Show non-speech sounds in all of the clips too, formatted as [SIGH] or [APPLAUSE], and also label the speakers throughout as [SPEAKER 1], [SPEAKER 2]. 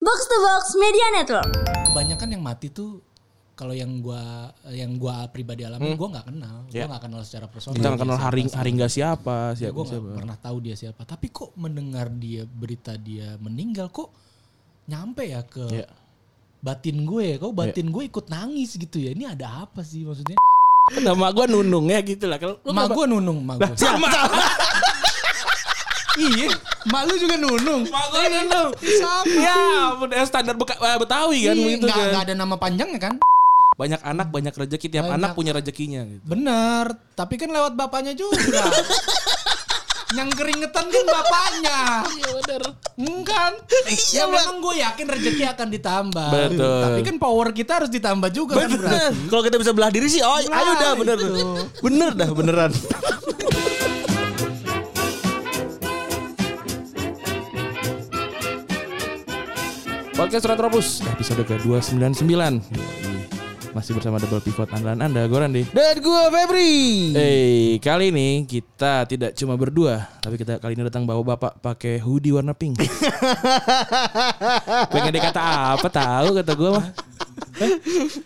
[SPEAKER 1] Box to Box Media Network.
[SPEAKER 2] kebanyakan yang mati tuh kalau yang gua yang gua pribadi alami gua nggak kenal
[SPEAKER 3] Iya.
[SPEAKER 2] gua nggak kenal secara personal
[SPEAKER 3] Kita nggak kenal
[SPEAKER 2] Siapa,
[SPEAKER 3] haring
[SPEAKER 2] siapa.
[SPEAKER 3] haringga siapa,
[SPEAKER 2] Ya,
[SPEAKER 3] siapa
[SPEAKER 2] gua nggak
[SPEAKER 3] siapa.
[SPEAKER 2] pernah tahu dia siapa tapi kok mendengar dia berita dia meninggal kok nyampe ya ke
[SPEAKER 3] Iya.
[SPEAKER 2] batin gue ya? kok
[SPEAKER 3] Ya.
[SPEAKER 2] batin gue ikut nangis gitu ya ini ada apa sih maksudnya
[SPEAKER 3] Kan nama gua Nunung ya gitu lah. Kalau lu
[SPEAKER 2] mak
[SPEAKER 3] kenapa-
[SPEAKER 2] gue nunung mak gue
[SPEAKER 3] sama.
[SPEAKER 2] iya mak lu juga nunung
[SPEAKER 3] Mak gua Nunung. Sama. Ya, ampun, eh, standar Beka- eh, Betawi kan
[SPEAKER 2] Iya,
[SPEAKER 3] gitu
[SPEAKER 2] nggak
[SPEAKER 3] kan.
[SPEAKER 2] nggak ada nama panjangnya kan
[SPEAKER 3] Banyak anak banyak rezeki tiap
[SPEAKER 2] Banyak.
[SPEAKER 3] anak punya rezekinya gitu.
[SPEAKER 2] Bener, tapi kan lewat bapaknya [LAUGHS] juga. yang keringetan kan bapaknya. Iya bener. kan? ya memang gue yakin rezeki akan ditambah.
[SPEAKER 3] Betul.
[SPEAKER 2] Tapi kan power kita harus ditambah juga kan berarti.
[SPEAKER 3] Bener. Kalau kita bisa belah diri sih, oh, ayo dah bener. Bener dah beneran. Podcast Retropus episode ke-299. Yoi. Masih bersama Double Pivot andalan Anda, gue Randy.
[SPEAKER 4] Dan gue Febri.
[SPEAKER 3] Eh, kali ini kita tidak cuma berdua, tapi kita kali ini datang bawa bapak pakai hoodie warna pink. Pengen dikata apa tahu kata gua mah.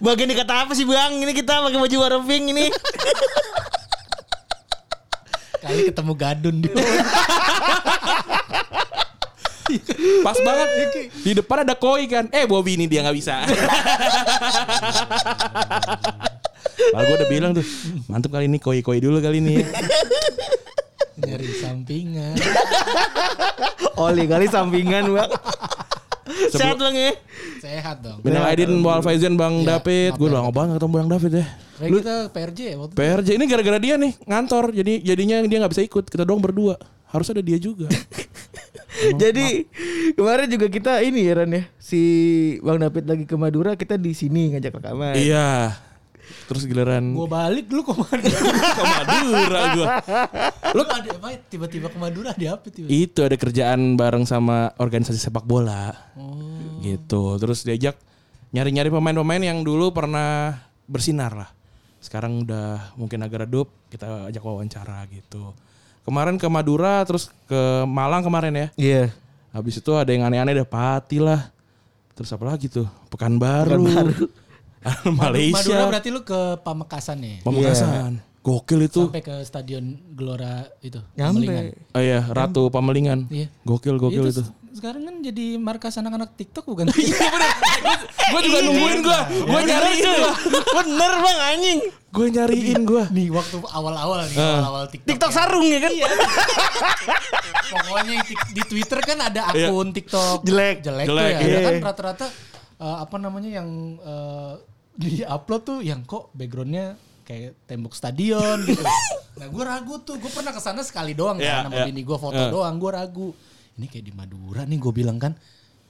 [SPEAKER 4] Bagian ini kata apa sih bang? Ini kita pakai baju warna pink ini.
[SPEAKER 2] Kali ketemu gadun di
[SPEAKER 3] [LAUGHS] Pas banget. Di depan ada koi kan. Eh Bobby ini dia nggak bisa. [LAUGHS] Padahal gue udah bilang tuh mantep kali ini koi-koi dulu kali ini.
[SPEAKER 2] nyari sampingan.
[SPEAKER 4] Oli kali sampingan bang. [LAUGHS] Sehat
[SPEAKER 3] Sebelum
[SPEAKER 4] bang ya.
[SPEAKER 2] Sehat dong.
[SPEAKER 3] Minal Aidin, Wal Faizin, Bang
[SPEAKER 2] Iya,
[SPEAKER 3] David. Gue udah lama banget ketemu Bang David ya.
[SPEAKER 2] Kayak
[SPEAKER 3] Lu
[SPEAKER 2] kita PRJ ya waktu itu.
[SPEAKER 3] PRJ ini gara-gara dia nih ngantor. Jadi jadinya dia nggak bisa ikut. Kita doang berdua. Harus ada dia juga.
[SPEAKER 4] Jadi kemarin juga kita ini ya Ran ya. Si Bang David lagi ke Madura kita di sini ngajak rekaman.
[SPEAKER 3] iya. Terus giliran
[SPEAKER 2] Gue balik lu ke Madura.
[SPEAKER 3] ke Madura gue.
[SPEAKER 2] lu ada apa? ya? Tiba-tiba ke Madura ada apa tiba
[SPEAKER 3] Itu ada kerjaan bareng sama organisasi sepak bola.
[SPEAKER 2] Oh.
[SPEAKER 3] Gitu. Terus diajak nyari-nyari pemain-pemain yang dulu pernah bersinar lah. Sekarang udah mungkin agak redup, kita ajak wawancara gitu. Kemarin ke Madura, terus ke Malang kemarin ya.
[SPEAKER 4] Iya.
[SPEAKER 3] Habis itu ada yang aneh-aneh ada Pati lah. Terus apa lagi tuh? Pekanbaru. [LAUGHS] Iya,
[SPEAKER 2] Madura
[SPEAKER 3] Malaysia.
[SPEAKER 2] berarti lu ke Pamekasan ya.
[SPEAKER 3] Pamekasan. Gokil itu.
[SPEAKER 2] Sampai ke Stadion Gelora itu. Pemalingan.
[SPEAKER 4] Nyampe.
[SPEAKER 3] Oh iya, Ratu Pamelingan.
[SPEAKER 2] Iya.
[SPEAKER 3] Gokil gokil
[SPEAKER 2] Itu
[SPEAKER 3] itu.
[SPEAKER 2] se- sekarang kan jadi markas anak-anak TikTok bukan? Iya
[SPEAKER 3] Gue juga nungguin gue. Gue nyariin gue.
[SPEAKER 4] Bener bang anjing.
[SPEAKER 3] Gue nyariin gue.
[SPEAKER 2] Nih waktu awal-awal nih, awal-awal TikTok.
[SPEAKER 4] TikTok sarung ya kan? [LAUGHS]
[SPEAKER 2] Pokoknya yang tik- di Twitter kan ada akun TikTok
[SPEAKER 4] Jelek.
[SPEAKER 2] jelek,
[SPEAKER 3] Iya. Jelek,
[SPEAKER 2] tuh ya.
[SPEAKER 4] iya.
[SPEAKER 2] Kan rata-rata eh, apa namanya yang eh, di upload tuh yang kok backgroundnya kayak tembok stadion
[SPEAKER 3] [LAUGHS]
[SPEAKER 2] gitu. nah gue ragu tuh, gue pernah kesana sekali doang kan
[SPEAKER 3] Iya,
[SPEAKER 2] sama
[SPEAKER 3] iya.
[SPEAKER 2] bini gue foto
[SPEAKER 3] Eh.
[SPEAKER 2] doang, gue ragu. Ini kayak di Madura nih gue bilang kan.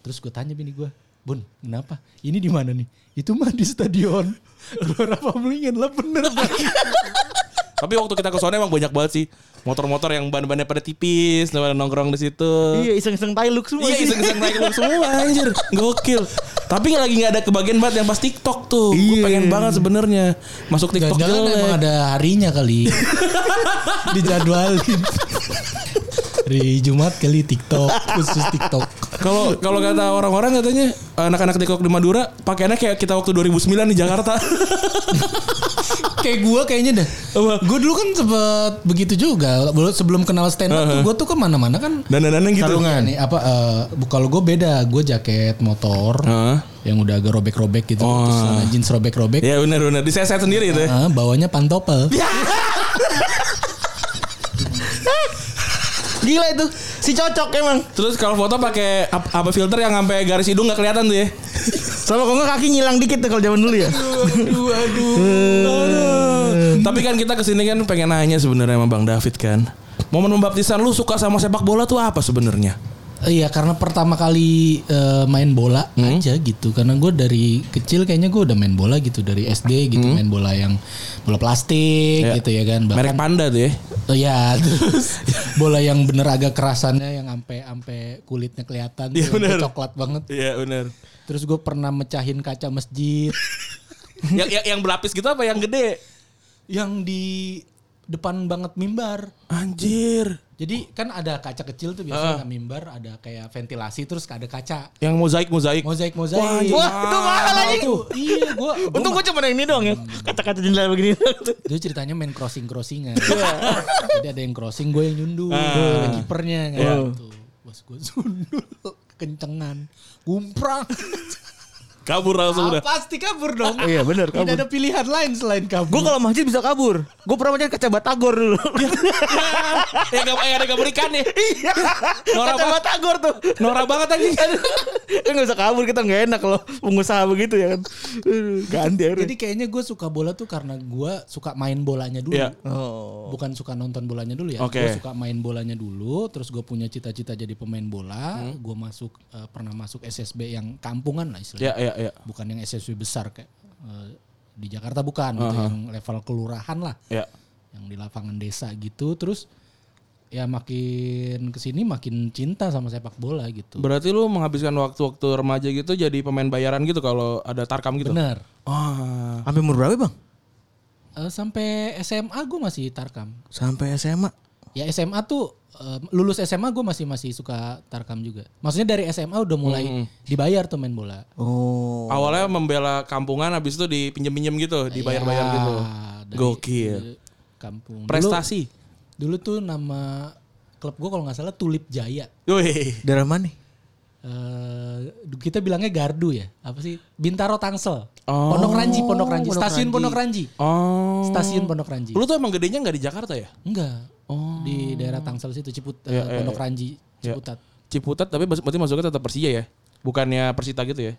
[SPEAKER 2] Terus gue tanya bini gue, Bun, kenapa? Ini di mana nih? Itu mah di stadion. [LAUGHS] Gelora Pamulingan lah bener.
[SPEAKER 3] Tapi waktu kita ke sana emang banyak banget sih motor-motor yang ban-bannya pada tipis, pada nongkrong di situ.
[SPEAKER 4] Iya iseng-iseng tai look semua.
[SPEAKER 3] Iya,
[SPEAKER 4] sih.
[SPEAKER 3] iseng-iseng naik lu semua anjir. Gokil. Tapi nggak lagi nggak ada kebagian banget yang pas TikTok tuh. Gue pengen banget sebenarnya masuk TikTok
[SPEAKER 2] Jangan-jangan Iya. emang
[SPEAKER 3] jelek.
[SPEAKER 2] ada harinya [LAUGHS] kali. Dijadwalin. Hari Jumat kali TikTok, khusus TikTok.
[SPEAKER 3] Kalau kalau kata orang-orang katanya anak-anak TikTok di Madura pakaiannya kayak kita waktu 2009 di
[SPEAKER 2] [LAUGHS]
[SPEAKER 3] Jakarta.
[SPEAKER 2] Kayak gue kayaknya dah.
[SPEAKER 3] Apa?
[SPEAKER 2] Gue dulu kan sempet begitu juga. Belum- Sebelum kenal stand up tuh gue tuh kemana-mana kan.
[SPEAKER 3] Dandanan gitu.
[SPEAKER 2] Sarungan. Nih, apa, eh, bu- kalau gue beda. Gue jaket motor.
[SPEAKER 3] Heeh.
[SPEAKER 2] Yang udah agak robek-robek gitu. Terus celana jeans robek-robek.
[SPEAKER 3] Ya benar benar di saya sendiri itu.
[SPEAKER 2] Ah,
[SPEAKER 3] ya.
[SPEAKER 2] bawahnya pantopel.
[SPEAKER 4] [LAUGHS] Gila itu. Si cocok emang.
[SPEAKER 3] Terus kalau foto pakai ap- apa filter yang sampai garis hidung nggak kelihatan tuh ya.
[SPEAKER 4] Sama kok nggak kaki nyilang dikit tuh kalau zaman dulu ya.
[SPEAKER 3] aduh, aduh. Tapi kan kita kesini kan pengen nanya sebenarnya sama Bang David kan. Momen pembaptisan lu suka sama sepak bola tuh apa sebenarnya?
[SPEAKER 2] Iya karena pertama kali eh, main bola aja gitu karena gue dari kecil kayaknya gue udah main bola gitu dari SD gitu main bola yang bola plastik gitu ya kan bahkan
[SPEAKER 3] Merek Panda tuh ya.
[SPEAKER 2] oh, ya terus bola yang bener agak kerasannya yang ampe ampe kulitnya kelihatan tuh, yang coklat banget
[SPEAKER 3] Iya benar.
[SPEAKER 2] terus gue pernah mecahin kaca masjid
[SPEAKER 3] yang, yang yang berlapis gitu apa yang gede?
[SPEAKER 2] yang di depan banget mimbar.
[SPEAKER 3] Anjir.
[SPEAKER 2] Jadi kan ada kaca kecil tuh biasanya mimbar ada kayak ventilasi terus ada kaca
[SPEAKER 3] Yang mozaik mozaik.
[SPEAKER 2] mozaik mozaik.
[SPEAKER 4] Wah, itu mahal anjing.
[SPEAKER 2] Iya, gua, gua
[SPEAKER 4] Untung gue cuma yang ini doang ya. Kata-kata jendela begini.
[SPEAKER 2] Itu ceritanya main crossing crossingan.
[SPEAKER 4] Iya.
[SPEAKER 2] Jadi ada yang crossing gue yang nyundul,
[SPEAKER 4] Ah.
[SPEAKER 2] ada kipernya
[SPEAKER 4] ya.
[SPEAKER 2] kan
[SPEAKER 4] Iya.
[SPEAKER 2] gitu. Pas gue sundul kencengan, gumprang.
[SPEAKER 3] Kabur langsung
[SPEAKER 2] Ah,
[SPEAKER 3] [LAUGHS] udah.
[SPEAKER 2] pasti kabur dong.
[SPEAKER 4] Iya, bener,
[SPEAKER 2] Tidak
[SPEAKER 4] kabur.
[SPEAKER 2] ada pilihan lain selain
[SPEAKER 4] Gue
[SPEAKER 2] kabur.
[SPEAKER 4] kalau masjid bisa kabur. Gue pernah macam kaca batagor [LAUGHS] dulu.
[SPEAKER 3] ya gak ya ada gambar ikan nih.
[SPEAKER 4] Iya. kaca
[SPEAKER 3] Norak banget.
[SPEAKER 4] batagor tuh.
[SPEAKER 3] Norak banget anjing.
[SPEAKER 4] Kan nggak bisa kabur kita nggak enak kalau pengusaha begitu ya kan. Aduh, Ganti akhirnya.
[SPEAKER 2] Jadi kayaknya gue suka bola tuh karena gue suka main bolanya dulu.
[SPEAKER 3] Iya.
[SPEAKER 4] Oh.
[SPEAKER 2] bukan suka nonton bolanya dulu ya.
[SPEAKER 3] Oke.
[SPEAKER 2] Gue suka main bolanya dulu, terus gue punya cita-cita jadi pemain bola.
[SPEAKER 4] Hmm.
[SPEAKER 2] Gue masuk eh, pernah masuk SSB yang kampungan lah istilahnya.
[SPEAKER 3] Ya ya ya.
[SPEAKER 2] Bukan yang SSB besar kayak eh, di Jakarta bukan, gitu, yang level kelurahan lah,
[SPEAKER 3] Ya.
[SPEAKER 2] yang di lapangan desa gitu. Terus ya makin kesini makin cinta sama sepak bola gitu.
[SPEAKER 3] Berarti lu menghabiskan waktu-waktu remaja gitu jadi pemain bayaran gitu kalau ada tarkam gitu.
[SPEAKER 2] Bener.
[SPEAKER 3] Wah.
[SPEAKER 4] Sampai umur berapa bang?
[SPEAKER 2] Eh, sampai SMA gue masih tarkam.
[SPEAKER 4] Sampai SMA.
[SPEAKER 2] Ya SMA tuh eh, lulus SMA gue masih masih suka tarkam juga. Maksudnya dari SMA udah mulai dibayar tuh main bola.
[SPEAKER 4] Oh.
[SPEAKER 3] Awalnya membela kampungan habis itu dipinjem-pinjem gitu, dibayar-bayar gitu.
[SPEAKER 2] Ah, dari
[SPEAKER 3] Gokil.
[SPEAKER 2] Kampung. Dulu-
[SPEAKER 3] Prestasi.
[SPEAKER 2] Dulu, tuh nama klub gue kalau nggak salah Tulip Jaya.
[SPEAKER 3] Wih.
[SPEAKER 4] Daerah mana?
[SPEAKER 2] Eh, kita bilangnya Gardu ya. Apa sih? Bintaro Tangsel.
[SPEAKER 3] Oh.
[SPEAKER 2] Pondok Ranji, Pondok Ranji.
[SPEAKER 4] Pondok
[SPEAKER 2] Stasiun
[SPEAKER 4] Ranji.
[SPEAKER 2] Pondok Ranji.
[SPEAKER 3] Oh.
[SPEAKER 2] Stasiun Pondok Ranji.
[SPEAKER 3] Lu Oh. tuh emang gedenya nggak di Jakarta ya?
[SPEAKER 2] Enggak. Di daerah Tangsel situ Ciput eh,
[SPEAKER 3] ya.
[SPEAKER 2] Pondok Ranji, Ciputat.
[SPEAKER 3] Ciputat tapi mas- berarti masuknya tetap Persija ya? Bukannya Persita gitu ya?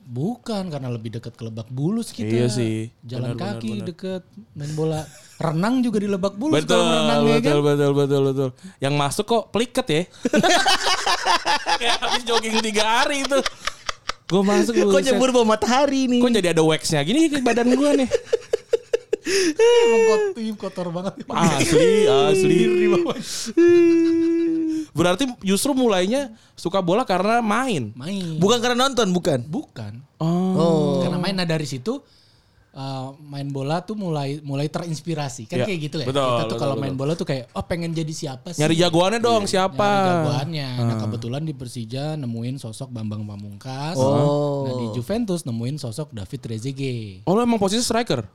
[SPEAKER 2] Bukan karena lebih dekat ke Lebak Bulus kita.
[SPEAKER 3] Iya sih.
[SPEAKER 2] Jalan
[SPEAKER 3] Benar,
[SPEAKER 2] kaki deket main bola. Renang juga di Lebak Bulus
[SPEAKER 3] Betul,
[SPEAKER 2] kalau renangnya
[SPEAKER 3] betul,
[SPEAKER 2] kan.
[SPEAKER 3] betul, betul, betul. Yang masuk kok peliket ya? [LAUGHS] Kayak habis jogging tiga hari itu. Gue masuk gue
[SPEAKER 4] Kok nyebur bawa matahari nih?
[SPEAKER 3] Kok jadi ada waxnya gini ke badan gue nih?
[SPEAKER 2] Emang kot- ih, kotor banget.
[SPEAKER 3] Ah, [LAUGHS] Asli, asli. [LAUGHS] Berarti justru mulainya suka bola karena main.
[SPEAKER 2] Main.
[SPEAKER 4] Bukan karena nonton, bukan.
[SPEAKER 2] Bukan.
[SPEAKER 3] Oh.
[SPEAKER 2] Karena main nah dari situ uh, main bola tuh mulai mulai terinspirasi. Kan
[SPEAKER 3] Iya,
[SPEAKER 2] kayak gitu ya.
[SPEAKER 3] betul,
[SPEAKER 2] Kita tuh
[SPEAKER 3] betul,
[SPEAKER 2] kalau
[SPEAKER 3] betul.
[SPEAKER 2] main bola tuh kayak oh pengen jadi siapa sih?
[SPEAKER 3] Nyari Ah. jagoannya dong siapa?
[SPEAKER 2] Iya, Nyari jagoannya. Nah, kebetulan di Persija nemuin sosok Bambang Pamungkas.
[SPEAKER 4] Oh.
[SPEAKER 2] Nah, di Juventus nemuin sosok David Trezeguet.
[SPEAKER 3] Oh lu emang posisi striker?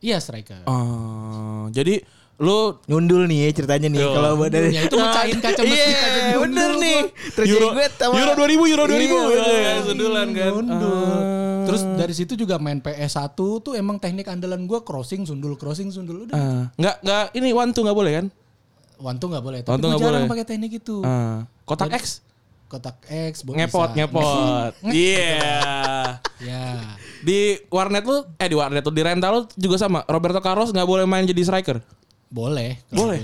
[SPEAKER 2] Iya, striker.
[SPEAKER 3] Oh, jadi lu
[SPEAKER 4] Nyundul nih ya ceritanya nih
[SPEAKER 3] Yo.
[SPEAKER 4] kalau buat dari
[SPEAKER 2] Ya, itu mecahin kaca masjid
[SPEAKER 4] Iya,
[SPEAKER 2] aja nyundul
[SPEAKER 4] bener
[SPEAKER 2] gua.
[SPEAKER 4] nih. Terjadi
[SPEAKER 3] Euro,
[SPEAKER 4] gue sama
[SPEAKER 3] Euro 2000, Euro 2000.
[SPEAKER 4] Iya,
[SPEAKER 3] Iya, sundulan kan.
[SPEAKER 2] Sundul. Terus dari situ juga main PS1 tuh emang teknik andalan gua crossing sundul crossing sundul udah.
[SPEAKER 3] Ah. Enggak, enggak ini one two enggak boleh kan?
[SPEAKER 2] Wantu nggak boleh.
[SPEAKER 3] Wantu
[SPEAKER 2] Tapi gua
[SPEAKER 3] nggak
[SPEAKER 2] jarang
[SPEAKER 3] boleh.
[SPEAKER 2] pakai teknik itu.
[SPEAKER 3] Ah. kotak X
[SPEAKER 2] Kotak X bo-
[SPEAKER 3] ngepot,
[SPEAKER 2] Iya. bisa. [LAUGHS]
[SPEAKER 3] ngepot. Iya.
[SPEAKER 2] Ya.
[SPEAKER 3] Di warnet lu eh di warnet lu di rental lu juga sama. Roberto Carlos nggak boleh main jadi striker.
[SPEAKER 2] Boleh. kalau
[SPEAKER 3] Boleh.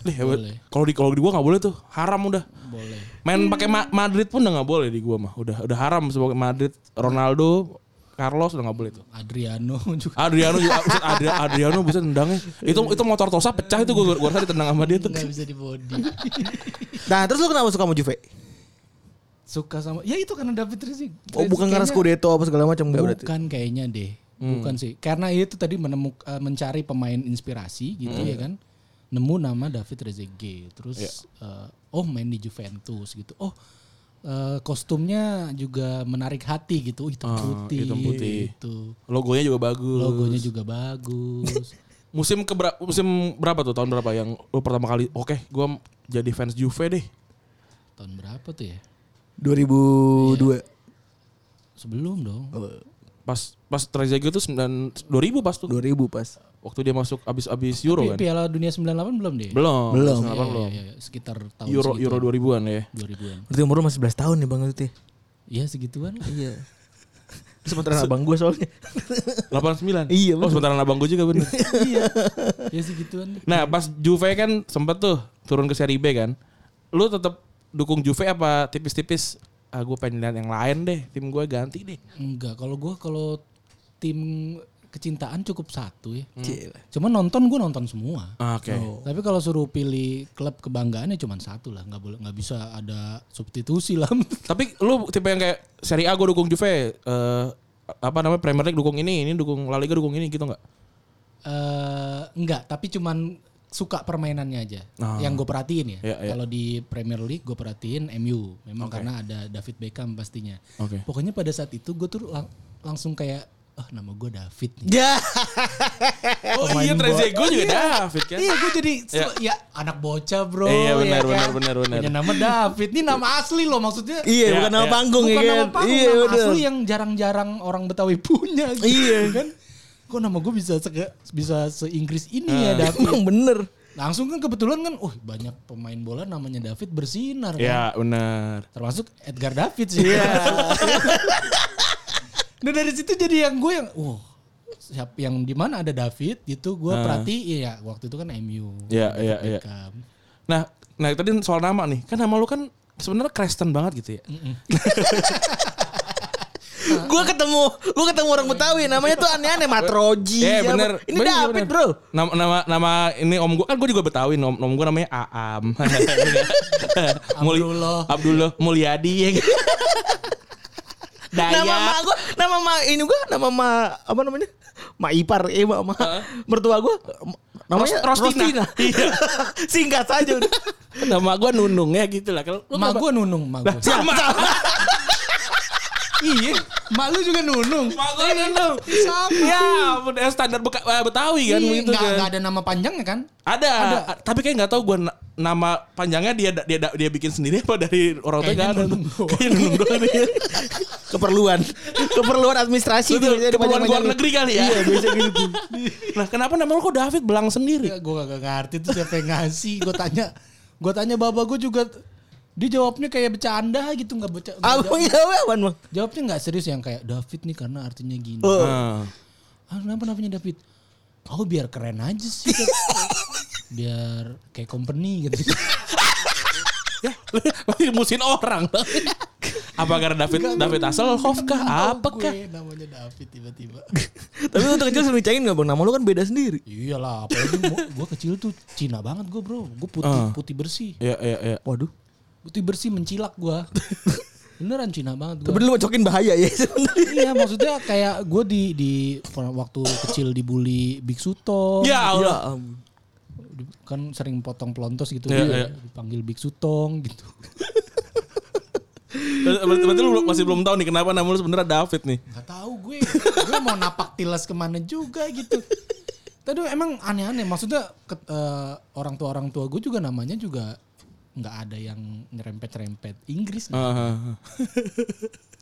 [SPEAKER 3] Lih, hebat.
[SPEAKER 2] Iya, Boleh.
[SPEAKER 3] Kalau di kalau di gua nggak boleh tuh. Haram udah.
[SPEAKER 2] Boleh.
[SPEAKER 3] Main pakai Ma- Madrid pun udah nggak boleh di gua mah. Udah udah haram sebagai Madrid, Ronaldo, Carlos udah nggak boleh tuh.
[SPEAKER 2] Adriano [LAUGHS] juga.
[SPEAKER 3] Adriano juga buset, Adri- Adriano bisa tendangnya. Itu itu motor Tosa pecah itu gua gua rasa ditendang sama dia tuh.
[SPEAKER 2] nggak bisa dibody.
[SPEAKER 4] Nah, terus lu kenapa suka sama Juve?
[SPEAKER 2] [LAUGHS] Suka sama. Ya itu karena David Trezeguet.
[SPEAKER 4] Oh, bukan karena Scudetto apa segala macam
[SPEAKER 3] ya
[SPEAKER 4] enggak berarti.
[SPEAKER 2] Bukan kayaknya deh.
[SPEAKER 3] Hmm.
[SPEAKER 2] Bukan sih. Karena itu tadi menemuk eh, mencari pemain inspirasi gitu
[SPEAKER 3] Hmm.
[SPEAKER 2] ya kan. Nemu nama David Trezeguet. Terus
[SPEAKER 3] Ya.
[SPEAKER 2] eh, oh main di Juventus gitu. Oh eh, kostumnya juga menarik hati gitu. Oh, hitam putih.
[SPEAKER 3] Ah, hitam putih.
[SPEAKER 2] Gitu.
[SPEAKER 3] Logonya juga bagus.
[SPEAKER 2] Logonya juga bagus.
[SPEAKER 3] Musim ke musim berapa tuh tahun berapa yang lu pertama kali oke gua jadi fans Juve deh.
[SPEAKER 2] Tahun berapa tuh ya?
[SPEAKER 4] 2002.
[SPEAKER 2] Sebelum dong.
[SPEAKER 4] Oh,
[SPEAKER 3] Pas pas Trezeguet tuh 9 2000 pas tuh.
[SPEAKER 4] 2000 pas.
[SPEAKER 3] Waktu dia masuk abis-abis Euro
[SPEAKER 2] Pi-
[SPEAKER 3] kan.
[SPEAKER 2] Piala Dunia 98 belum deh?
[SPEAKER 3] Belum.
[SPEAKER 4] Belum.
[SPEAKER 2] Iya,
[SPEAKER 3] 98 belum.
[SPEAKER 2] iya, iya, sekitar tahun
[SPEAKER 3] Euro
[SPEAKER 2] segitu,
[SPEAKER 3] Euro 2000-an ya.
[SPEAKER 2] 2000-an.
[SPEAKER 4] Berarti umur lu masih 11 tahun nih Bang itu.
[SPEAKER 2] Iya segituan. lah.
[SPEAKER 4] Iya. Sementara abang gue soalnya.
[SPEAKER 3] 89.
[SPEAKER 4] Iya,
[SPEAKER 3] Oh, sebentaran abang gua juga bener. [LAUGHS]
[SPEAKER 2] ya segituan.
[SPEAKER 3] nah, pas Juve kan sempet tuh turun ke Serie B kan. Lu tetap dukung Juve apa tipis-tipis ah gue pengen lihat yang lain deh tim gue ganti deh
[SPEAKER 2] Enggak, kalau gua kalau tim kecintaan cukup satu ya.
[SPEAKER 4] Gila.
[SPEAKER 2] Cuma nonton gua nonton semua.
[SPEAKER 3] Hmm. Ah, oke
[SPEAKER 2] Tapi kalau suruh pilih klub kebanggaannya cuma satu lah, nggak boleh nggak bisa ada substitusi lah. [LAUGHS]
[SPEAKER 3] tapi lu tipe yang kayak Serie A gue dukung Juve eh, apa namanya Premier League dukung ini ini dukung La Liga dukung ini gitu nggak
[SPEAKER 2] Eh, enggak, tapi cuman suka permainannya aja.
[SPEAKER 3] Ah.
[SPEAKER 2] Yang gue perhatiin ya.
[SPEAKER 3] Iya, iya.
[SPEAKER 2] Kalau di Premier League gue perhatiin MU. Memang karena ada David Beckham pastinya.
[SPEAKER 3] Oke.
[SPEAKER 2] Pokoknya pada saat itu gue tuh lang- langsung kayak, ah nama gue David nih.
[SPEAKER 4] [LAUGHS] Ya.
[SPEAKER 3] [LAUGHS] Oh
[SPEAKER 2] Pemain
[SPEAKER 3] iya
[SPEAKER 2] bola.
[SPEAKER 3] Trezeguet juga David kan.
[SPEAKER 2] Iya gue
[SPEAKER 3] [LAUGHS]
[SPEAKER 2] jadi, se- ya anak bocah bro.
[SPEAKER 3] Iya
[SPEAKER 2] ya
[SPEAKER 3] benar benar
[SPEAKER 2] kan?
[SPEAKER 3] benar benar.
[SPEAKER 2] Punya nama David. Ini nama asli loh maksudnya.
[SPEAKER 4] Iya,
[SPEAKER 3] Ya,
[SPEAKER 4] bukan nama
[SPEAKER 3] ya.
[SPEAKER 4] panggung ya
[SPEAKER 2] Bukan
[SPEAKER 4] kan.
[SPEAKER 2] nama panggung,
[SPEAKER 4] iya,
[SPEAKER 2] nama
[SPEAKER 4] betul.
[SPEAKER 2] asli yang jarang-jarang orang Betawi punya gitu
[SPEAKER 4] Iya.
[SPEAKER 2] kan. Kok nama gue bisa se bisa se-Inggris ini ya
[SPEAKER 3] Ah.
[SPEAKER 2] David.
[SPEAKER 3] Iya.
[SPEAKER 4] Emang bener.
[SPEAKER 2] Langsung kan kebetulan kan, uh banyak pemain bola namanya David bersinar
[SPEAKER 3] Iya
[SPEAKER 2] kan.
[SPEAKER 3] benar.
[SPEAKER 2] Termasuk Edgar David sih.
[SPEAKER 3] Iya.
[SPEAKER 2] [LAUGHS] nah dari situ jadi yang gue yang, wah siap yang di mana ada David gitu gue perhatiin ya waktu itu kan MU.
[SPEAKER 3] Nah. Iya,
[SPEAKER 2] David
[SPEAKER 3] iya, iya.
[SPEAKER 2] Beckham.
[SPEAKER 3] Nah, nah tadi soal nama nih. Kan nama lu kan sebenarnya Kristen banget gitu ya.
[SPEAKER 4] Gua ketemu, gua ketemu orang Betawi namanya tuh aneh-aneh Matroji.
[SPEAKER 5] Eh,
[SPEAKER 3] Iya
[SPEAKER 4] siapa.
[SPEAKER 3] benar.
[SPEAKER 4] Ini
[SPEAKER 3] Benar,
[SPEAKER 4] David,
[SPEAKER 3] benar.
[SPEAKER 4] Bro.
[SPEAKER 3] Nama, nama nama ini om gua kan gua juga Betawi. Om, om gua namanya Aam. [LAUGHS] Iya. Muli-
[SPEAKER 2] Abdullah.
[SPEAKER 3] Abdullah Mulyadi [LAUGHS] ya. kan? Ya,
[SPEAKER 4] Nama mak
[SPEAKER 3] Daya.
[SPEAKER 4] gua, nama mak ini gua, nama mak apa namanya? Mak ipar, eh mak, mak mertua gua em, namanya
[SPEAKER 3] Ros- Rostina.
[SPEAKER 4] Iya. [LAUGHS] Singkat saja udah.
[SPEAKER 3] Nama gua Nunung ya gitu lah. Kalau lu
[SPEAKER 2] Mak
[SPEAKER 3] kenapa-
[SPEAKER 2] gue nunung, mak gue.
[SPEAKER 3] sama.
[SPEAKER 2] iya, mak lu juga nunung.
[SPEAKER 3] Mak gua Nunung.
[SPEAKER 2] Sama.
[SPEAKER 3] Ya, ampun, eh, standar Beka- eh, Betawi kan
[SPEAKER 2] Iya,
[SPEAKER 3] gitu
[SPEAKER 2] nggak-
[SPEAKER 3] kan.
[SPEAKER 2] nggak ada nama panjangnya kan?
[SPEAKER 3] Ada, a- tapi kayak nggak tahu gue nama panjangnya dia dia dia bikin sendiri apa dari orang tua
[SPEAKER 2] Kayaknya
[SPEAKER 3] nggak ada.
[SPEAKER 2] nunung doang.
[SPEAKER 3] Kayaknya nunung doang nih.
[SPEAKER 4] Keperluan. Keperluan administrasi
[SPEAKER 3] Betul,
[SPEAKER 4] biasanya
[SPEAKER 3] keperluan
[SPEAKER 4] dipanjang-panjangin.
[SPEAKER 3] luar negeri kali ya.
[SPEAKER 4] Iya, biasa gitu.
[SPEAKER 3] [LAUGHS] Nah, kenapa nama lu kok David Belang sendiri?
[SPEAKER 2] Ya, gue gak ngerti tuh siapa yang ngasih. Gue tanya, gue tanya bapak gue juga, dia jawabnya kayak bercanda gitu nggak baca.
[SPEAKER 4] Abang jawab apaan, Bang?
[SPEAKER 2] Jawabnya nggak serius yang kayak David nih karena artinya gini.
[SPEAKER 4] Oh.
[SPEAKER 3] Nah,
[SPEAKER 2] Ah, kenapa namanya David? Aku biar keren aja sih. [LAUGHS] biar kayak company gitu.
[SPEAKER 3] ya, lu masih musin orang. [LAUGHS] apa karena David David Hasselhoff kah? Apa kah?
[SPEAKER 2] Gue namanya David tiba-tiba.
[SPEAKER 4] Tapi waktu kecil sering dicengin enggak, Bang? Nama lu kan beda sendiri.
[SPEAKER 2] [LAUGHS] Iyalah, apalagi gue kecil tuh Cina banget gue bro. Gue putih,
[SPEAKER 3] Ah.
[SPEAKER 2] putih bersih.
[SPEAKER 3] Ya, ya, ya.
[SPEAKER 4] Waduh.
[SPEAKER 2] Putih bersih mencilak gue. Beneran Cina banget gue.
[SPEAKER 4] Tapi lu cocokin bahaya ya [LAUGHS] sebenarnya.
[SPEAKER 2] Iya maksudnya kayak gue di di waktu kecil dibully Big Suto,
[SPEAKER 3] Ya
[SPEAKER 5] Iya.
[SPEAKER 3] Allah.
[SPEAKER 4] ampun.
[SPEAKER 2] Di- kan sering potong pelontos gitu,
[SPEAKER 3] Iya,
[SPEAKER 2] Dia
[SPEAKER 3] iya.
[SPEAKER 2] dipanggil Big Sutong gitu.
[SPEAKER 3] Ber- Berarti, berarti lu belum- masih belum tahu nih kenapa nama lu sebenarnya David nih.
[SPEAKER 2] Gak tahu gue, gue mau napak tilas kemana juga gitu. Tadi emang aneh-aneh, maksudnya ke- eh, orang tua orang tua gue juga namanya juga nggak ada yang nyerempet-nyerempet Inggris
[SPEAKER 3] Ah, ah, ah.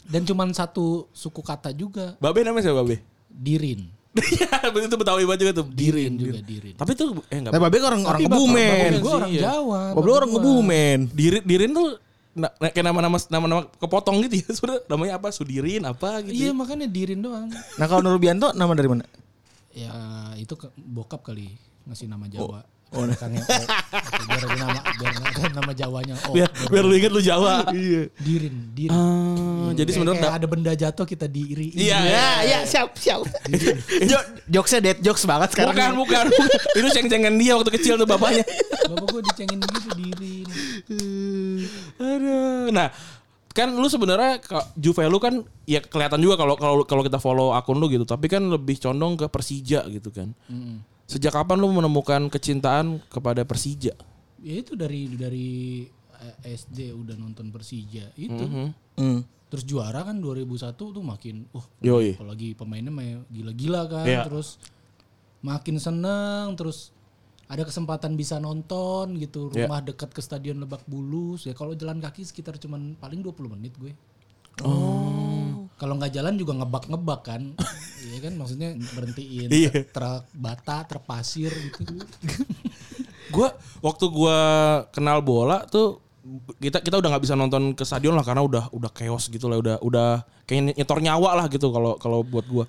[SPEAKER 2] dan cuman satu suku kata juga
[SPEAKER 3] Babe namanya siapa Babe? [LAUGHS]
[SPEAKER 2] Dirin,
[SPEAKER 3] Iya, itu Betawi banget juga tuh.
[SPEAKER 2] Dirin juga Dirin.
[SPEAKER 3] Tapi tuh eh enggak
[SPEAKER 4] Tapi Babe kan orang orang kebumen.
[SPEAKER 2] gue orang
[SPEAKER 3] Iya.
[SPEAKER 2] Jawa.
[SPEAKER 4] Babe orang
[SPEAKER 2] gua.
[SPEAKER 4] kebumen.
[SPEAKER 3] Dirin, Dirin tuh na- na- kayak nama-nama nama-nama kepotong gitu ya. [LAUGHS] Sudah namanya apa? Sudirin apa
[SPEAKER 2] Iya
[SPEAKER 3] gitu.
[SPEAKER 2] makanya Dirin doang.
[SPEAKER 4] Nah kalau Nurbianto nama dari mana?
[SPEAKER 2] Ya itu ke, bokap kali ngasih nama Jawa. Oh,
[SPEAKER 3] nah.
[SPEAKER 2] belakangnya O. Gitu, biar ada nama biar ada nama Jawanya O.
[SPEAKER 3] Biar biar lu inget lu Jawa. Iya. Ah.
[SPEAKER 2] Dirin, Dirin.
[SPEAKER 3] jadi
[SPEAKER 2] Kayak-
[SPEAKER 3] sebenarnya
[SPEAKER 2] kayak ada benda jatuh kita diri.
[SPEAKER 3] Iya, iya.
[SPEAKER 4] Ya, ya, siap, siap. Jo- Eh, jokesnya dead jokes banget sekarang.
[SPEAKER 3] Bukan, [LAUGHS] bukan, bukan. Itu ceng-cengan dia waktu kecil tuh bapaknya.
[SPEAKER 2] [LAUGHS] Bapak gue dicengin gitu Dirin.
[SPEAKER 3] Aduh. Nah, kan lu sebenarnya ka- Juve lu kan ya kelihatan juga kalau kalau kalau kita follow akun lu gitu, tapi kan lebih condong ke Persija gitu kan. Sejak kapan lu menemukan kecintaan kepada Persija?
[SPEAKER 2] Ya itu dari dari eh, SD udah nonton Persija itu.
[SPEAKER 3] Mm-hmm.
[SPEAKER 4] Hmm.
[SPEAKER 2] Terus juara kan 2001 tuh makin uh
[SPEAKER 3] Yoi.
[SPEAKER 2] apalagi pemainnya main gila-gila kan
[SPEAKER 3] Iya.
[SPEAKER 2] terus makin seneng terus ada kesempatan bisa nonton gitu
[SPEAKER 3] Iya.
[SPEAKER 2] rumah dekat ke stadion Lebak Bulus ya kalau jalan kaki sekitar cuman paling 20 menit gue oh kalau nggak jalan juga ngebak-ngebak kan
[SPEAKER 3] [LAUGHS]
[SPEAKER 2] iya kan maksudnya berhentiin
[SPEAKER 3] Iya.
[SPEAKER 2] truk bata truk pasir gitu
[SPEAKER 3] gua waktu gua kenal bola tuh kita kita udah nggak bisa nonton ke stadion lah karena udah udah chaos gitu lah udah udah kayak nyetor nyawa lah gitu kalau kalau buat gua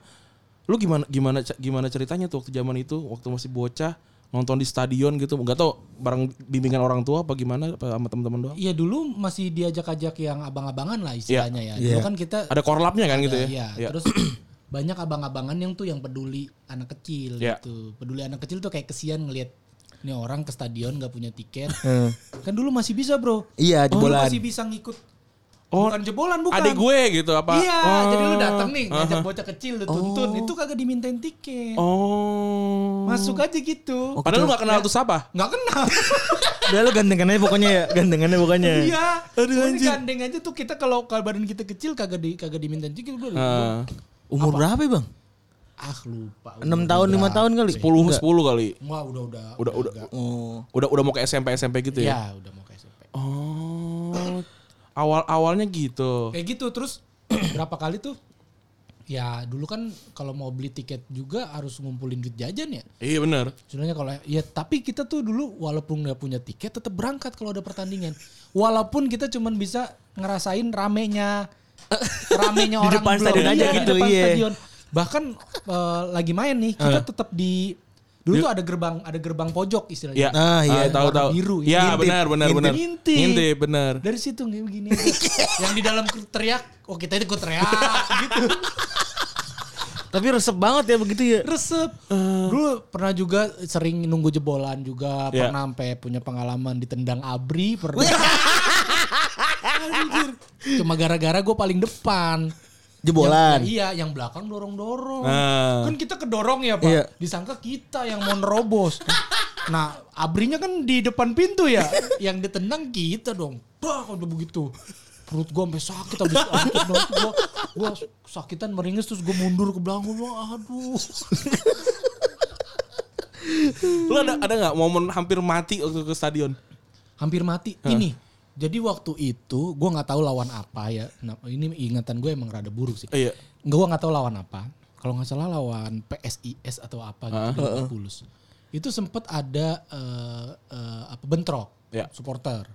[SPEAKER 3] lu gimana gimana ce- gimana ceritanya tuh waktu zaman itu waktu masih bocah nonton di stadion gitu nggak tau bareng bimbingan orang tua apa gimana apa sama teman-teman doang
[SPEAKER 2] Iya dulu masih diajak-ajak yang abang-abangan
[SPEAKER 3] Iya.
[SPEAKER 2] lah istilahnya ya. Dulu kan kita
[SPEAKER 3] ada korlapnya kan gitu ya
[SPEAKER 2] Iya,
[SPEAKER 3] Iya.
[SPEAKER 2] terus [CLEARS THROAT] banyak abang-abangan yang tuh yang peduli anak kecil
[SPEAKER 3] Iya.
[SPEAKER 2] gitu. Peduli anak kecil tuh kayak kesian ngelihat ini orang ke [LAUGHS]
[SPEAKER 4] Eh.
[SPEAKER 2] stadion nggak punya tiket. kan dulu masih bisa, Bro.
[SPEAKER 4] Iya,
[SPEAKER 2] Dulu
[SPEAKER 4] jebolan.
[SPEAKER 2] masih bisa ngikut
[SPEAKER 3] Oh,
[SPEAKER 2] bukan jebolan bukan.
[SPEAKER 3] Adik gue gitu apa?
[SPEAKER 2] Iya,
[SPEAKER 3] Oh, Uh-huh.
[SPEAKER 2] jadi lu datang nih ngajak
[SPEAKER 3] aha.
[SPEAKER 2] bocah kecil lu tuntun,
[SPEAKER 4] Oh.
[SPEAKER 2] itu kagak dimintain tiket.
[SPEAKER 3] Oh.
[SPEAKER 2] Masuk aja gitu.
[SPEAKER 4] Oh.
[SPEAKER 3] Padahal lu gak kenal tuh siapa?
[SPEAKER 2] Nggak
[SPEAKER 3] [LAUGHS]
[SPEAKER 2] kenal.
[SPEAKER 4] Udah lu gandengannya pokoknya ya, gandengannya pokoknya. kan-
[SPEAKER 2] Iya.
[SPEAKER 3] Aduh,
[SPEAKER 2] Ini
[SPEAKER 3] anjir.
[SPEAKER 2] gandeng aja tuh kita kalau kalau badan kita kecil kagak di kagak diminta tiket gue.
[SPEAKER 3] Heeh.
[SPEAKER 4] Umur berapa ya, Bang?
[SPEAKER 2] Ah lupa.
[SPEAKER 4] 6 tahun, 5 tahun kali.
[SPEAKER 3] 10 10 kali.
[SPEAKER 2] Wah udah udah.
[SPEAKER 3] Udah udah
[SPEAKER 4] Oh.
[SPEAKER 3] udah udah mau ke SMP SMP gitu ya.
[SPEAKER 2] Ya udah mau ke SMP.
[SPEAKER 3] Oh. Awal-awalnya
[SPEAKER 4] Oh.
[SPEAKER 3] gitu.
[SPEAKER 2] Kayak gitu terus [CLEARS THROAT] berapa kali tuh? Ya dulu kan kalau mau beli tiket juga harus ngumpulin duit jajan ya.
[SPEAKER 3] Iya bener.
[SPEAKER 2] Sebenarnya kalau ya tapi kita tuh dulu walaupun nggak punya tiket tetap berangkat kalau ada pertandingan. Walaupun kita cuman bisa ngerasain
[SPEAKER 4] [LAUGHS]
[SPEAKER 2] ramenya ramenya orang
[SPEAKER 4] depan
[SPEAKER 2] belum.
[SPEAKER 4] stadion
[SPEAKER 2] Iya,
[SPEAKER 4] aja
[SPEAKER 2] di
[SPEAKER 4] gitu,
[SPEAKER 2] depan
[SPEAKER 4] iya.
[SPEAKER 2] stadion. Bahkan eh, lagi main nih kita tetap di dulu tuh ada gerbang ada gerbang pojok
[SPEAKER 3] Ya.
[SPEAKER 2] istilahnya.
[SPEAKER 4] Ah, iya.
[SPEAKER 3] Ah, tahu
[SPEAKER 2] Warna
[SPEAKER 3] tahu.
[SPEAKER 2] biru, ya.
[SPEAKER 3] Ya
[SPEAKER 2] Ngintip.
[SPEAKER 3] benar benar benar.
[SPEAKER 2] Ngintip.
[SPEAKER 3] Ngintip benar.
[SPEAKER 2] Dari situ kayak
[SPEAKER 4] [LAUGHS]
[SPEAKER 2] begini. Yang di dalam teriak, oh kita ikut teriak gitu.
[SPEAKER 4] Tapi resep banget ya begitu ya.
[SPEAKER 2] resep. Dulu pernah juga sering nunggu jebolan juga,
[SPEAKER 3] Iya.
[SPEAKER 2] pernah sampai punya pengalaman ditendang abri pernah. Anjir. Cuma gara-gara gue paling depan.
[SPEAKER 5] Kan.
[SPEAKER 4] Jebolan.
[SPEAKER 2] Yang- iya, yang belakang dorong-dorong.
[SPEAKER 3] Ah.
[SPEAKER 2] Kan kita kedorong ya, Pak.
[SPEAKER 4] Iya.
[SPEAKER 2] Disangka kita yang mau nerobos. nah, abrinya kan di depan pintu ya. yang ditendang kita dong. Bah, udah begitu. Perut gue sampai sakit habis gue gua sakitan meringis terus gue mundur ke belakang gue aduh
[SPEAKER 3] Lu ada ada nggak momen hampir mati waktu ke stadion?
[SPEAKER 2] hampir mati ini jadi waktu itu gue nggak tahu lawan apa ya Nah, ini ingatan gue emang rada buruk sih
[SPEAKER 3] Iya.
[SPEAKER 2] Nggak, gue nggak tahu lawan apa kalau nggak salah lawan PSIS atau apa gitu di Lebak Bulus itu sempet ada eh, eh, apa bentrok
[SPEAKER 3] Iya.
[SPEAKER 2] supporter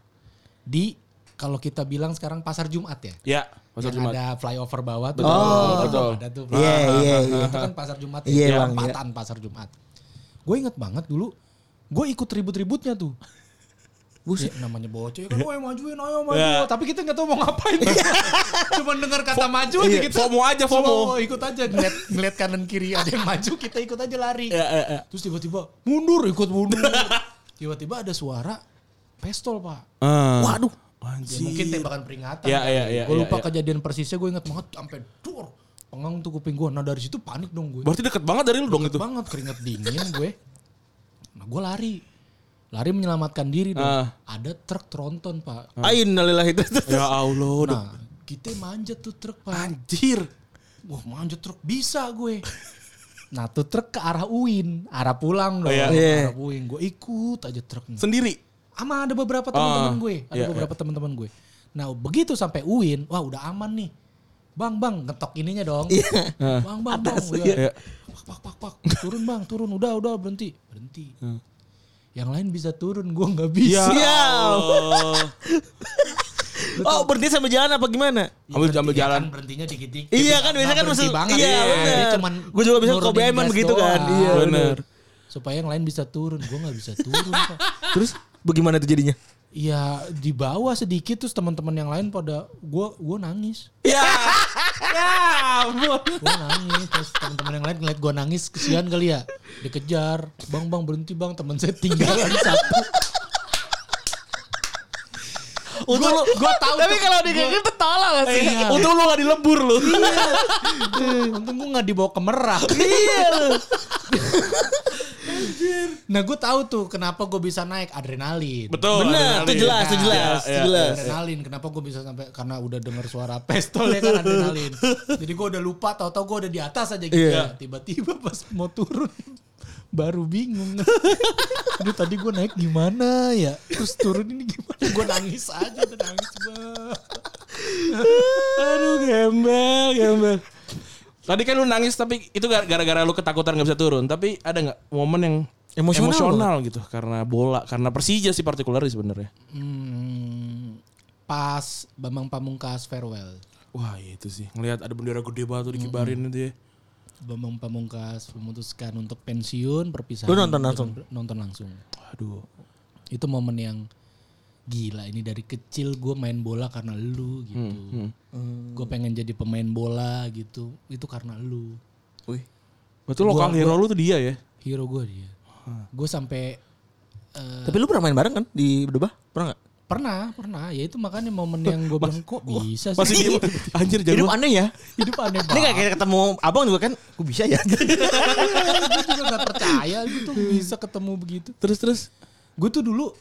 [SPEAKER 2] di kalau kita bilang sekarang pasar Jumat ya
[SPEAKER 3] Ya, masa
[SPEAKER 2] yang
[SPEAKER 3] cuma
[SPEAKER 2] ada flyover bawah tuh.
[SPEAKER 3] Betul, Oh. betul.
[SPEAKER 2] Ada tuh. Nah,
[SPEAKER 4] Iya, iya, iya.
[SPEAKER 2] Itu kan pasar Jumat
[SPEAKER 4] Iya, Bang,
[SPEAKER 2] ya.
[SPEAKER 4] iya.
[SPEAKER 2] Perempatan pasar Jumat. Gue inget banget dulu. Gue ikut ribut-ributnya tuh. Buset. namanya bocah ya kan, woi majuin, ayo maju.
[SPEAKER 3] Ya.
[SPEAKER 2] Tapi kita nggak tahu mau ngapain. [LAUGHS] Cuma dengar kata maju aja
[SPEAKER 3] iya,
[SPEAKER 2] gitu.
[SPEAKER 3] FOMO aja,
[SPEAKER 2] Cuma
[SPEAKER 3] FOMO.
[SPEAKER 2] mau ikut aja ngeliat, ngeliat kanan kiri ada yang maju, kita ikut aja lari.
[SPEAKER 3] Ya, ya, ya.
[SPEAKER 2] Terus tiba-tiba mundur, ikut mundur. tiba-tiba ada suara pistol, Pak.
[SPEAKER 3] Ah.
[SPEAKER 4] Waduh.
[SPEAKER 2] Ya,
[SPEAKER 3] Anjir.
[SPEAKER 2] mungkin tembakan peringatan.
[SPEAKER 3] Iya,
[SPEAKER 2] kali.
[SPEAKER 3] iya, iya,
[SPEAKER 2] Gue
[SPEAKER 3] iya,
[SPEAKER 2] lupa
[SPEAKER 3] iya.
[SPEAKER 2] kejadian persisnya gue ingat banget sampai dur. Pengang tuh kuping gue. Nah dari situ panik dong gue.
[SPEAKER 3] Berarti deket banget dari lu dong
[SPEAKER 2] Deket
[SPEAKER 3] itu.
[SPEAKER 2] banget keringet dingin gue. Nah gue lari. Lari menyelamatkan diri dong.
[SPEAKER 3] Ah.
[SPEAKER 2] Ada truk tronton pak.
[SPEAKER 4] Ain nalilah itu.
[SPEAKER 3] Ya Allah. udah.
[SPEAKER 2] Nah kita manjat tuh truk pak.
[SPEAKER 3] Anjir.
[SPEAKER 2] Wah manjat truk bisa gue. Nah tuh truk ke arah Uin. Arah pulang dong.
[SPEAKER 3] Oh, iya.
[SPEAKER 2] Arah Uin. Gue ikut aja truknya.
[SPEAKER 3] Sendiri.
[SPEAKER 2] Ama ada beberapa teman-teman
[SPEAKER 3] Ah,
[SPEAKER 2] gue, ada
[SPEAKER 3] iya,
[SPEAKER 2] beberapa teman-teman gue. Nah, begitu sampai UIN, wah udah aman nih. Bang, bang, ngetok ininya dong. Bang, bang, bang.
[SPEAKER 3] iya.
[SPEAKER 2] udah. Pak, pak, pak, pak. Turun, bang, turun. Udah, udah, berhenti. Berhenti.
[SPEAKER 3] Hmm.
[SPEAKER 2] Yang lain bisa turun, gue nggak bisa.
[SPEAKER 3] Iya.
[SPEAKER 4] Ya.
[SPEAKER 3] Allah.
[SPEAKER 4] Oh, berhenti sama jalan apa gimana?
[SPEAKER 2] Ya,
[SPEAKER 3] Ambil
[SPEAKER 2] berhenti-
[SPEAKER 3] ambil
[SPEAKER 2] ya
[SPEAKER 3] jalan.
[SPEAKER 2] kan, berhentinya dikit-dikit.
[SPEAKER 4] Iya kan biasanya kan
[SPEAKER 2] berhenti
[SPEAKER 4] maksud-
[SPEAKER 2] banget.
[SPEAKER 4] iya, bener.
[SPEAKER 2] Dia cuman
[SPEAKER 4] Gua juga bisa ke
[SPEAKER 2] nurunin
[SPEAKER 4] BMN
[SPEAKER 2] gas
[SPEAKER 4] begitu kan.
[SPEAKER 2] doang.
[SPEAKER 4] Iya,
[SPEAKER 3] bener.
[SPEAKER 2] Supaya yang lain bisa turun, gue nggak bisa turun. Pak.
[SPEAKER 4] Terus bagaimana itu jadinya?
[SPEAKER 2] Ya di bawah sedikit terus teman-teman yang lain pada gue gue nangis.
[SPEAKER 4] [LAUGHS] Ya
[SPEAKER 3] Ya.
[SPEAKER 2] gue nangis terus teman-teman yang lain ngeliat gue nangis kesian kali ya dikejar bang bang berhenti bang teman saya tinggalan satu
[SPEAKER 4] Untuk lu,
[SPEAKER 2] gua tahu
[SPEAKER 4] Tapi
[SPEAKER 2] tuh,
[SPEAKER 4] kalau gitu.
[SPEAKER 2] gua-
[SPEAKER 4] dikira tertolak gak sih?
[SPEAKER 2] Iya.
[SPEAKER 4] Untung lu gak dilebur lu.
[SPEAKER 2] untung gue nggak dibawa ke merak
[SPEAKER 4] Iya. [LAUGHS]
[SPEAKER 2] nah gue tahu tuh kenapa gue bisa naik adrenalin
[SPEAKER 3] Betul.
[SPEAKER 4] Bener,
[SPEAKER 3] adrenalin.
[SPEAKER 4] itu jelas, itu jelas,
[SPEAKER 3] Ya,
[SPEAKER 4] itu
[SPEAKER 3] ya,
[SPEAKER 4] jelas.
[SPEAKER 2] adrenalin kenapa gue bisa sampai karena udah dengar suara pistol ya kan adrenalin jadi gue udah lupa tahu-tahu gue udah di atas aja gitu
[SPEAKER 4] Iya.
[SPEAKER 2] ya. tiba-tiba pas mau turun baru bingung Aduh tadi gue naik gimana ya terus turun ini gimana gue nangis aja udah nangis banget
[SPEAKER 3] Aduh gembel, gembel. Tadi kan lu nangis tapi itu gar- gara-gara lu ketakutan gak bisa turun. Tapi ada nggak momen yang
[SPEAKER 4] Emosional
[SPEAKER 3] gitu karena bola, karena Persija sih particular sebenarnya.
[SPEAKER 2] Hmm, pas Bambang Pamungkas farewell.
[SPEAKER 3] Wah iya itu sih. Ngelihat ada bendera gede banget tuh dikibarin itu ya.
[SPEAKER 2] Bambang Pamungkas memutuskan untuk pensiun, perpisahan.
[SPEAKER 4] Lu nonton
[SPEAKER 2] dengan-
[SPEAKER 4] langsung?
[SPEAKER 2] Nonton langsung.
[SPEAKER 3] Aduh.
[SPEAKER 2] Itu momen yang gila ini dari kecil gue main bola karena lu gitu. Gue pengen jadi pemain bola gitu. Itu karena lu.
[SPEAKER 4] iya. Wih.
[SPEAKER 3] Betul lokal hero lu tuh dia [LAUGHS] ya.
[SPEAKER 2] Hero gue dia. Gue sampai
[SPEAKER 4] Tapi lu pernah main bareng kan di Bedubah? Pernah gak?
[SPEAKER 2] Pernah, pernah. Ya itu makanya momen yang gue bilang kok bisa sih. [LAUGHS]
[SPEAKER 3] Masih di anjir
[SPEAKER 5] Hidup
[SPEAKER 4] [LAUGHS]
[SPEAKER 3] jago.
[SPEAKER 5] aneh ya.
[SPEAKER 2] Hidup aneh
[SPEAKER 5] Ini gak
[SPEAKER 2] banget.
[SPEAKER 5] kayak ketemu abang juga kan. Gue bisa ya.
[SPEAKER 4] Iya,
[SPEAKER 5] [LAUGHS]
[SPEAKER 2] gue juga gak percaya gitu bisa ketemu begitu.
[SPEAKER 3] Terus terus
[SPEAKER 2] Gue tuh dulu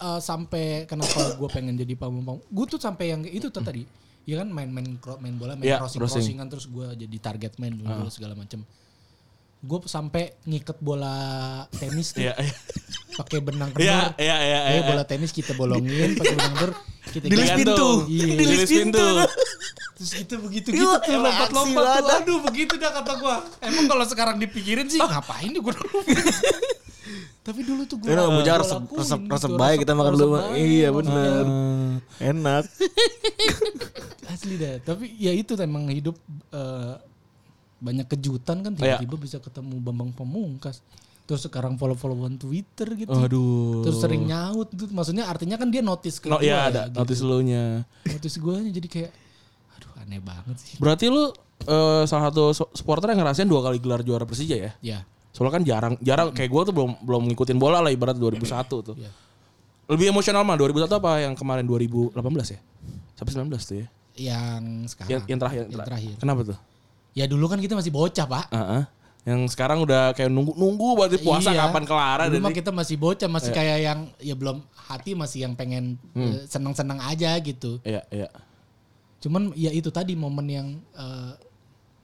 [SPEAKER 2] eh, sampai kenapa gue pengen jadi pamong Gue tuh sampai yang itu tuh tadi. Ya kan main-main cro- main bola, main
[SPEAKER 3] Iya,
[SPEAKER 2] crossing,
[SPEAKER 3] crossing. Ah.
[SPEAKER 2] crossingan terus gue jadi target man dulu segala macem. Gue sampai ngiket bola tenis tuh
[SPEAKER 3] Iya, iya.
[SPEAKER 2] pakai benang
[SPEAKER 3] Iya,
[SPEAKER 2] kembar.
[SPEAKER 3] iya, iya,
[SPEAKER 2] Eh,
[SPEAKER 3] iya.
[SPEAKER 2] bola tenis kita bolongin pakai benang kembar kita
[SPEAKER 5] Di list
[SPEAKER 2] gantung.
[SPEAKER 5] pintu.
[SPEAKER 2] Iya.
[SPEAKER 5] Di list pintu.
[SPEAKER 2] Terus gitu begitu gitu
[SPEAKER 5] Iya,
[SPEAKER 2] tuh
[SPEAKER 5] elah, aksi
[SPEAKER 2] lompat-lompat
[SPEAKER 5] banget
[SPEAKER 2] tuh. Aduh begitu dah kata gua. Emang kalau sekarang dipikirin sih ngapain nih gua dulu. Tapi dulu tuh gua.
[SPEAKER 5] Enak,
[SPEAKER 2] gua
[SPEAKER 5] bujang resep-
[SPEAKER 2] lakuin
[SPEAKER 5] resep-
[SPEAKER 2] gitu,
[SPEAKER 5] resep baik kita makan
[SPEAKER 2] resep
[SPEAKER 5] dulu.
[SPEAKER 2] baik.
[SPEAKER 4] Iya bener. Eh, Enak.
[SPEAKER 2] Iya, Asli dah. Tapi ya itu tuh emang hidup eh, banyak kejutan
[SPEAKER 5] Iya.
[SPEAKER 2] kan tiba-tiba bisa ketemu Bambang Pamungkas. Terus sekarang follow-followan Twitter gitu.
[SPEAKER 3] Aduh.
[SPEAKER 2] Terus sering nyaut gitu. Maksudnya artinya kan dia notice ke
[SPEAKER 3] No,
[SPEAKER 2] gua
[SPEAKER 3] ya
[SPEAKER 5] iya,
[SPEAKER 3] ada
[SPEAKER 2] gitu.
[SPEAKER 3] notice lu nya.
[SPEAKER 2] Notice gue jadi kayak aduh aneh banget sih.
[SPEAKER 3] Berarti lu eh, salah satu so- supporter yang ngerasain dua kali gelar juara Persija ya?
[SPEAKER 2] Ya.
[SPEAKER 3] Soalnya kan jarang jarang kayak gua tuh belum belum ngikutin bola lah ibarat 2001 tuh.
[SPEAKER 2] Hmm. Iya.
[SPEAKER 3] Lebih emosional mah 2001 apa yang kemarin 2018 ya? Sampai 19 tuh ya.
[SPEAKER 2] Yang sekarang.
[SPEAKER 3] Yang, yang terakhir,
[SPEAKER 2] Ah, Yang terakhir.
[SPEAKER 3] Kenapa tuh?
[SPEAKER 2] Ya dulu kan kita masih bocah, Pak.
[SPEAKER 3] Heeh. Yang sekarang udah kayak nunggu-nunggu berarti puasa
[SPEAKER 2] Iya.
[SPEAKER 3] kapan kelar Iya.
[SPEAKER 2] Dulu
[SPEAKER 3] dan
[SPEAKER 2] mah kita masih bocah, masih kayak yang ya belum hati masih yang pengen eh,
[SPEAKER 3] Hmm.
[SPEAKER 2] seneng-seneng aja gitu.
[SPEAKER 3] Iya, iya.
[SPEAKER 2] Cuman ya itu tadi momen yang eh,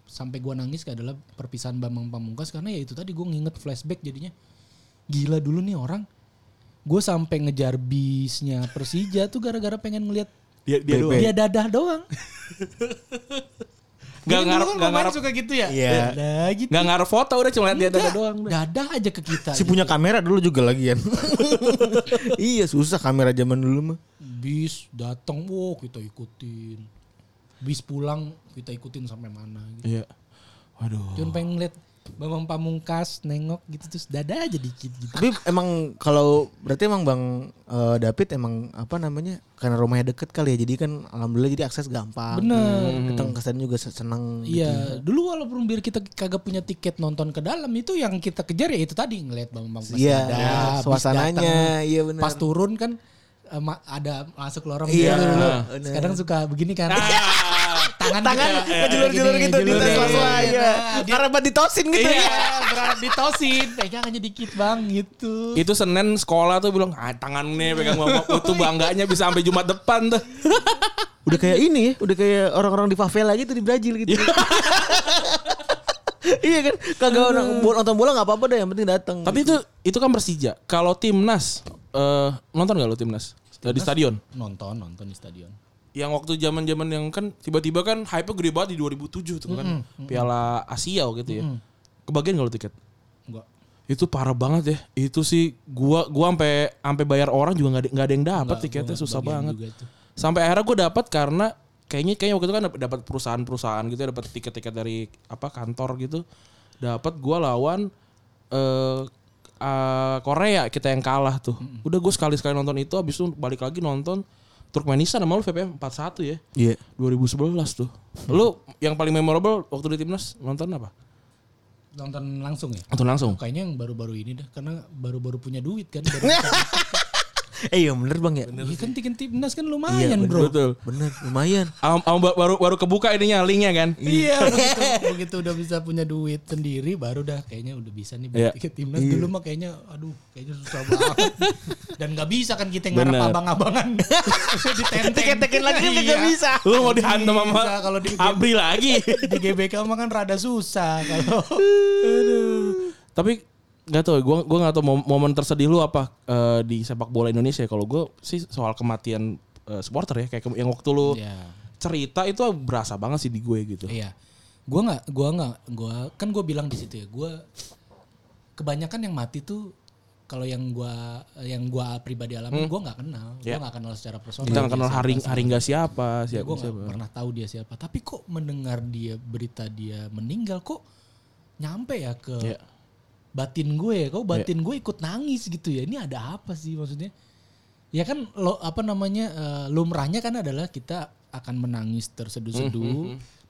[SPEAKER 2] sampai gua nangis adalah perpisahan Bambang Pamungkas karena ya itu tadi gua nginget flashback jadinya gila dulu nih orang. Gue sampai ngejar bisnya Persija tuh gara-gara pengen ngeliat
[SPEAKER 3] Dia dia
[SPEAKER 4] Gitu.
[SPEAKER 3] doang.
[SPEAKER 4] Iya.
[SPEAKER 2] dia dadah doang.
[SPEAKER 3] [LAUGHS]
[SPEAKER 2] Jadi
[SPEAKER 3] Nggak
[SPEAKER 2] dulu
[SPEAKER 3] ngarep
[SPEAKER 2] kan
[SPEAKER 3] nggak
[SPEAKER 2] pemain
[SPEAKER 3] ngarep
[SPEAKER 2] suka gitu ya.
[SPEAKER 4] Iya.
[SPEAKER 2] Dadah gitu.
[SPEAKER 3] nggak ngarep foto udah cuma lihat dia
[SPEAKER 2] Enggak,
[SPEAKER 3] dada doang. dah.
[SPEAKER 2] Dadah aja ke kita.
[SPEAKER 4] Si punya kamera dulu juga lagi
[SPEAKER 5] [LAUGHS]
[SPEAKER 4] kan. iya susah kamera zaman dulu mah.
[SPEAKER 2] bis datang wow kita ikutin bis pulang kita ikutin sampai mana gitu
[SPEAKER 3] Iya. Waduh.
[SPEAKER 2] Cuman pengen ngeliat Bambang Pamungkas nengok gitu terus dada aja dikit gitu
[SPEAKER 4] Tapi emang kalau berarti emang Bang eh, David emang apa namanya? Karena rumahnya deket kali ya. Jadi kan alhamdulillah jadi akses gampang.
[SPEAKER 2] Bener.
[SPEAKER 4] Datang ke sana juga se- seneng gitu.
[SPEAKER 2] Iya, dulu walaupun biar kita kagak punya tiket nonton ke dalam itu yang kita kejar ya itu tadi ngeliat Bambang Pamungkas
[SPEAKER 4] Iya,
[SPEAKER 2] dada,
[SPEAKER 4] iya,
[SPEAKER 2] bis
[SPEAKER 4] suasananya,
[SPEAKER 2] datang.
[SPEAKER 4] iya bener.
[SPEAKER 2] Pas turun kan eh, ma- ada masuk lorong
[SPEAKER 4] Iya,
[SPEAKER 2] gitu dulu.
[SPEAKER 4] bener. Ah,
[SPEAKER 2] Sekarang suka begini kan. tangan
[SPEAKER 4] Tangan
[SPEAKER 2] kita, eh,
[SPEAKER 4] [LAUGHS] ngejulur-julur
[SPEAKER 2] gini,
[SPEAKER 4] gitu di
[SPEAKER 2] julur.
[SPEAKER 4] tes langsung
[SPEAKER 2] Iya,
[SPEAKER 4] aja. Karena buat ditosin gitu
[SPEAKER 2] Iya,
[SPEAKER 4] ya.
[SPEAKER 2] berharap ditosin. Pegang aja dikit bang, gitu.
[SPEAKER 3] Itu Senin sekolah tuh bilang ah, tangannya pegang bapak itu bangganya bisa sampai Jumat depan tuh.
[SPEAKER 2] [LAUGHS]
[SPEAKER 4] Udah kayak ini ya, udah kayak orang-orang di favela gitu di Brazil gitu. iya kan? Kagak orang bol- nonton bola nggak apa-apa deh, yang penting datang.
[SPEAKER 3] Tapi itu itu kan Persija. Kalau timnas eh, nonton gak lo timnas? Di stadion.
[SPEAKER 2] Nonton, nonton di stadion.
[SPEAKER 3] Yang waktu zaman-zaman yang kan tiba-tiba kan hype-nya gede banget di 2007 tuh kan. Piala Asia gitu ya. Kebagian gak lo tiket?
[SPEAKER 2] Enggak.
[SPEAKER 3] Itu parah banget ya. Itu sih gua gua sampai sampai bayar orang juga nggak ada, nggak ada yang dapat
[SPEAKER 2] Nggak,
[SPEAKER 3] tiketnya
[SPEAKER 2] gua nggak
[SPEAKER 3] susah
[SPEAKER 2] bagian
[SPEAKER 3] banget.
[SPEAKER 2] juga itu.
[SPEAKER 3] Sampai akhirnya gua dapat karena kayaknya kayaknya waktu itu kan dap- dapat perusahaan-perusahaan gitu ya dapat tiket-tiket dari apa kantor gitu. Dapat gua lawan eh eh, Korea kita yang kalah tuh. Udah gue sekali-sekali nonton itu habis itu balik lagi nonton Turkmenistan sama lu VPM 41 ya.
[SPEAKER 4] Iya.
[SPEAKER 3] 2011 tuh. Lu yang paling memorable waktu di timnas nonton apa?
[SPEAKER 2] Nonton langsung ya?
[SPEAKER 3] Nonton langsung.
[SPEAKER 2] Kayaknya yang baru-baru ini dah, karena baru-baru punya duit
[SPEAKER 4] [LAUGHS]
[SPEAKER 2] kan. Baru
[SPEAKER 4] Eh iya bener bang ya.
[SPEAKER 2] Iya kan tiket timnas kan lumayan bro.
[SPEAKER 3] Betul.
[SPEAKER 4] Iya, Bener, lumayan.
[SPEAKER 3] Am, am- ba- baru baru kebuka ininya linknya kan.
[SPEAKER 2] Iya begitu, begitu udah bisa punya duit sendiri baru dah kayaknya udah bisa nih beli
[SPEAKER 3] Iya.
[SPEAKER 2] tiket timnas dulu mah kayaknya aduh kayaknya susah banget dan nggak bisa kan kita yang ngarep
[SPEAKER 3] Bener.
[SPEAKER 2] abang-abangan Iya.
[SPEAKER 4] Tiket-tiket
[SPEAKER 2] ditenteng-tengin
[SPEAKER 4] lagi juga nggak bisa.
[SPEAKER 3] Lu mau dihantam sama
[SPEAKER 2] Bisa, kalau di-
[SPEAKER 3] Abri lagi.
[SPEAKER 2] di GBK mah kan rada susah kalau
[SPEAKER 3] Tapi nggak tau, gue gua nggak tau mom- momen tersedih lu apa eh, di sepak bola Indonesia. ya. Kalau gue sih soal kematian eh, supporter ya, kayak ke- yang waktu lu
[SPEAKER 2] Iya.
[SPEAKER 3] cerita itu berasa banget sih di gue gitu.
[SPEAKER 2] Iya. Gua nggak, gua nggak, gua kan gue bilang di situ ya, gua kebanyakan yang mati tuh kalau yang gua yang gua pribadi alami gua nggak kenal, gua
[SPEAKER 3] Iya.
[SPEAKER 2] nggak kenal secara personal. Iya.
[SPEAKER 3] Kita nggak kenal
[SPEAKER 2] Dia
[SPEAKER 3] haring
[SPEAKER 2] siapa
[SPEAKER 3] haringga siapa,
[SPEAKER 2] sih.
[SPEAKER 3] siapa,
[SPEAKER 2] Iya, Gua nggak
[SPEAKER 3] Ya, siapa.
[SPEAKER 2] pernah tahu dia siapa, tapi kok mendengar dia berita dia meninggal kok nyampe ya ke
[SPEAKER 3] Iya.
[SPEAKER 2] batin gue, ya? kok
[SPEAKER 3] Ya.
[SPEAKER 2] batin gue ikut nangis gitu ya. Ini ada apa sih maksudnya? Ya kan lo apa namanya eh, lumrahnya kan adalah kita akan menangis
[SPEAKER 3] Mm-hmm,
[SPEAKER 2] terseduh-seduh,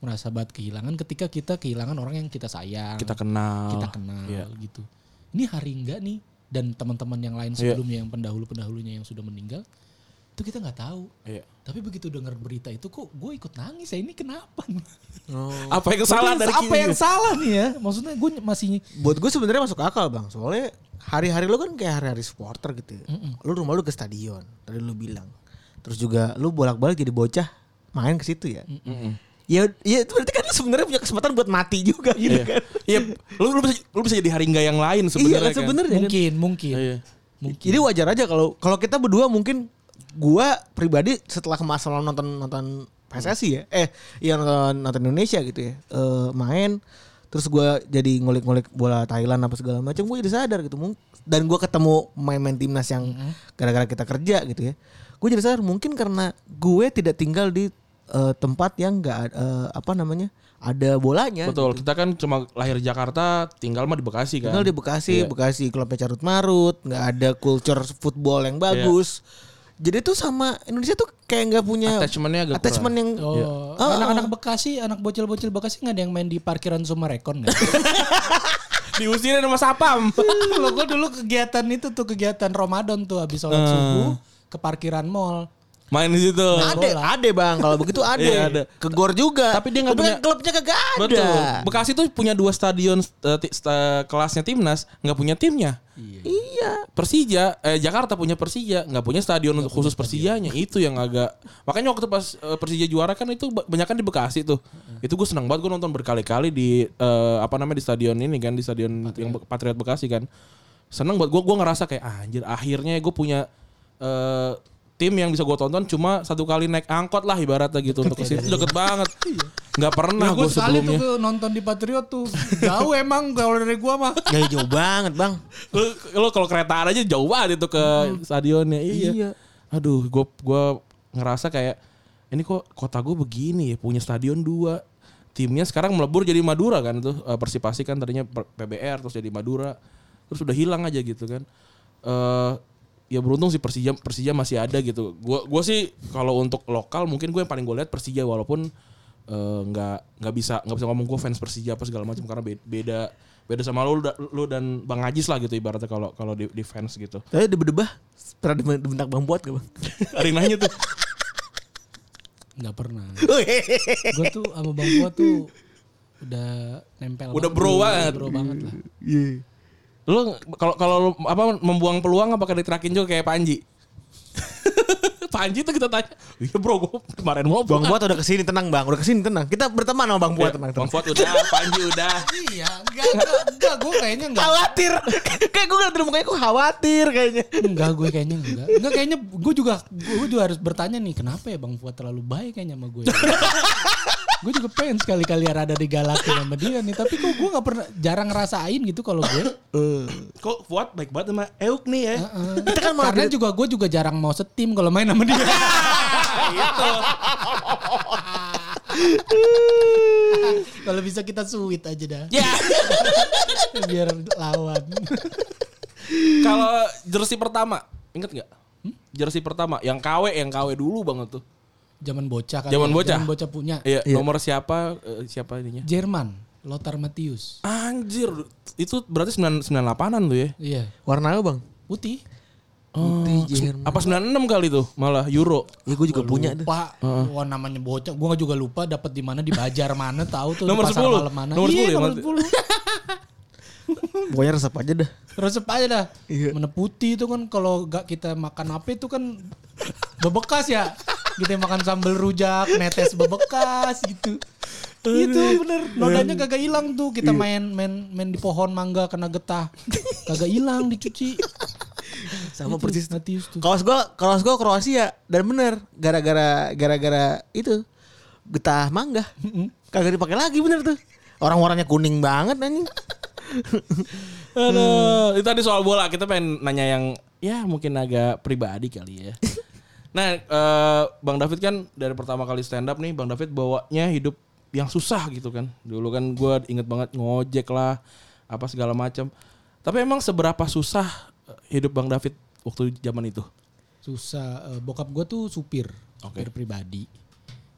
[SPEAKER 2] merasa banget kehilangan ketika kita kehilangan orang yang kita sayang,
[SPEAKER 3] Kita kenal.
[SPEAKER 2] kita kenal
[SPEAKER 3] Iya.
[SPEAKER 2] gitu.
[SPEAKER 3] Ya.
[SPEAKER 2] Ini hari enggak nih dan teman-teman yang lain sebelumnya yang pendahulu-pendahulunya yang sudah meninggal itu kita nggak tahu.
[SPEAKER 3] Iya.
[SPEAKER 2] Tapi begitu dengar berita itu kok gue ikut nangis ya ini kenapa? nih?
[SPEAKER 5] Oh.
[SPEAKER 3] Apa yang salah
[SPEAKER 2] Betul,
[SPEAKER 3] dari gitu.
[SPEAKER 2] apa
[SPEAKER 3] kita?
[SPEAKER 2] yang [LAUGHS] salah nih ya? Maksudnya gue masih
[SPEAKER 5] Buat gue sebenarnya masuk akal bang. Soalnya hari-hari lu kan kayak hari-hari supporter gitu. Lu rumah lu ke stadion. Tadi lu bilang. Terus juga lu bolak-balik jadi bocah main ke situ ya. Ya, ya itu berarti kan lu sebenarnya punya kesempatan buat mati juga
[SPEAKER 3] Iya.
[SPEAKER 5] gitu kan.
[SPEAKER 3] Iya, lu, lu bisa lu bisa jadi haringga yang lain
[SPEAKER 5] Iya
[SPEAKER 3] sebenarnya.
[SPEAKER 5] kan sebenarnya kan.
[SPEAKER 2] mungkin mungkin
[SPEAKER 3] Iya.
[SPEAKER 2] mungkin.
[SPEAKER 5] Jadi wajar aja kalau kalau kita berdua mungkin gua pribadi setelah kemasalah nonton nonton PSSI ya. Eh, yang nonton, nonton Indonesia gitu ya. eh, main terus gua jadi ngulik-ngulik bola Thailand apa segala macam gue jadi sadar gitu Mung- dan gua ketemu main-main timnas yang gara-gara kita kerja gitu ya gue jadi sadar mungkin karena gue tidak tinggal di eh, tempat yang enggak apa namanya ada bolanya
[SPEAKER 3] Betul, kita kan cuma lahir Jakarta, tinggal mah di Bekasi kan.
[SPEAKER 5] Tinggal di Bekasi, Bekasi klubnya carut marut, nggak ada culture football yang
[SPEAKER 3] Iya.
[SPEAKER 5] bagus. Jadi tuh sama Indonesia tuh kayak nggak punya
[SPEAKER 3] Attachment-nya agak Iya.
[SPEAKER 5] attachment yang
[SPEAKER 2] Oh, anak-anak Bekasi, anak bocil-bocil Bekasi nggak ada yang main di parkiran Sumarekon nggak? [LAUGHS]
[SPEAKER 3] Diusirin sama Sapam.
[SPEAKER 2] Kalau gue dulu kegiatan itu tuh kegiatan Ramadan tuh habis sholat
[SPEAKER 3] Ah.
[SPEAKER 2] subuh ke parkiran mall.
[SPEAKER 3] Main di situ.
[SPEAKER 5] ada, ada bang. Kalau begitu ada,
[SPEAKER 3] [LAUGHS] Iya, ada.
[SPEAKER 5] ke gor juga.
[SPEAKER 3] Tapi dia nggak
[SPEAKER 5] Kemudian
[SPEAKER 3] punya-
[SPEAKER 5] klubnya kagak ada.
[SPEAKER 3] Betul. Bekasi tuh punya dua stadion eh, ti- sta- kelasnya timnas, nggak punya timnya. Ya,
[SPEAKER 5] Iya.
[SPEAKER 3] Persija, eh Jakarta punya Persija, nggak punya stadion untuk khusus Persijanya. Itu yang agak makanya waktu pas eh, Persija juara kan itu ba- banyak kan di Bekasi tuh. Itu gue senang banget gue nonton berkali-kali di eh, apa namanya di stadion ini kan di stadion yang Be- Patriot Bekasi kan. Senang buat gue gue ngerasa kayak "Ah, anjir akhirnya gue punya eh, tim yang bisa gue tonton cuma satu kali naik angkot lah ibaratnya gitu untuk kesini deket banget nggak pernah
[SPEAKER 2] gue sekali
[SPEAKER 3] gue
[SPEAKER 2] tuh
[SPEAKER 3] sebelumnya
[SPEAKER 2] Ya, gua nonton di Patriot tuh jauh emang kalau dari gue mah.
[SPEAKER 5] Gak jauh banget bang.
[SPEAKER 3] lu, lu kalau keretaan aja jauh banget itu ke stadionnya iya.
[SPEAKER 5] Iya.
[SPEAKER 3] aduh gue gua ngerasa kayak ini kok kota gue begini ya punya stadion dua timnya sekarang melebur jadi Madura kan tuh Eh, Persipasi kan tadinya per- PBR terus jadi Madura terus udah hilang aja gitu kan eh ya beruntung sih Persija Persija masih ada gitu gue gua sih kalau untuk lokal mungkin gue yang paling gue lihat Persija walaupun eh, nggak nggak bisa nggak bisa ngomong gue fans Persija apa segala macam karena be- beda beda sama lu da- lu dan Bang Ajis lah gitu ibaratnya kalau kalau di, di fans [LAUGHS] gitu
[SPEAKER 5] Tapi debah-debah pernah diben- dibentak bang buat gak
[SPEAKER 3] [LAUGHS]
[SPEAKER 5] bang?
[SPEAKER 3] ada yang nanya tuh
[SPEAKER 2] Nggak pernah. Gue tuh sama bang gue tuh udah nempel.
[SPEAKER 3] Udah
[SPEAKER 2] banget.
[SPEAKER 3] bro banget.
[SPEAKER 2] Bro banget lah.
[SPEAKER 5] Iya.
[SPEAKER 3] lu kalau kalau lu apa membuang peluang apakah diterakin juga kayak [LAUGHS] Panji Panji tuh kita tanya iya bro gue kemarin mau
[SPEAKER 5] Bang
[SPEAKER 3] Bang
[SPEAKER 5] buat udah kesini tenang bang, udah kesini tenang. Kita berteman sama bang buat tenang. tenang.
[SPEAKER 3] Bang Fuad udah Panji udah
[SPEAKER 2] Iya, enggak, enggak, enggak, gue kayaknya enggak.
[SPEAKER 5] Khawatir, [LAUGHS] kayak gue ngeliat dari mukanya gue khawatir kayaknya.
[SPEAKER 2] Enggak, gue kayaknya enggak. Enggak, kayaknya gue juga, gue juga harus bertanya nih, kenapa ya Bang Fuad terlalu baik kayaknya sama gue. gue juga pengen sekali-kali ada di galakin sama dia nih, tapi kok gue nggak pernah, jarang ngerasain gitu kalau gue.
[SPEAKER 3] Eh. kok Fuad baik banget [LAUGHS] sama Euk nih ya
[SPEAKER 2] Heeh.
[SPEAKER 5] [LAUGHS] Kita kan malah
[SPEAKER 2] Karena juga gue juga jarang mau setim kalau main sama dia. [LAUGHS]
[SPEAKER 3] Iya.
[SPEAKER 2] kalau bisa kita suit aja dah.
[SPEAKER 3] ya
[SPEAKER 2] Biar lawan.
[SPEAKER 3] kalau jersey pertama inget nggak jersey pertama yang KW yang KW dulu banget tuh
[SPEAKER 2] Zaman bocah kan.
[SPEAKER 3] Zaman bocah.
[SPEAKER 2] Zaman bocah punya.
[SPEAKER 3] iya, nomor siapa eh, siapa ininya
[SPEAKER 2] Jerman, Lothar Matthäus.
[SPEAKER 3] anjir itu berarti 9 98-an tuh ya
[SPEAKER 2] Iya.
[SPEAKER 5] Warna apa bang?
[SPEAKER 2] Putih.
[SPEAKER 5] Putih Jerman.
[SPEAKER 3] apa 96 kali tuh malah Euro
[SPEAKER 5] Ya gue juga punya tuh.
[SPEAKER 2] Lupa. Wah namanya bocah. Gua juga lupa dapat di mana di Bajar mana tahu tuh di
[SPEAKER 3] Nomor
[SPEAKER 2] pasar
[SPEAKER 3] 10.
[SPEAKER 2] malam mana.
[SPEAKER 3] Nomor
[SPEAKER 2] Iya,
[SPEAKER 3] 10 ya,
[SPEAKER 2] nomor
[SPEAKER 3] Mas?
[SPEAKER 2] 10.
[SPEAKER 5] [LAUGHS] Pokoknya resep aja dah.
[SPEAKER 2] Resep aja dah.
[SPEAKER 5] Iya.
[SPEAKER 2] Mana putih itu kan kalau gak kita makan apa itu kan bebekas ya. Kita makan sambal rujak, netes bebekas gitu. Itu bener nodanya
[SPEAKER 3] Iya.
[SPEAKER 2] kagak hilang tuh kita
[SPEAKER 5] Iya.
[SPEAKER 2] main main main di pohon mangga kena getah kagak hilang dicuci Itu,
[SPEAKER 5] Sama persis.
[SPEAKER 2] Matius tuh.
[SPEAKER 5] Kaos gue, kaos gue Kroasia dan bener gara-gara gara-gara itu getah mangga. Kagak dipakai lagi bener tuh. Orang-orangnya kuning banget anjing.
[SPEAKER 3] Aduh, itu tadi soal bola. Kita pengen nanya yang ya mungkin agak pribadi [LAUGHS] kali ya. nah, eh, Bang David kan dari pertama kali stand up nih, Bang David bawanya hidup yang susah gitu kan. Dulu kan gue inget banget ngojek lah, apa segala macam. Tapi emang seberapa susah eh, hidup Bang David waktu zaman itu?
[SPEAKER 2] susah Eh, bokap gue tuh supir
[SPEAKER 3] Oke.
[SPEAKER 2] supir pribadi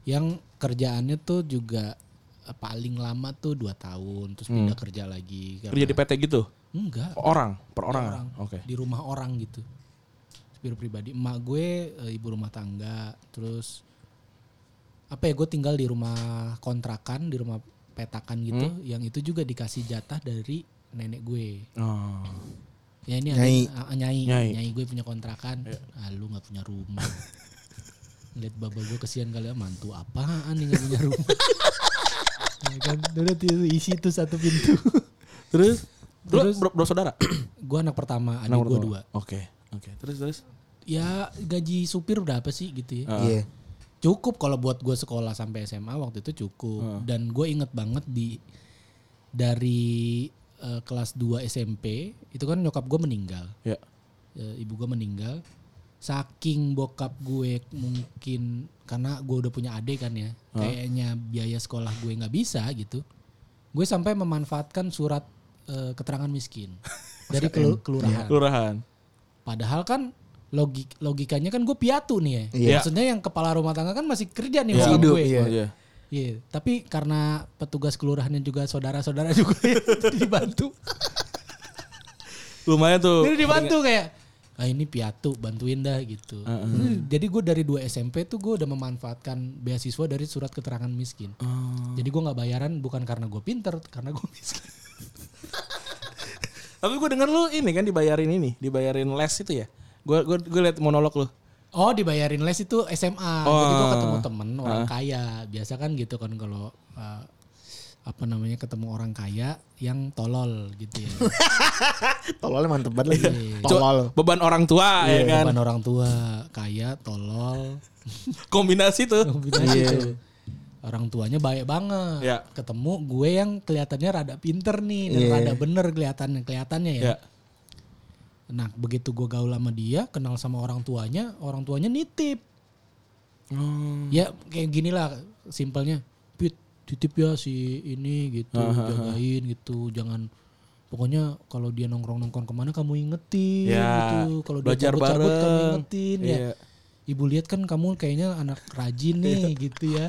[SPEAKER 2] yang kerjaannya tuh juga eh, paling lama tuh dua tahun terus pindah kerja lagi
[SPEAKER 3] Hmm. Kerja di PT gitu?
[SPEAKER 2] enggak
[SPEAKER 3] Iya. Orang, per orang. Oke.
[SPEAKER 2] di rumah orang gitu biru pribadi emak gue eh, ibu rumah tangga terus apa ya gue tinggal di rumah kontrakan di rumah petakan gitu
[SPEAKER 3] Hmm.
[SPEAKER 2] yang itu juga dikasih jatah dari nenek gue
[SPEAKER 3] Oh.
[SPEAKER 2] ya ini
[SPEAKER 5] Nyai.
[SPEAKER 2] ada- ah, nyai.
[SPEAKER 3] Nyai. Iya.
[SPEAKER 2] nyai gue punya kontrakan ah, lu nggak punya rumah lihat bapak gue kesian kali ya mantu apaan yang nggak punya rumah ya kan udah tuh isi tuh satu pintu
[SPEAKER 3] Terus lu
[SPEAKER 2] Terus-
[SPEAKER 3] bro, bro saudara?
[SPEAKER 2] gue anak pertama adik
[SPEAKER 3] Anak
[SPEAKER 2] gue
[SPEAKER 3] pertama.
[SPEAKER 2] dua
[SPEAKER 3] Oke. Oke. Terus terus.
[SPEAKER 2] ya gaji supir berapa sih gitu ya
[SPEAKER 3] Ah.
[SPEAKER 5] Iya.
[SPEAKER 2] cukup kalau buat gue sekolah sampai SMA waktu itu
[SPEAKER 3] Ah.
[SPEAKER 2] cukup dan gue inget banget di dari eh, kelas 2 SMP itu kan nyokap gue meninggal
[SPEAKER 3] Ya.
[SPEAKER 2] Eh, ibu gue meninggal saking bokap gue mungkin karena gue udah punya adik kan ya kayaknya biaya sekolah gue nggak bisa gitu gue sampai memanfaatkan surat eh, keterangan
[SPEAKER 5] [LAUGHS]
[SPEAKER 2] miskin dari kelu-
[SPEAKER 3] Iya.
[SPEAKER 2] kelurahan
[SPEAKER 5] iya.
[SPEAKER 3] Kelurahan.
[SPEAKER 2] Padahal kan logik logikanya kan gue piatu nih ya.
[SPEAKER 3] Iya.
[SPEAKER 2] Maksudnya yang kepala rumah tangga kan masih kerja nih
[SPEAKER 3] Iya.
[SPEAKER 2] bokap
[SPEAKER 5] Hidup,
[SPEAKER 2] gue.
[SPEAKER 5] iya.
[SPEAKER 3] Iya.
[SPEAKER 2] Iya, Tapi karena petugas kelurahan yang juga saudara-saudara juga [LAUGHS] ya, jadi dibantu.
[SPEAKER 3] Lumayan tuh.
[SPEAKER 2] Jadi dibantu kayak ah ini piatu bantuin dah gitu. Jadi gue dari 2 SMP tuh gue udah memanfaatkan beasiswa dari surat keterangan miskin. Jadi gue nggak bayaran bukan karena gue pinter, karena gue [LAUGHS] miskin.
[SPEAKER 3] Tapi gue denger lu ini kan dibayarin ini, dibayarin les itu ya. Gue gue gue liat monolog lu.
[SPEAKER 2] Oh dibayarin les itu SMA Jadi gue
[SPEAKER 3] Oh.
[SPEAKER 2] ketemu temen orang kaya Biasa kan gitu kan kalau uh, Apa namanya ketemu orang kaya Yang tolol gitu [LAUGHS] ya
[SPEAKER 5] Tololnya mantep banget
[SPEAKER 3] Coba
[SPEAKER 5] lagi. Tolol.
[SPEAKER 3] beban orang tua ya kan.
[SPEAKER 2] Depan orang tua Kaya, tolol
[SPEAKER 3] Kombinasi
[SPEAKER 2] [LAUGHS]
[SPEAKER 3] tuh.
[SPEAKER 2] Kombinasi itu Gitu. Orang tuanya baik banget
[SPEAKER 3] Iya.
[SPEAKER 2] Ketemu gue yang kelihatannya rada pinter nih Dan rada bener kelihatannya, kelihatannya ya
[SPEAKER 3] Ya.
[SPEAKER 2] Nah begitu gue gaul sama dia Kenal sama orang tuanya Orang tuanya nitip
[SPEAKER 3] Hmm.
[SPEAKER 2] Ya kayak gini lah simpelnya. Pit titip ya si ini gitu, jagain gitu, jangan pokoknya kalau dia nongkrong-nongkrong kemana kamu ingetin
[SPEAKER 3] Ya,
[SPEAKER 2] gitu. Kalau dia
[SPEAKER 3] belajar
[SPEAKER 2] cabut-cabut kamu
[SPEAKER 3] bareng.
[SPEAKER 2] ingetin
[SPEAKER 3] Iya.
[SPEAKER 2] ya. Ibu lihat kan kamu kayaknya anak rajin nih
[SPEAKER 3] Iya.
[SPEAKER 2] gitu ya.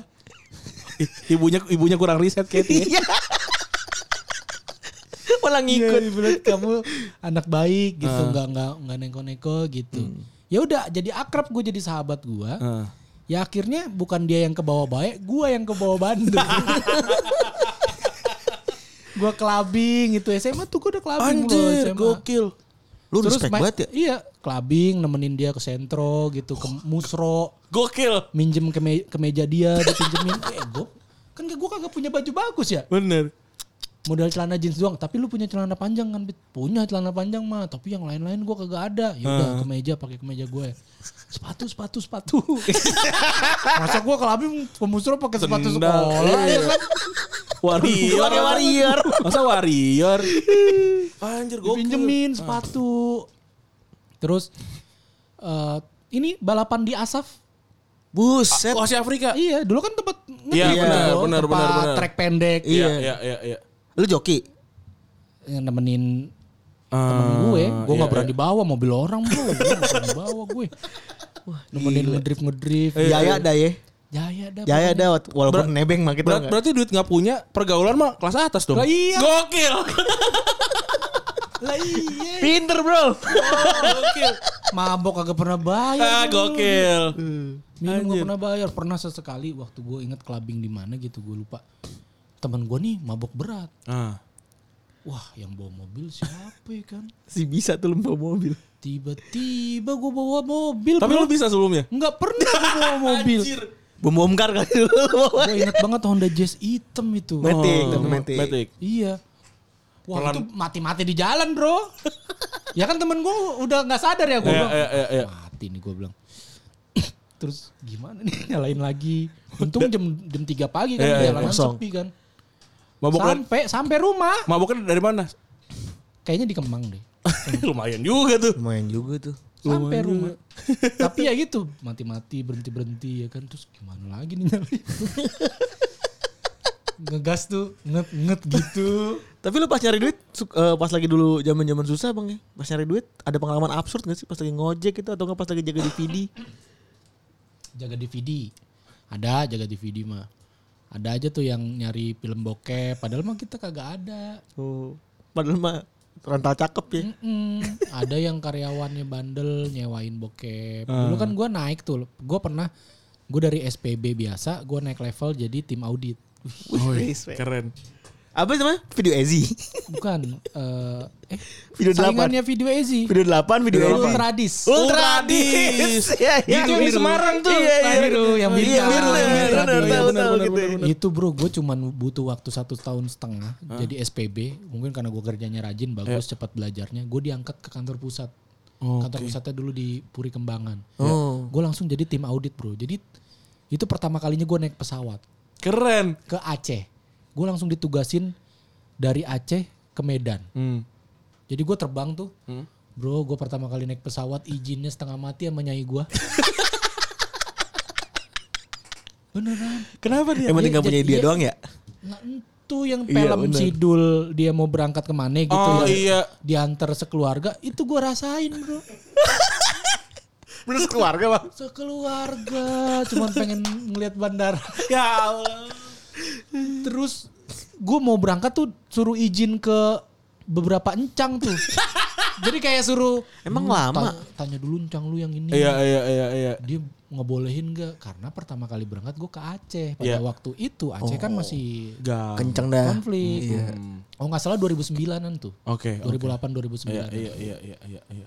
[SPEAKER 3] Ibunya ibunya kurang riset
[SPEAKER 2] Iya,
[SPEAKER 3] gitu ya. kayaknya.
[SPEAKER 5] [LAUGHS] Malah
[SPEAKER 2] Iya,
[SPEAKER 5] ngikut.
[SPEAKER 2] ibu lihat kamu anak baik
[SPEAKER 5] Ah.
[SPEAKER 2] gitu, nggak nggak nggak neko-neko gitu.
[SPEAKER 5] Hmm.
[SPEAKER 2] Ya udah jadi akrab gue jadi sahabat gue.
[SPEAKER 5] Ah.
[SPEAKER 3] Heeh.
[SPEAKER 2] Ya akhirnya bukan dia yang kebawa baik, gue yang kebawa
[SPEAKER 5] [LAUGHS]
[SPEAKER 2] bandel. gue kelabing gitu SMA tuh gue udah kelabing bro, SMA.
[SPEAKER 5] Lu
[SPEAKER 2] Terus
[SPEAKER 5] respect
[SPEAKER 2] main-
[SPEAKER 5] banget ya.
[SPEAKER 2] Iya, kelabing nemenin dia ke sentro gitu, ke musro,
[SPEAKER 3] Gokil.
[SPEAKER 2] minjem ke, me- ke meja dia, dipinjemin. eh, gue kan gue kagak punya baju bagus ya.
[SPEAKER 3] Bener.
[SPEAKER 2] Modal celana jeans doang, tapi lu punya celana panjang kan? Pit? Punya celana panjang mah, tapi yang lain-lain gue kagak ada. Ya udah kemeja pakai kemeja gue. Sepatu, sepatu, sepatu. [LAUGHS] Masa gue kelabing pemusro pakai sepatu
[SPEAKER 3] Sendal.
[SPEAKER 2] sekolah ya kan?
[SPEAKER 3] Warrior.
[SPEAKER 5] Pakai warrior.
[SPEAKER 3] Masa warrior? Anjir [LAUGHS] gokil. Ah.
[SPEAKER 2] Pinjemin sepatu. Terus eh, ini balapan di Asaf.
[SPEAKER 5] Buset.
[SPEAKER 3] Asia Afrika.
[SPEAKER 2] Iya, dulu kan tempat
[SPEAKER 3] Iya,
[SPEAKER 2] ngedit
[SPEAKER 3] benar,
[SPEAKER 2] loh,
[SPEAKER 3] benar,
[SPEAKER 2] tempat
[SPEAKER 3] benar, benar.
[SPEAKER 2] trek pendek
[SPEAKER 3] Iya, iya, iya, iya.
[SPEAKER 5] Lu joki.
[SPEAKER 2] yang nemenin temen
[SPEAKER 3] Ah,
[SPEAKER 2] gue. Gue
[SPEAKER 3] iya,
[SPEAKER 2] nggak berani bawa mobil orang bro, gue nggak berani bawa gue. nemenin ngedrift ngedrift.
[SPEAKER 3] Iya,
[SPEAKER 5] Jaya dah ya.
[SPEAKER 2] Jaya dah.
[SPEAKER 5] Jaya
[SPEAKER 2] pokoknya.
[SPEAKER 5] dah walaupun nebeng mah kita
[SPEAKER 3] Berat-
[SPEAKER 5] nggak.
[SPEAKER 3] berarti duit nggak punya pergaulan mah kelas atas dong.
[SPEAKER 2] Lah iya.
[SPEAKER 3] Gokil.
[SPEAKER 2] [LAUGHS] Lah iya.
[SPEAKER 5] Pinter bro.
[SPEAKER 3] gokil.
[SPEAKER 2] Mabok kagak pernah bayar.
[SPEAKER 3] Ah,
[SPEAKER 2] dulu.
[SPEAKER 3] gokil.
[SPEAKER 2] Minum gak pernah bayar. Pernah sesekali waktu gue inget clubbing di mana gitu gue lupa. Temen gue nih mabok berat.
[SPEAKER 3] Ah.
[SPEAKER 2] Wah yang bawa mobil siapa ya kan?
[SPEAKER 5] [LAUGHS] Si bisa tuh lempar mobil.
[SPEAKER 2] Tiba-tiba gue bawa mobil.
[SPEAKER 3] Tapi
[SPEAKER 2] bro.
[SPEAKER 3] lu bisa sebelumnya.
[SPEAKER 2] nggak pernah gue
[SPEAKER 3] [LAUGHS]
[SPEAKER 2] bawa mobil.
[SPEAKER 3] Anjir.
[SPEAKER 5] Bom bongkar kali [LAUGHS] dulu.
[SPEAKER 2] gue inget banget Honda Jazz hitam itu.
[SPEAKER 5] Matic,
[SPEAKER 3] Oh,
[SPEAKER 5] tapi matic.
[SPEAKER 3] Matic.
[SPEAKER 2] Iya. Wah
[SPEAKER 3] Pelan.
[SPEAKER 2] itu mati-mati di jalan
[SPEAKER 5] [LAUGHS]
[SPEAKER 2] bro. ya kan temen gue udah nggak sadar ya gue
[SPEAKER 3] Iya,
[SPEAKER 2] bilang.
[SPEAKER 3] iya, iya, iya.
[SPEAKER 2] Mati nih gue bilang. [COUGHS] Terus gimana nih [COUGHS] nyalain lagi. Untung jam jam 3 pagi kan
[SPEAKER 3] Iya, iya,
[SPEAKER 2] jalanan
[SPEAKER 5] kosong.
[SPEAKER 2] sepi kan.
[SPEAKER 3] Mabok
[SPEAKER 2] sampai sampai rumah.
[SPEAKER 3] maboknya dari mana? [LAUGHS]
[SPEAKER 2] Kayaknya di Kemang deh.
[SPEAKER 3] Lumayan juga tuh.
[SPEAKER 5] Lumayan juga tuh.
[SPEAKER 3] Oh,
[SPEAKER 2] Sampai
[SPEAKER 3] iya.
[SPEAKER 2] rumah. [LAUGHS] Tapi ya gitu mati-mati berhenti-berhenti ya kan. Terus gimana lagi nih nyalain. [LAUGHS] Ngegas tuh nget-nget gitu.
[SPEAKER 5] Tapi lu pas nyari duit su- eh, pas lagi dulu zaman-zaman susah Bang ya. Pas nyari duit ada pengalaman absurd gak sih pas lagi ngojek itu atau enggak pas lagi jaga DVD?
[SPEAKER 2] jaga DVD. Ada jaga DVD mah. Ada aja tuh yang nyari film bokep, padahal mah kita kagak ada.
[SPEAKER 5] Oh. Padahal mah rental cakep ya.
[SPEAKER 2] Mm, ada yang karyawannya bandel nyewain bokep.
[SPEAKER 5] Ah.
[SPEAKER 2] Dulu kan gue naik tuh, gue pernah gue dari SPB biasa, gue naik level jadi tim audit.
[SPEAKER 5] iya.
[SPEAKER 3] Wih, keren.
[SPEAKER 5] Apa namanya? Video Ezi.
[SPEAKER 2] Bukan, [LAUGHS] eh, eh
[SPEAKER 5] Video delapan.
[SPEAKER 2] saingannya video Ezi,
[SPEAKER 5] [LAUGHS] Video delapan, video
[SPEAKER 2] Itu
[SPEAKER 5] Ezi.
[SPEAKER 2] Ultradis.
[SPEAKER 5] Ultradis. Iya, iya.
[SPEAKER 3] Itu yang di Semarang tuh.
[SPEAKER 5] Iya, iya.
[SPEAKER 2] Biru, yang
[SPEAKER 5] Iya,
[SPEAKER 2] bintang.
[SPEAKER 5] biru, yang biru.
[SPEAKER 2] Ultradis.
[SPEAKER 5] Benar, tahu, tahu
[SPEAKER 3] benar,
[SPEAKER 5] gitu ya.
[SPEAKER 2] Itu bro, gue cuman butuh waktu satu tahun setengah
[SPEAKER 5] Ah.
[SPEAKER 2] jadi SPB. Mungkin karena gue kerjanya rajin, bagus,
[SPEAKER 5] Ya.
[SPEAKER 2] cepat belajarnya. Gue diangkat ke kantor pusat. Kantor pusatnya dulu di Puri Kembangan.
[SPEAKER 5] Oh.
[SPEAKER 2] Gue langsung jadi tim audit bro. Jadi itu pertama kalinya gue naik pesawat
[SPEAKER 3] Keren.
[SPEAKER 2] ke Aceh. Gue langsung ditugasin dari Aceh ke Medan. Jadi gue terbang tuh. Bro, gue pertama kali naik pesawat izinnya setengah mati sama nyai gue. Beneran.
[SPEAKER 3] Kenapa dia?
[SPEAKER 5] Emang tinggal
[SPEAKER 2] Iya,
[SPEAKER 5] punya
[SPEAKER 2] jadi-
[SPEAKER 5] dia
[SPEAKER 2] iya.
[SPEAKER 5] doang ya?
[SPEAKER 2] Nah, itu yang
[SPEAKER 5] Iya,
[SPEAKER 2] film
[SPEAKER 5] bener.
[SPEAKER 2] Sidul dia mau berangkat kemana gitu ya.
[SPEAKER 3] Oh, iya.
[SPEAKER 2] Diantar sekeluarga, itu gue rasain bro.
[SPEAKER 5] Terus keluarga bang.
[SPEAKER 2] Sekeluarga, cuman pengen ngeliat bandara.
[SPEAKER 3] Ya Allah.
[SPEAKER 2] Terus gue mau berangkat tuh suruh izin ke beberapa encang tuh. Jadi kayak suruh
[SPEAKER 5] Emang
[SPEAKER 2] "Hmm,
[SPEAKER 5] lama?"
[SPEAKER 2] ta- Tanya, dulu encang lu yang ini.
[SPEAKER 3] Iya, iya, iya, iya.
[SPEAKER 2] Dia ngebolehin gak? Karena pertama kali berangkat gue ke Aceh. Pada
[SPEAKER 3] Iya.
[SPEAKER 2] waktu itu Aceh kan masih
[SPEAKER 3] Gak.
[SPEAKER 5] Kenceng dah.
[SPEAKER 2] konflik. Oh nggak salah 2009-an tuh.
[SPEAKER 3] Oke. oke.
[SPEAKER 2] 2008 2009.
[SPEAKER 3] Iya, iya, iya, iya, iya, iya.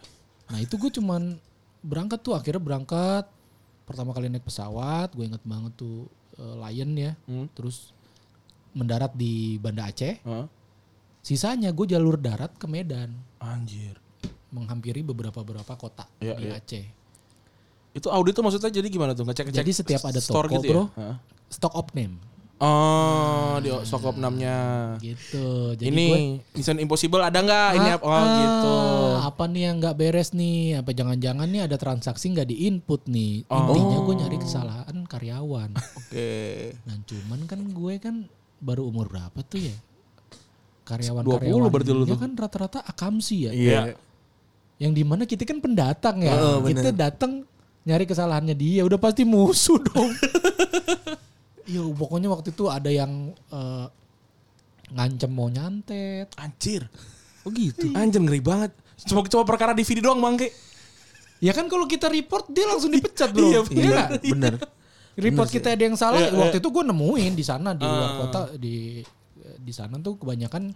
[SPEAKER 2] Nah itu gue cuman berangkat tuh akhirnya berangkat pertama kali naik pesawat gue inget banget tuh eh, Lion ya
[SPEAKER 3] Hmm.
[SPEAKER 2] terus mendarat di Banda Aceh
[SPEAKER 3] Hah?
[SPEAKER 2] sisanya gue jalur darat ke Medan
[SPEAKER 3] Anjir.
[SPEAKER 2] menghampiri beberapa beberapa kota
[SPEAKER 3] Iya,
[SPEAKER 2] di
[SPEAKER 3] iya.
[SPEAKER 2] Aceh
[SPEAKER 3] Itu audit tuh maksudnya jadi gimana tuh? Ngecek-ngecek
[SPEAKER 2] jadi setiap ada
[SPEAKER 3] store
[SPEAKER 2] toko
[SPEAKER 3] gitu
[SPEAKER 2] bro
[SPEAKER 3] ya? Hah?
[SPEAKER 2] stock of name
[SPEAKER 3] Oh, di sokop 6-nya.
[SPEAKER 2] gitu jadi
[SPEAKER 3] Ini
[SPEAKER 2] gue
[SPEAKER 3] Mission Impossible ada nggak? Ini apa? Oh
[SPEAKER 2] Ah,
[SPEAKER 3] gitu.
[SPEAKER 2] apa nih yang nggak beres nih apa jangan-jangan nih ada transaksi nggak diinput nih intinya
[SPEAKER 3] Oh.
[SPEAKER 2] gue nyari kesalahan karyawan
[SPEAKER 5] Oke.
[SPEAKER 2] Nah cuman kan gue kan baru umur berapa tuh ya? Karyawan
[SPEAKER 3] 20 berarti lu tuh.
[SPEAKER 2] kan rata-rata akamsi ya.
[SPEAKER 3] Iya.
[SPEAKER 2] Yang dimana kita kan pendatang ya. kita datang nyari kesalahannya dia udah pasti musuh [LAUGHS] dong. Iya pokoknya waktu itu ada yang eh, ngancem mau nyantet.
[SPEAKER 3] Anjir. Oh gitu. Anjir ngeri banget. Cuma cuma perkara DVD doang, Bangke.
[SPEAKER 2] Ya kan kalau kita report dia langsung dipecat bro.
[SPEAKER 3] Iya,
[SPEAKER 2] Iya nggak?
[SPEAKER 5] Bener. Eh,
[SPEAKER 2] Report kita ada yang salah. Waktu itu gue nemuin di sana di luar
[SPEAKER 5] Ah.
[SPEAKER 2] kota di eh, di sana tuh kebanyakan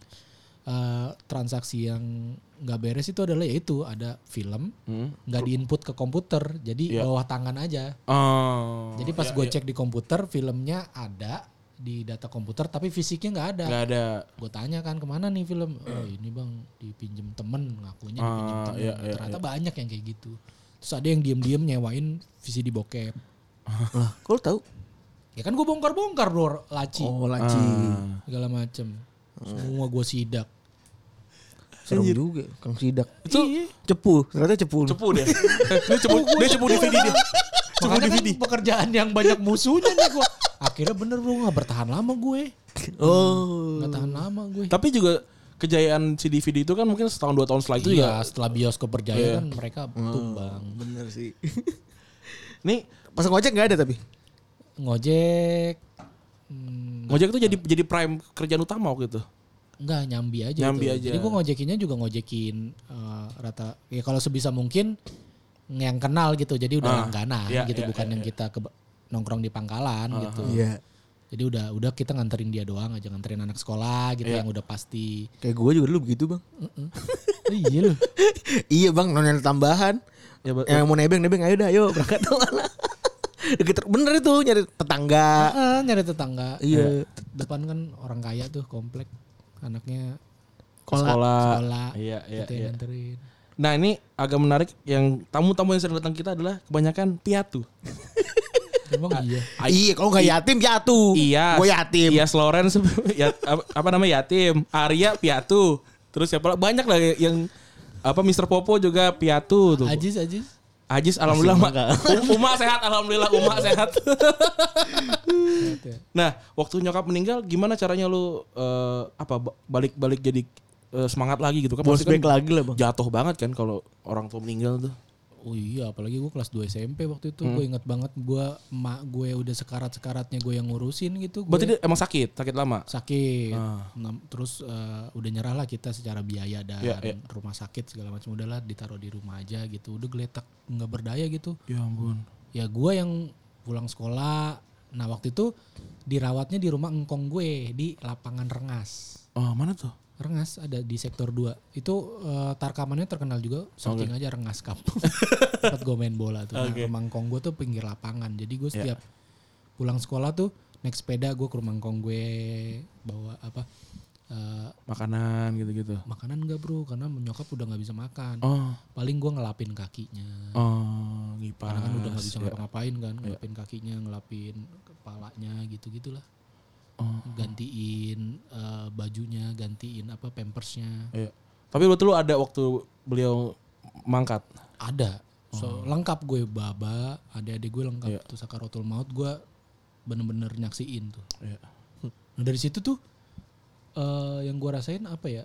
[SPEAKER 2] eh, transaksi yang nggak beres itu adalah yaitu ada film
[SPEAKER 5] Hmm.
[SPEAKER 2] nggak diinput ke komputer
[SPEAKER 5] Iya.
[SPEAKER 2] jadi bawah tangan aja.
[SPEAKER 3] Oh.
[SPEAKER 2] Jadi pas gue cek di komputer filmnya ada di data komputer tapi fisiknya nggak ada.
[SPEAKER 3] Gak ada.
[SPEAKER 2] Gue tanya kan kemana nih film? Oh ini bang dipinjem temen ngakunya
[SPEAKER 3] Ah,
[SPEAKER 2] dipinjem temen.
[SPEAKER 3] iya, iya,
[SPEAKER 2] Ternyata banyak yang kayak gitu. Terus ada yang diem-diem nyewain VCD bokep.
[SPEAKER 5] [LAUGHS] Lah, kok lu tahu?
[SPEAKER 2] Ya kan gue bongkar-bongkar bro laci.
[SPEAKER 5] Oh, laci.
[SPEAKER 2] segala macem semua gue
[SPEAKER 3] [LAUGHS]
[SPEAKER 2] sidak
[SPEAKER 5] Serem juga, Kang Sidak.
[SPEAKER 3] Itu
[SPEAKER 5] Cepu, ternyata Iya. cepu. lu.
[SPEAKER 3] cepu dia. [LAUGHS] dia cepu, dia cepu DVD dia. Cepu
[SPEAKER 2] makanya kan
[SPEAKER 3] DVD.
[SPEAKER 2] pekerjaan yang banyak musuhnya nih gue akhirnya bener lu nggak bertahan lama gue
[SPEAKER 5] Oh.
[SPEAKER 2] nggak tahan lama gue
[SPEAKER 3] Tapi juga kejayaan si DVD itu kan mungkin setahun dua tahun setelah itu ya. juga. Iya. Hmm.
[SPEAKER 2] iya setelah bioskop berjaya kan mereka tumbang
[SPEAKER 5] Bener [LAUGHS] sih.
[SPEAKER 3] Nih
[SPEAKER 5] Pas ngojek nggak ada tapi.
[SPEAKER 2] ngojek hmm,
[SPEAKER 3] Ngojek itu jadi jadi prime kerjaan utama waktu itu.
[SPEAKER 2] nggak nyambi aja
[SPEAKER 3] Nyambi
[SPEAKER 2] itu.
[SPEAKER 3] aja.
[SPEAKER 2] jadi gue ngojekinnya juga ngojekin eh, rata ya kalau sebisa mungkin yang kenal gitu jadi udah
[SPEAKER 3] Ah,
[SPEAKER 2] langganan
[SPEAKER 3] iya,
[SPEAKER 2] gitu
[SPEAKER 3] iya,
[SPEAKER 2] bukan
[SPEAKER 3] iya,
[SPEAKER 2] yang kita ke, nongkrong di pangkalan
[SPEAKER 3] Ah,
[SPEAKER 2] gitu
[SPEAKER 5] Iya.
[SPEAKER 2] Jadi udah udah kita nganterin dia doang aja nganterin anak sekolah gitu
[SPEAKER 3] Iya.
[SPEAKER 2] yang udah pasti. [LAUGHS]
[SPEAKER 5] Kayak gue juga dulu begitu bang.
[SPEAKER 2] iya lu.
[SPEAKER 5] [LAUGHS] iya bang, nonton tambahan.
[SPEAKER 3] Ya, ba-
[SPEAKER 5] Yang mau nebeng nebeng ayo dah, ayo berangkat [LAUGHS] kemana. Deket bener itu nyari tetangga.
[SPEAKER 2] Ah, nyari tetangga.
[SPEAKER 5] Iya.
[SPEAKER 2] Depan kan orang kaya tuh komplek anaknya
[SPEAKER 3] Sekolah.
[SPEAKER 2] sekolah.
[SPEAKER 3] Iya, iya,
[SPEAKER 2] kita yang
[SPEAKER 3] iya.
[SPEAKER 2] nganterin.
[SPEAKER 3] Nah ini agak menarik yang tamu-tamu yang sering datang kita adalah kebanyakan piatu.
[SPEAKER 2] Emang
[SPEAKER 3] Ah,
[SPEAKER 2] iya.
[SPEAKER 3] Ay-
[SPEAKER 5] iya, kalau nggak yatim piatu.
[SPEAKER 3] Iya.
[SPEAKER 5] Gue yatim.
[SPEAKER 3] Iya, Lawrence [LAUGHS] ya, apa, apa namanya yatim. Arya piatu. Terus siapa lagi? banyak lah yang apa Mr. Popo juga piatu tuh.
[SPEAKER 2] Ajis ajis.
[SPEAKER 3] Ajis alhamdulillah Ma. Um- Uma sehat alhamdulillah Uma sehat. [LAUGHS]
[SPEAKER 2] Gitu ya.
[SPEAKER 3] nah, waktu nyokap meninggal gimana caranya lu eh, apa ba- balik-balik jadi eh, semangat lagi gitu kan? Pasti
[SPEAKER 5] Bounce
[SPEAKER 3] kan
[SPEAKER 5] back lagi lah bang.
[SPEAKER 3] Jatuh banget kan kalau orang tua meninggal tuh.
[SPEAKER 2] Oh iya, apalagi gue kelas 2 SMP waktu itu
[SPEAKER 3] Hmm.
[SPEAKER 2] gue inget banget gue emak gue udah sekarat-sekaratnya gue yang ngurusin gitu.
[SPEAKER 3] Berarti
[SPEAKER 2] Gue
[SPEAKER 3] dia Ah. emang sakit, sakit lama.
[SPEAKER 2] sakit, Nam- terus eh, udah nyerah lah kita secara biaya dan
[SPEAKER 3] Iya, iya.
[SPEAKER 2] rumah sakit segala macam udahlah ditaruh di rumah aja gitu. Udah geletak nggak berdaya gitu.
[SPEAKER 3] Ya ampun.
[SPEAKER 2] Ya gue yang pulang sekolah. Nah waktu itu dirawatnya di rumah engkong gue di lapangan Rengas.
[SPEAKER 3] Oh, mana tuh?
[SPEAKER 2] Rengas ada di sektor 2. Itu eh, tarkamannya terkenal juga searching aja Rengas
[SPEAKER 3] [LAUGHS]
[SPEAKER 2] Cup. Tempat gue main bola tuh. Nah, rumah ngkong gue tuh pinggir lapangan. Jadi
[SPEAKER 3] Ya.
[SPEAKER 2] gue setiap pulang sekolah tuh naik sepeda gue ke rumah ngkong gue bawa apa eh,
[SPEAKER 3] Makanan gitu-gitu.
[SPEAKER 2] makanan enggak bro karena nyokap udah nggak bisa makan.
[SPEAKER 3] Oh,
[SPEAKER 2] Paling gue ngelapin kakinya.
[SPEAKER 3] oh, ngipas.
[SPEAKER 2] Karena kan udah nggak bisa
[SPEAKER 3] ya.
[SPEAKER 2] ngapa-ngapain kan, ngelapin kakinya, ngelapin kepalanya gitu-gitulah.
[SPEAKER 3] Oh.
[SPEAKER 2] Gantiin eh, bajunya, gantiin apa pampersnya.
[SPEAKER 3] Iya. Tapi waktu lu ada waktu beliau mangkat.
[SPEAKER 2] Ada. So, lengkap gue baba, adik-adik gue lengkap. Tuh sakaratul maut gue bener-bener nyaksiin tuh.
[SPEAKER 3] Iya.
[SPEAKER 2] Nah dari situ tuh eh, yang gue rasain apa ya?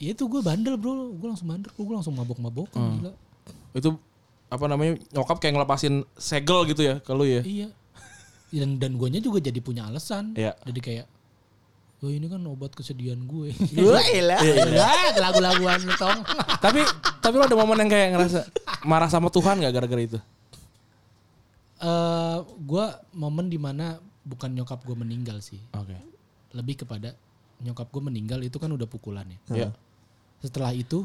[SPEAKER 2] Ya itu gue bandel bro, gue langsung bandel, gue langsung mabok-mabokan gila.
[SPEAKER 3] Itu apa namanya? Nyokap kayak ngelepasin segel gitu ya ke lu ya.
[SPEAKER 2] Iya. Dan dan guanya juga jadi punya alasan.
[SPEAKER 3] Iya.
[SPEAKER 2] Jadi kayak Wah ini kan obat kesedihan gue. [LAUGHS]
[SPEAKER 4] Gue elah.
[SPEAKER 5] Iya,
[SPEAKER 2] Enggak, lagu-laguan lu tong.
[SPEAKER 3] tapi tapi lu ada momen yang kayak ngerasa marah sama Tuhan gak gara-gara itu?
[SPEAKER 2] Eh, gue momen dimana bukan nyokap gue meninggal sih,
[SPEAKER 3] Oke.
[SPEAKER 2] lebih kepada nyokap gue meninggal itu kan udah pukulan ya.
[SPEAKER 3] Iya.
[SPEAKER 2] Setelah itu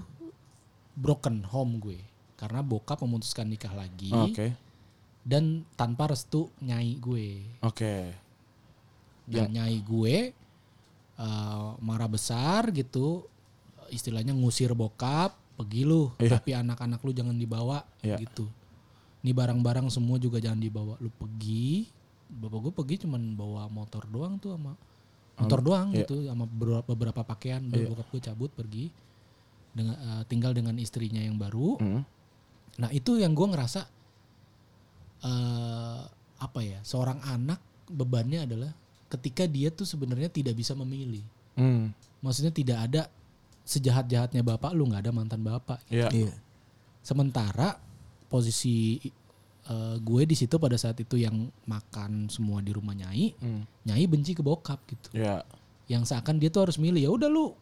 [SPEAKER 2] broken home gue karena bokap memutuskan nikah lagi
[SPEAKER 3] Oh, Oke.
[SPEAKER 2] dan tanpa restu nyai gue.
[SPEAKER 3] Oke. Ya.
[SPEAKER 2] dan nyai gue eh, marah besar gitu istilahnya ngusir bokap pergi lu
[SPEAKER 3] Iya.
[SPEAKER 2] tapi anak-anak lu jangan dibawa
[SPEAKER 3] Iya.
[SPEAKER 2] gitu ini barang-barang semua juga jangan dibawa lu pergi bapak gue pergi cuman bawa motor doang tuh sama motor doang
[SPEAKER 3] iya.
[SPEAKER 2] gitu sama beberapa, beberapa pakaian Udah bokap gue cabut pergi dengan eh, tinggal dengan istrinya yang baru
[SPEAKER 3] Hmm.
[SPEAKER 2] Nah itu yang gue ngerasa eh apa ya seorang anak bebannya adalah ketika dia tuh sebenarnya tidak bisa memilih.
[SPEAKER 3] Hmm.
[SPEAKER 2] Maksudnya tidak ada sejahat jahatnya bapak lu nggak ada mantan bapak.
[SPEAKER 3] Iya.
[SPEAKER 5] Iya.
[SPEAKER 2] Sementara posisi eh, gue di situ pada saat itu yang makan semua di rumah nyai,
[SPEAKER 3] Hmm.
[SPEAKER 2] nyai benci ke bokap gitu.
[SPEAKER 3] Iya.
[SPEAKER 2] Yang seakan dia tuh harus milih ya udah lu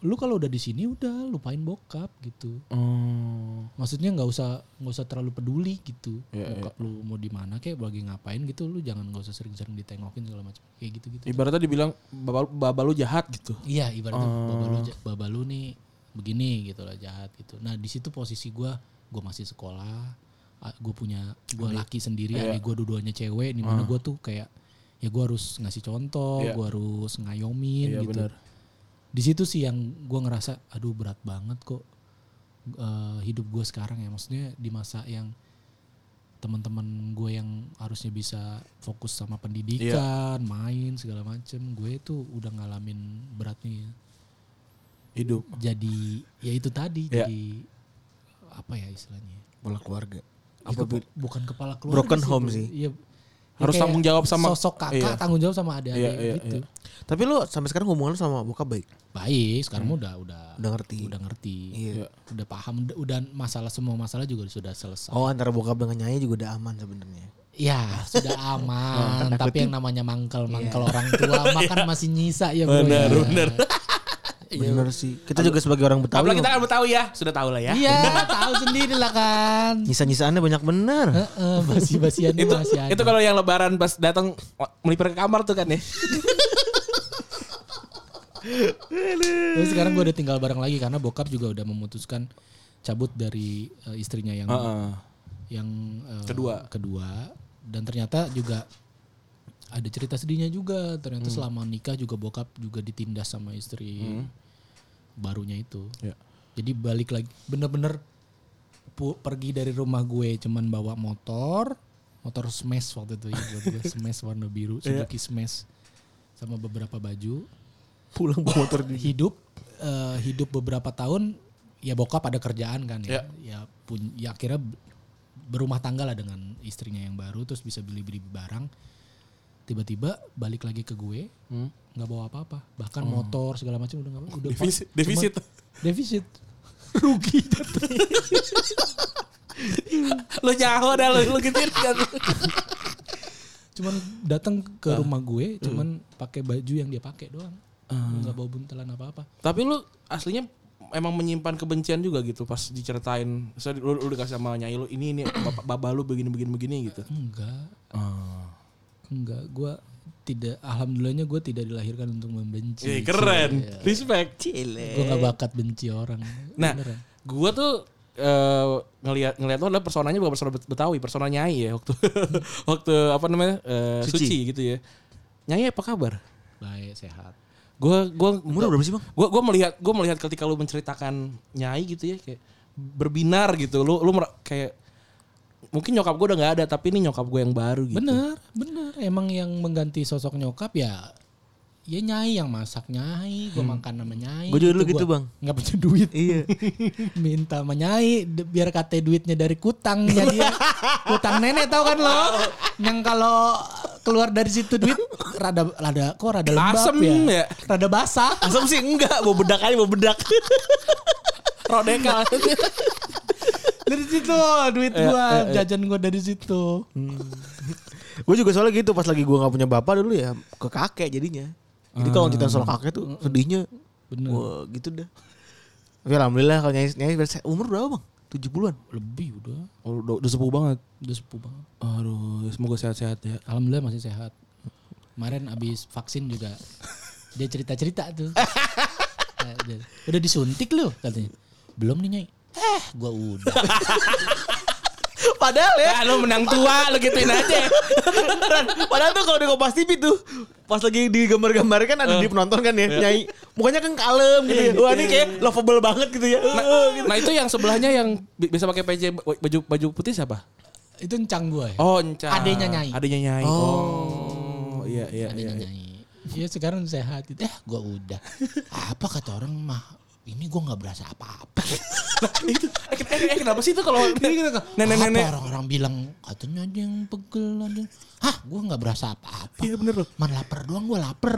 [SPEAKER 2] lu kalau udah di sini udah lupain bokap gitu
[SPEAKER 3] Oh.
[SPEAKER 2] maksudnya nggak usah nggak usah terlalu peduli gitu
[SPEAKER 3] Iya,
[SPEAKER 2] bokap lu mau di mana kayak lagi ngapain gitu lu jangan nggak usah sering-sering ditengokin segala macam kayak gitu gitu
[SPEAKER 3] Ibaratnya dibilang baba, baba lu jahat gitu.
[SPEAKER 2] iya ibaratnya baba lu ja- baba lu nih begini gitu lah jahat gitu nah di situ posisi gua gua masih sekolah gue punya gua laki sendiri
[SPEAKER 3] iya.
[SPEAKER 2] adik gue dua-duanya cewek di mana gua tuh kayak ya gua harus ngasih contoh
[SPEAKER 3] Ah. Iya.
[SPEAKER 2] gua harus ngayomin
[SPEAKER 3] Iya,
[SPEAKER 2] gitu
[SPEAKER 3] benar.
[SPEAKER 2] di situ sih yang gua ngerasa aduh berat banget kok eh, hidup gue sekarang ya maksudnya di masa yang teman-teman gue yang harusnya bisa fokus sama pendidikan
[SPEAKER 3] Iya.
[SPEAKER 2] main segala macem gue tuh udah ngalamin beratnya ya.
[SPEAKER 3] Hidup.
[SPEAKER 2] jadi ya itu tadi
[SPEAKER 3] Iya.
[SPEAKER 2] jadi apa ya istilahnya
[SPEAKER 5] Bola keluarga.
[SPEAKER 2] Ya,
[SPEAKER 5] Apa
[SPEAKER 2] kepa- bukan kepala keluarga
[SPEAKER 5] Broken home
[SPEAKER 2] Bro.
[SPEAKER 5] sih.
[SPEAKER 2] Iya. Ya,
[SPEAKER 3] Harus
[SPEAKER 2] kayak
[SPEAKER 3] tanggung jawab sama-
[SPEAKER 2] sosok kakak
[SPEAKER 3] iya.
[SPEAKER 2] tanggung jawab sama adik-adik
[SPEAKER 3] Iya, iya,
[SPEAKER 2] gitu
[SPEAKER 3] iya.
[SPEAKER 5] Tapi lu sampai sekarang hubungan lu sama bokap baik.
[SPEAKER 2] baik sekarang
[SPEAKER 3] Hmm.
[SPEAKER 2] mah udah udah
[SPEAKER 5] Udah ngerti.
[SPEAKER 2] udah ngerti
[SPEAKER 5] Iya.
[SPEAKER 2] udah paham udah- udah masalah semua masalah juga sudah selesai
[SPEAKER 5] Oh antara bokap dengan nyai juga udah aman sebenarnya.
[SPEAKER 3] Iya,
[SPEAKER 2] Ya [LAUGHS] sudah aman, tapi yang namanya mangkel mangkel orang
[SPEAKER 3] [LAUGHS]
[SPEAKER 2] tua makan masih nyisa ya bro.
[SPEAKER 3] Benar,
[SPEAKER 2] ya.
[SPEAKER 3] benar.
[SPEAKER 5] Bener sih. Kita juga sebagai orang Betawi.
[SPEAKER 3] Iya. Apalagi kita kan tahu ya, sudah tahu lah ya.
[SPEAKER 2] Iya, tahu sendiri lah kan.
[SPEAKER 5] Nyisa-nyisaannya banyak bener.
[SPEAKER 2] Heeh, basi-basian itu,
[SPEAKER 3] itu
[SPEAKER 2] masih ada.
[SPEAKER 3] itu kalau yang lebaran pas datang wa- melipir ke kamar tuh kan ya.
[SPEAKER 2] Tapi sekarang gue udah tinggal bareng lagi karena bokap juga udah memutuskan cabut dari eh, istrinya yang yang eh,
[SPEAKER 3] Kedua.
[SPEAKER 2] kedua dan ternyata juga ada cerita sedihnya juga. Ternyata selama nikah juga bokap juga ditindas sama istri barunya itu.
[SPEAKER 3] Iya.
[SPEAKER 2] Jadi balik lagi bener-bener pu- pergi dari rumah gue cuman bawa motor, motor smash waktu itu ya, buat gue smash warna biru, Suzuki smash sama beberapa baju.
[SPEAKER 5] Pulang bawa motor di
[SPEAKER 2] Hidup eh, hidup beberapa tahun ya bokap ada kerjaan kan ya. Ya pun ya akhirnya b- berumah tangga lah dengan istrinya yang baru terus bisa beli-beli barang. Tiba-tiba balik lagi ke gue, nggak bawa apa-apa. Bahkan motor segala macam udah nggak bawa. Udah
[SPEAKER 3] Defisit. defisit.
[SPEAKER 2] defisit rugi
[SPEAKER 3] lu nyaho dah lu, lu gituin kan.
[SPEAKER 2] cuman datang ke rumah gue cuman pakai baju yang dia pakai doang nggak bawa buntelan apa apa
[SPEAKER 3] Tapi lu aslinya emang menyimpan kebencian juga gitu pas diceritain. Saya lu, lu dikasih sama nyai lu ini ini bapak baba lu begini begini begini gitu.
[SPEAKER 2] enggak enggak gue tidak alhamdulillahnya gue tidak dilahirkan untuk membenci
[SPEAKER 3] Ih, keren. Respect.
[SPEAKER 2] gue nggak bakat benci orang
[SPEAKER 3] Nah, gua tuh eh, ngelihat ngelihat lo adalah personanya bukan persona Bet- Betawi, persona Nyai ya waktu [LAUGHS] waktu apa namanya? eh, suci. gitu ya. Nyai apa kabar?
[SPEAKER 2] baik sehat
[SPEAKER 3] Gua gua
[SPEAKER 5] Umur berapa sih bang?
[SPEAKER 3] Gua gua melihat gua melihat ketika lu menceritakan Nyai gitu ya kayak berbinar gitu. Lu lu mer- kayak mungkin nyokap gua udah nggak ada tapi ini nyokap gue yang baru gitu.
[SPEAKER 2] bener bener emang yang mengganti sosok nyokap ya ya nyai yang masak nyai gue makan sama nyai
[SPEAKER 5] Gua juga dulu gitu,
[SPEAKER 2] gua
[SPEAKER 5] Bang.
[SPEAKER 2] nggak punya duit
[SPEAKER 5] Iya.
[SPEAKER 2] [LAUGHS] minta sama nyai de- biar kate duitnya dari kutang jadi kutang nenek tau kan lo yang kalau keluar dari situ duit rada rada kok rada lembab
[SPEAKER 3] Asem ya.
[SPEAKER 2] ya rada basah
[SPEAKER 5] Asam sih enggak, mau bedak aja, mau bedak.
[SPEAKER 2] [LAUGHS]
[SPEAKER 3] Rodeka.
[SPEAKER 2] dari situ duit gua jajan gua dari situ
[SPEAKER 5] gue juga soalnya gitu pas lagi gue nggak punya bapak dulu ya ke kakek jadinya. Jadi
[SPEAKER 3] Ah.
[SPEAKER 5] kalau cerita soal kakek tuh sedihnya,
[SPEAKER 2] Bener.
[SPEAKER 5] wah gitu dah. Tapi alhamdulillah kalau nyanyi nyanyi berarti- umur berapa bang? 70-an.
[SPEAKER 2] lebih udah
[SPEAKER 3] Oh, udah, udah sepuh banget.
[SPEAKER 2] udah sepuh banget
[SPEAKER 3] Aduh, semoga sehat-sehat ya.
[SPEAKER 2] alhamdulillah masih sehat kemarin abis vaksin juga dia cerita cerita [LAUGHS] tuh Nah, udah- udah disuntik lu katanya belum nih nyai eh gua udah
[SPEAKER 5] Padahal ya,
[SPEAKER 3] Ah, lu menang tua, lu gituin aja.
[SPEAKER 5] Ran, padahal tuh kalau di Kompas TV tuh pas lagi digambar-gambar kan ada di penonton kan ya,
[SPEAKER 3] Iya.
[SPEAKER 5] nyai mukanya kan kalem gitu ya. Wah ini kayak lovable banget gitu ya. Eh, gitu.
[SPEAKER 3] Nah itu yang sebelahnya yang bi- biasa pakai PJ ba- baju baju putih siapa?
[SPEAKER 2] [LAUGHS] itu encang gua ya
[SPEAKER 3] Oh, Enca.
[SPEAKER 2] Adenya Nyai.
[SPEAKER 3] Adenya Nyai. Oh, iya iya.
[SPEAKER 2] adanya
[SPEAKER 3] iya.
[SPEAKER 2] nyanyi. Iya sekarang sehat gitu. Eh gue udah. Apa kata orang mah ini gue nggak berasa [LAUGHS] apa-apa.
[SPEAKER 3] [LAUGHS] itu eh, ken- eh, eh, kenapa sih itu
[SPEAKER 2] [LAUGHS]
[SPEAKER 3] kalau
[SPEAKER 2] Iya, gitu. Nenek
[SPEAKER 3] nenek-nenek?
[SPEAKER 2] orang-orang bilang katanya ada yang pegel ada. yang- Hah gue nggak berasa apa-apa.
[SPEAKER 3] Iya, bener loh.
[SPEAKER 2] Man lapar doang gue [LAUGHS] lapar.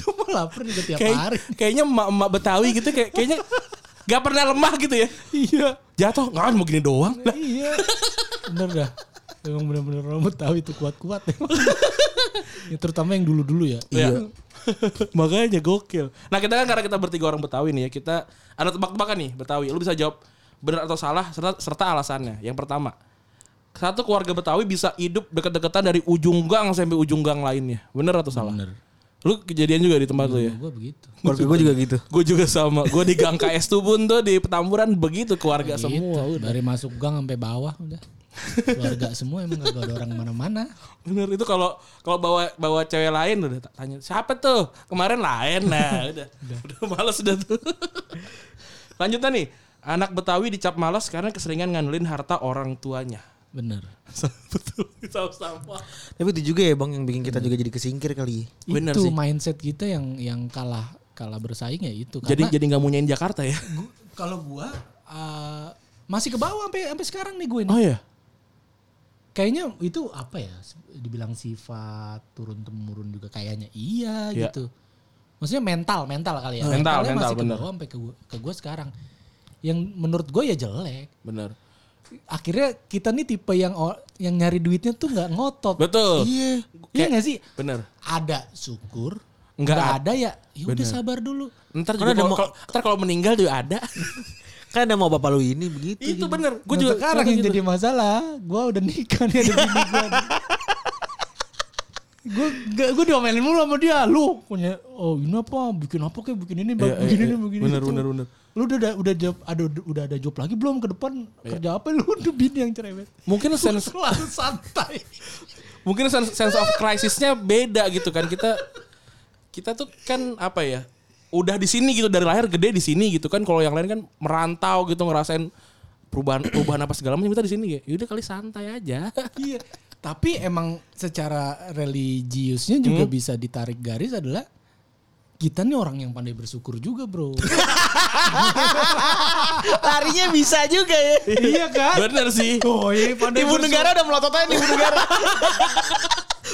[SPEAKER 2] Cuma lapar juga tiap
[SPEAKER 3] [LAUGHS] Kayak-
[SPEAKER 2] hari.
[SPEAKER 3] kayaknya emak-emak Betawi gitu kayak kayaknya gak pernah lemah gitu ya. Iya. Jatuh, nggak mau gini doang. Lah,
[SPEAKER 2] iya. Bener dah. Emang bener-bener orang Betawi itu kuat-kuat emang. ya, terutama yang dulu-dulu ya.
[SPEAKER 3] Iya. [LAUGHS] Makanya gokil. Nah kita kan karena kita bertiga orang Betawi nih ya kita ada tebak-tebakan nih Betawi. Lu bisa jawab benar atau salah serta, serta alasannya. Yang pertama, satu keluarga Betawi bisa hidup deket-deketan dari ujung gang sampai ujung gang lainnya. Bener atau salah? Bener. Lu kejadian juga di tempat lu ya?
[SPEAKER 2] Gue begitu.
[SPEAKER 5] Keluarga gue juga gitu.
[SPEAKER 3] Gue juga sama. Gue di gang KS Tubun tuh di Petamburan begitu keluarga semua.
[SPEAKER 2] Gitu. Dari masuk gang sampai bawah udah. Keluarga semua emang gak ada orang mana-mana.
[SPEAKER 3] Bener itu kalau kalau bawa bawa cewek lain udah tanya siapa tuh kemarin lain
[SPEAKER 2] [LAUGHS]
[SPEAKER 3] nah udah udah malas udah tuh. Lanjutan nih anak Betawi dicap malas karena keseringan ngandelin harta orang
[SPEAKER 2] [LAUGHS]
[SPEAKER 3] tuanya.
[SPEAKER 2] Bener.
[SPEAKER 3] Betul sama-sama.
[SPEAKER 5] Tapi itu juga ya bang yang bikin kita juga jadi kesingkir kali.
[SPEAKER 3] Bener
[SPEAKER 2] itu
[SPEAKER 3] sih.
[SPEAKER 2] mindset kita yang yang kalah kalah bersaing ya itu.
[SPEAKER 3] Jadi
[SPEAKER 2] Karena
[SPEAKER 3] jadi nggak mau nyanyiin Jakarta
[SPEAKER 2] [LAUGHS]
[SPEAKER 3] ya?
[SPEAKER 2] gu- kalau gua uh, masih ke bawah sampai sampai sekarang nih gue nih.
[SPEAKER 3] Oh ya.
[SPEAKER 2] Kayaknya itu apa ya? se- Dibilang sifat turun temurun juga kayaknya iya
[SPEAKER 3] Iya.
[SPEAKER 2] gitu. Maksudnya mental mental kali ya.
[SPEAKER 3] Mental,
[SPEAKER 2] Mentalnya
[SPEAKER 3] mental,
[SPEAKER 2] masih ke
[SPEAKER 3] bener.
[SPEAKER 2] bawah sampai ke gua, ke gua sekarang. Yang menurut gue ya jelek.
[SPEAKER 3] Bener.
[SPEAKER 2] Akhirnya kita nih tipe yang o- yang nyari duitnya tuh nggak ngotot.
[SPEAKER 3] Betul.
[SPEAKER 2] Iya. Iya
[SPEAKER 3] Kayak-
[SPEAKER 2] nggak sih?
[SPEAKER 3] Bener.
[SPEAKER 2] Ada syukur.
[SPEAKER 3] Nggak
[SPEAKER 2] Nggak
[SPEAKER 3] ad-
[SPEAKER 2] ada ya. Ya udah
[SPEAKER 3] Bener.
[SPEAKER 2] sabar dulu.
[SPEAKER 3] Ntar juga
[SPEAKER 5] Karena ada
[SPEAKER 3] kalau,
[SPEAKER 5] mau-
[SPEAKER 3] kalau- ntar kalau meninggal juga ada.
[SPEAKER 5] Kan ada mau bapak lu ini begitu.
[SPEAKER 3] itu bener. Gue
[SPEAKER 2] Nah,
[SPEAKER 3] juga
[SPEAKER 2] sekarang yang
[SPEAKER 3] gitu.
[SPEAKER 2] jadi masalah, gue udah nikah nih ada bini gue. [LAUGHS] Gue gak gue diomelin mulu sama dia. Lu punya oh ini apa? Bikin apa kayak bikin ini,
[SPEAKER 3] Iya,
[SPEAKER 2] bikin
[SPEAKER 3] iya,
[SPEAKER 2] ini,
[SPEAKER 3] iya.
[SPEAKER 2] bikin
[SPEAKER 3] Bener,
[SPEAKER 2] itu.
[SPEAKER 3] bener, bener.
[SPEAKER 2] gitu. Lu udah ada udah job ada udah ada job lagi belum ke depan
[SPEAKER 3] Iya.
[SPEAKER 2] kerja apa lu udah bini yang cerewet.
[SPEAKER 3] Mungkin sense
[SPEAKER 2] Selalu
[SPEAKER 3] [LAUGHS]
[SPEAKER 2] santai.
[SPEAKER 3] mungkin sense, sense of crisisnya beda gitu kan kita kita tuh kan apa ya udah di sini gitu dari lahir gede di sini gitu kan kalau yang lain kan merantau gitu ngerasain perubahan perubahan apa segala macam kita di sini ya yaudah kali santai aja
[SPEAKER 2] iya. Tapi emang secara religiusnya juga
[SPEAKER 3] Hmm?
[SPEAKER 2] bisa ditarik garis adalah kita nih orang yang pandai bersyukur juga,
[SPEAKER 3] [LAUGHS]
[SPEAKER 2] Bro.
[SPEAKER 5] Larinya bisa juga ya.
[SPEAKER 2] iya kan?
[SPEAKER 3] bener sih
[SPEAKER 2] Oh iya, pandai bersyukur.
[SPEAKER 5] Ibu negara udah melotot aja nih, ibu [LAUGHS] negara.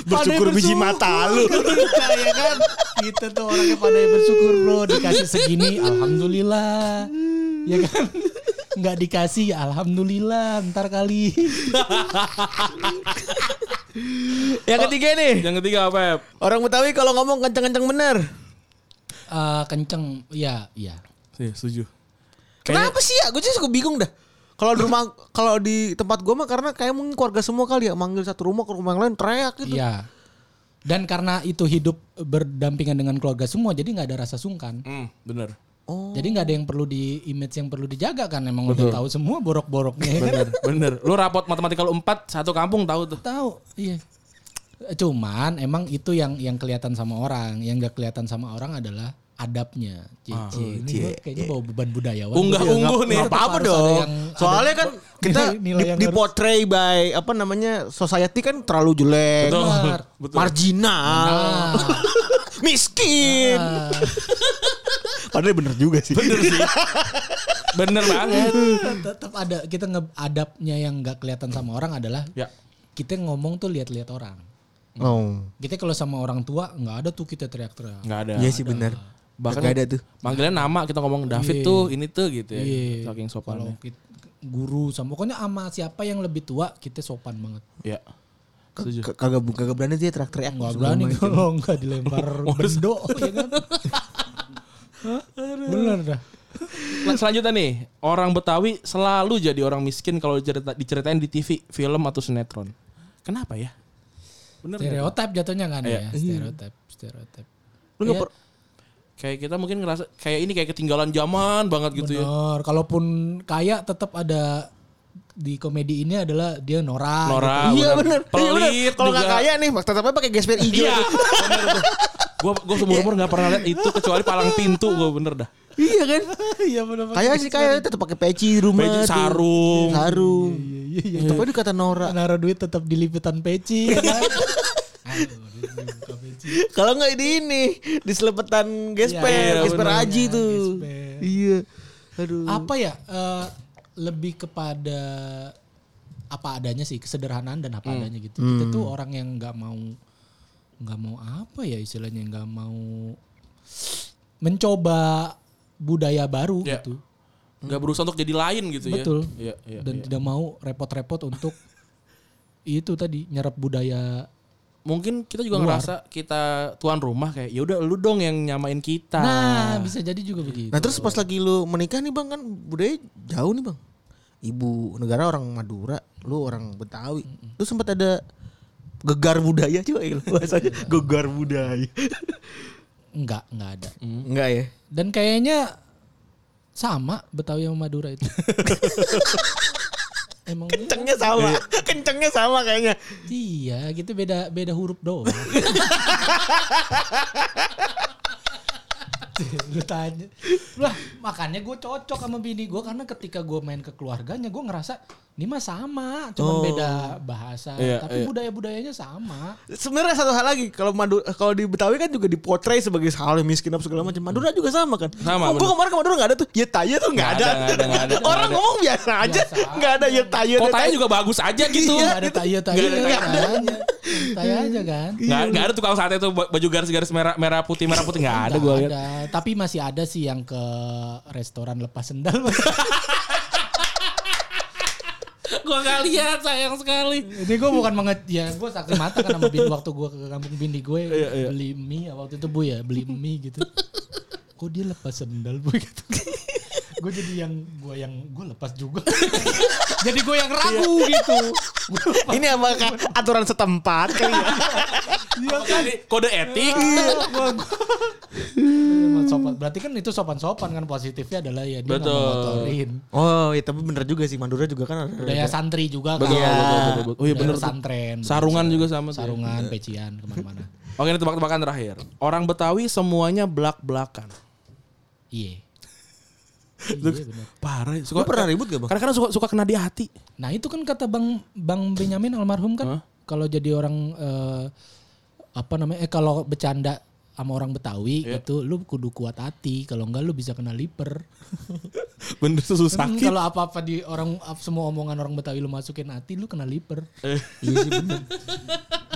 [SPEAKER 2] Bersyukur biji mata [LAUGHS] lu. Kita ya kan. Kita tuh orang yang pandai bersyukur bro. Dikasih segini alhamdulillah. Ya kan. nggak dikasih ya alhamdulillah ntar kali
[SPEAKER 4] Yang ketiga nih,
[SPEAKER 3] Yang ketiga apa ya?
[SPEAKER 4] orang Betawi kalau ngomong kenceng-kenceng bener.
[SPEAKER 2] Eh, kenceng ya ya
[SPEAKER 3] Iya, setuju.
[SPEAKER 5] Kenapa sih ya? Gue sih suka bingung dah. Kalau di rumah, kalau di tempat gue mah karena kayak mungkin keluarga semua kali ya manggil satu rumah ke rumah yang lain teriak gitu.
[SPEAKER 2] ya dan karena itu hidup berdampingan dengan keluarga semua jadi nggak ada rasa sungkan
[SPEAKER 3] Hmm, bener.
[SPEAKER 2] jadi nggak ada yang perlu di image yang perlu dijaga kan emang udah tahu semua borok-boroknya ya kan?
[SPEAKER 3] Bener, bener. Lu rapot matematika lu 4, satu kampung tahu tuh.
[SPEAKER 2] tahu iya cuman emang itu yang yang kelihatan sama orang yang nggak kelihatan sama orang adalah adabnya Cie, cie. Ini gua kayaknya bawa beban budayawan Iya,
[SPEAKER 3] Unggah-ungguh nih.
[SPEAKER 5] Nggak apa-apa
[SPEAKER 2] Harus ada
[SPEAKER 5] dong.
[SPEAKER 2] yang-
[SPEAKER 5] Soalnya kan kita
[SPEAKER 2] nilai- nilai
[SPEAKER 5] di-
[SPEAKER 2] yang harus-
[SPEAKER 5] dipotray by apa namanya society kan terlalu jelek,
[SPEAKER 3] Betul.
[SPEAKER 2] Benar.
[SPEAKER 3] [LAUGHS] Betul.
[SPEAKER 5] marginal, [LAUGHS] miskin. Padahal bener juga sih.
[SPEAKER 3] Bener sih. bener banget.
[SPEAKER 2] tetap ada kita nge adabnya yang nggak kelihatan sama orang adalah
[SPEAKER 3] Ya.
[SPEAKER 2] kita ngomong tuh lihat-lihat orang
[SPEAKER 5] Oh.
[SPEAKER 2] kita kalau sama orang tua nggak ada tuh kita teriak-teriak
[SPEAKER 3] Enggak Ya, ada.
[SPEAKER 5] Iya sih bener.
[SPEAKER 3] Bahkan
[SPEAKER 5] Nggak ada tuh.
[SPEAKER 3] Manggilnya nama kita ngomong
[SPEAKER 2] Iya.
[SPEAKER 3] David tuh, ini tuh gitu ya.
[SPEAKER 2] Iya.
[SPEAKER 3] Saking
[SPEAKER 2] kalau
[SPEAKER 3] sopannya.
[SPEAKER 2] kit- guru sama pokoknya sama siapa yang lebih tua kita sopan banget
[SPEAKER 3] Iya. Setuju.
[SPEAKER 5] K- Kagak kagak berani dia teriak-teriak.
[SPEAKER 2] nggak berani kalau nggak dilempar bendo ya kan bener dah
[SPEAKER 3] Nah, selanjutnya nih, orang Betawi selalu jadi orang miskin kalau dicerita- diceritain di TV, film atau sinetron. Kenapa ya? Bener. nggak?
[SPEAKER 2] stereotip jatuhnya kan ya stereotip stereotip
[SPEAKER 5] Lu nggak
[SPEAKER 2] Iya,
[SPEAKER 5] per-
[SPEAKER 3] Kayak kita mungkin ngerasa kayak ini kayak ketinggalan zaman banget gitu ya.
[SPEAKER 2] bener kalaupun kaya tetap ada di komedi ini adalah dia norak
[SPEAKER 3] Nora.
[SPEAKER 5] Iya bener. Iya, bener.
[SPEAKER 3] Pelit
[SPEAKER 5] Kalau nggak
[SPEAKER 3] juga.
[SPEAKER 5] kaya nih, tetapnya pakai gesper hijau.
[SPEAKER 3] Iya. Gue gue seumur umur nggak pernah lihat itu kecuali palang pintu gue bener dah.
[SPEAKER 5] Iya kan?
[SPEAKER 2] iya bener
[SPEAKER 5] Kaya sih kaya tetap pakai peci di rumah.
[SPEAKER 3] Peci,
[SPEAKER 5] tuh.
[SPEAKER 3] sarung.
[SPEAKER 5] Sarung.
[SPEAKER 2] iya iya iya
[SPEAKER 5] Tapi itu kata Nora.
[SPEAKER 2] naruh duit tetap di lipitan peci ya kan?
[SPEAKER 5] Kalau nggak di ini di selepetan gesper,
[SPEAKER 3] Iya,
[SPEAKER 5] gesper
[SPEAKER 3] bener.
[SPEAKER 5] aji tuh.
[SPEAKER 2] Gesper.
[SPEAKER 5] Iya.
[SPEAKER 3] Gitu.
[SPEAKER 5] Aduh.
[SPEAKER 2] apa ya eh, lebih kepada apa adanya sih kesederhanaan dan
[SPEAKER 3] Hmm.
[SPEAKER 2] apa adanya gitu kita tuh orang yang nggak mau nggak mau apa ya istilahnya nggak mau mencoba budaya baru
[SPEAKER 3] Ya.
[SPEAKER 2] gitu
[SPEAKER 3] Nggak berusaha untuk jadi lain gitu ya.
[SPEAKER 2] Betul.
[SPEAKER 3] Iya, iya.
[SPEAKER 2] dan tidak mau repot-repot untuk [LAUGHS] itu tadi nyerap budaya
[SPEAKER 3] Mungkin kita juga ngerasa kita tuan rumah kayak ya udah lu dong yang nyamain kita. Ah.
[SPEAKER 2] nah bisa jadi juga begitu
[SPEAKER 5] Nah terus pas lagi lu menikah nih bang kan budaya jauh nih bang. Ibu negara orang Madura, lu orang Betawi. Lu sempat ada gegar budaya coba ya lu bahasanya
[SPEAKER 3] Iya.
[SPEAKER 5] gegar budaya.
[SPEAKER 2] nggak nggak ada
[SPEAKER 3] Hmm.
[SPEAKER 5] Enggak ya?
[SPEAKER 2] dan kayaknya sama Betawi sama Madura
[SPEAKER 3] [LAUGHS]
[SPEAKER 2] itu emang
[SPEAKER 5] Kencengnya sama,
[SPEAKER 3] Iya.
[SPEAKER 5] [LAUGHS] kencengnya sama kayaknya.
[SPEAKER 2] Iya, gitu beda beda huruf doang. [LAUGHS] lu tanya lah makanya gue cocok sama bini gue karena ketika gue main ke keluarganya gue ngerasa ini mah sama cuman beda bahasa
[SPEAKER 3] Oh. Iya,
[SPEAKER 2] tapi
[SPEAKER 3] iya.
[SPEAKER 2] budaya budayanya sama
[SPEAKER 5] Sebenarnya satu hal lagi kalau Madura kalau di Betawi kan juga dipotret sebagai hal yang miskin apa segala macam. Madura juga sama kan?
[SPEAKER 3] Sama,
[SPEAKER 5] Gue
[SPEAKER 3] bener.
[SPEAKER 5] kemarin ke Madura nggak ada tuh. Ya taya tuh nggak
[SPEAKER 3] Nggak ada,
[SPEAKER 5] ada.
[SPEAKER 3] nggak ada, nggak ada, nggak
[SPEAKER 5] Orang
[SPEAKER 3] ada.
[SPEAKER 5] ngomong biasa aja,
[SPEAKER 2] Biasa
[SPEAKER 5] nggak ada ya taya.
[SPEAKER 3] Kotanya juga bagus aja gitu.
[SPEAKER 2] Iya, Nggak ada tanya tanya
[SPEAKER 3] Iya, Nggak ada
[SPEAKER 2] tanya aja tanya aja kan
[SPEAKER 3] Nggak, nggak ada tukang sate tuh baju garis-garis merah merah putih merah putih nggak ada
[SPEAKER 2] Nggak
[SPEAKER 3] gue lihat.
[SPEAKER 2] ada tapi masih ada sih yang ke restoran lepas sendal [LAUGHS]
[SPEAKER 3] Gue nggak lihat sayang sekali.
[SPEAKER 2] Ini gue bukan menget ya gue saksi mata kan sama bini waktu gue ke kampung bini gue beli mie waktu itu bu ya beli mie gitu. Kok dia lepas sendal bu gitu. gue jadi yang gue yang gue lepas juga. [LAUGHS] jadi gue yang ragu gitu. Gua lepas.
[SPEAKER 5] [LAUGHS] Ini apakah aturan setempat kali
[SPEAKER 3] [LAUGHS]
[SPEAKER 5] ya?
[SPEAKER 3] Iya kan? Kode etik.
[SPEAKER 2] Sopan. Berarti kan itu sopan-sopan kan positifnya adalah ya dia nggak
[SPEAKER 3] Betul.
[SPEAKER 2] ngotorin.
[SPEAKER 5] Oh ya tapi bener juga sih Madura juga kan ada.
[SPEAKER 2] Budaya santri juga
[SPEAKER 3] Iya. Betul,
[SPEAKER 2] kan.
[SPEAKER 3] betul, betul, betul. Oh iya,
[SPEAKER 2] Budaya
[SPEAKER 3] bener tuh.
[SPEAKER 2] Pesantren.
[SPEAKER 3] Sarungan juga sama tuh.
[SPEAKER 2] Sarungan, Iya. pecian kemana-mana.
[SPEAKER 3] Oke, ini tebak-tebakan terakhir. Orang Betawi semuanya belak-belakan.
[SPEAKER 2] [LAUGHS] Iya. Iya bener.
[SPEAKER 3] Parah. ya.
[SPEAKER 5] Lu
[SPEAKER 3] Suka,
[SPEAKER 5] pernah ribut gak bang?
[SPEAKER 3] kadang-kadang suka, suka kena di hati.
[SPEAKER 2] Nah itu kan kata Bang Bang Benyamin almarhum kan kalau jadi orang eh, apa namanya eh kalau bercanda sama orang Betawi
[SPEAKER 3] Iya.
[SPEAKER 2] gitu lu kudu kuat hati kalau enggak lu bisa kena liper.
[SPEAKER 3] [LAUGHS]
[SPEAKER 2] [LAUGHS]
[SPEAKER 3] Bener tuh susah.
[SPEAKER 2] Kan kalau apa-apa di
[SPEAKER 3] Iya.
[SPEAKER 2] orang ap- semua omongan orang Betawi lu masukin hati lu kena liper.
[SPEAKER 5] Iya sih bener.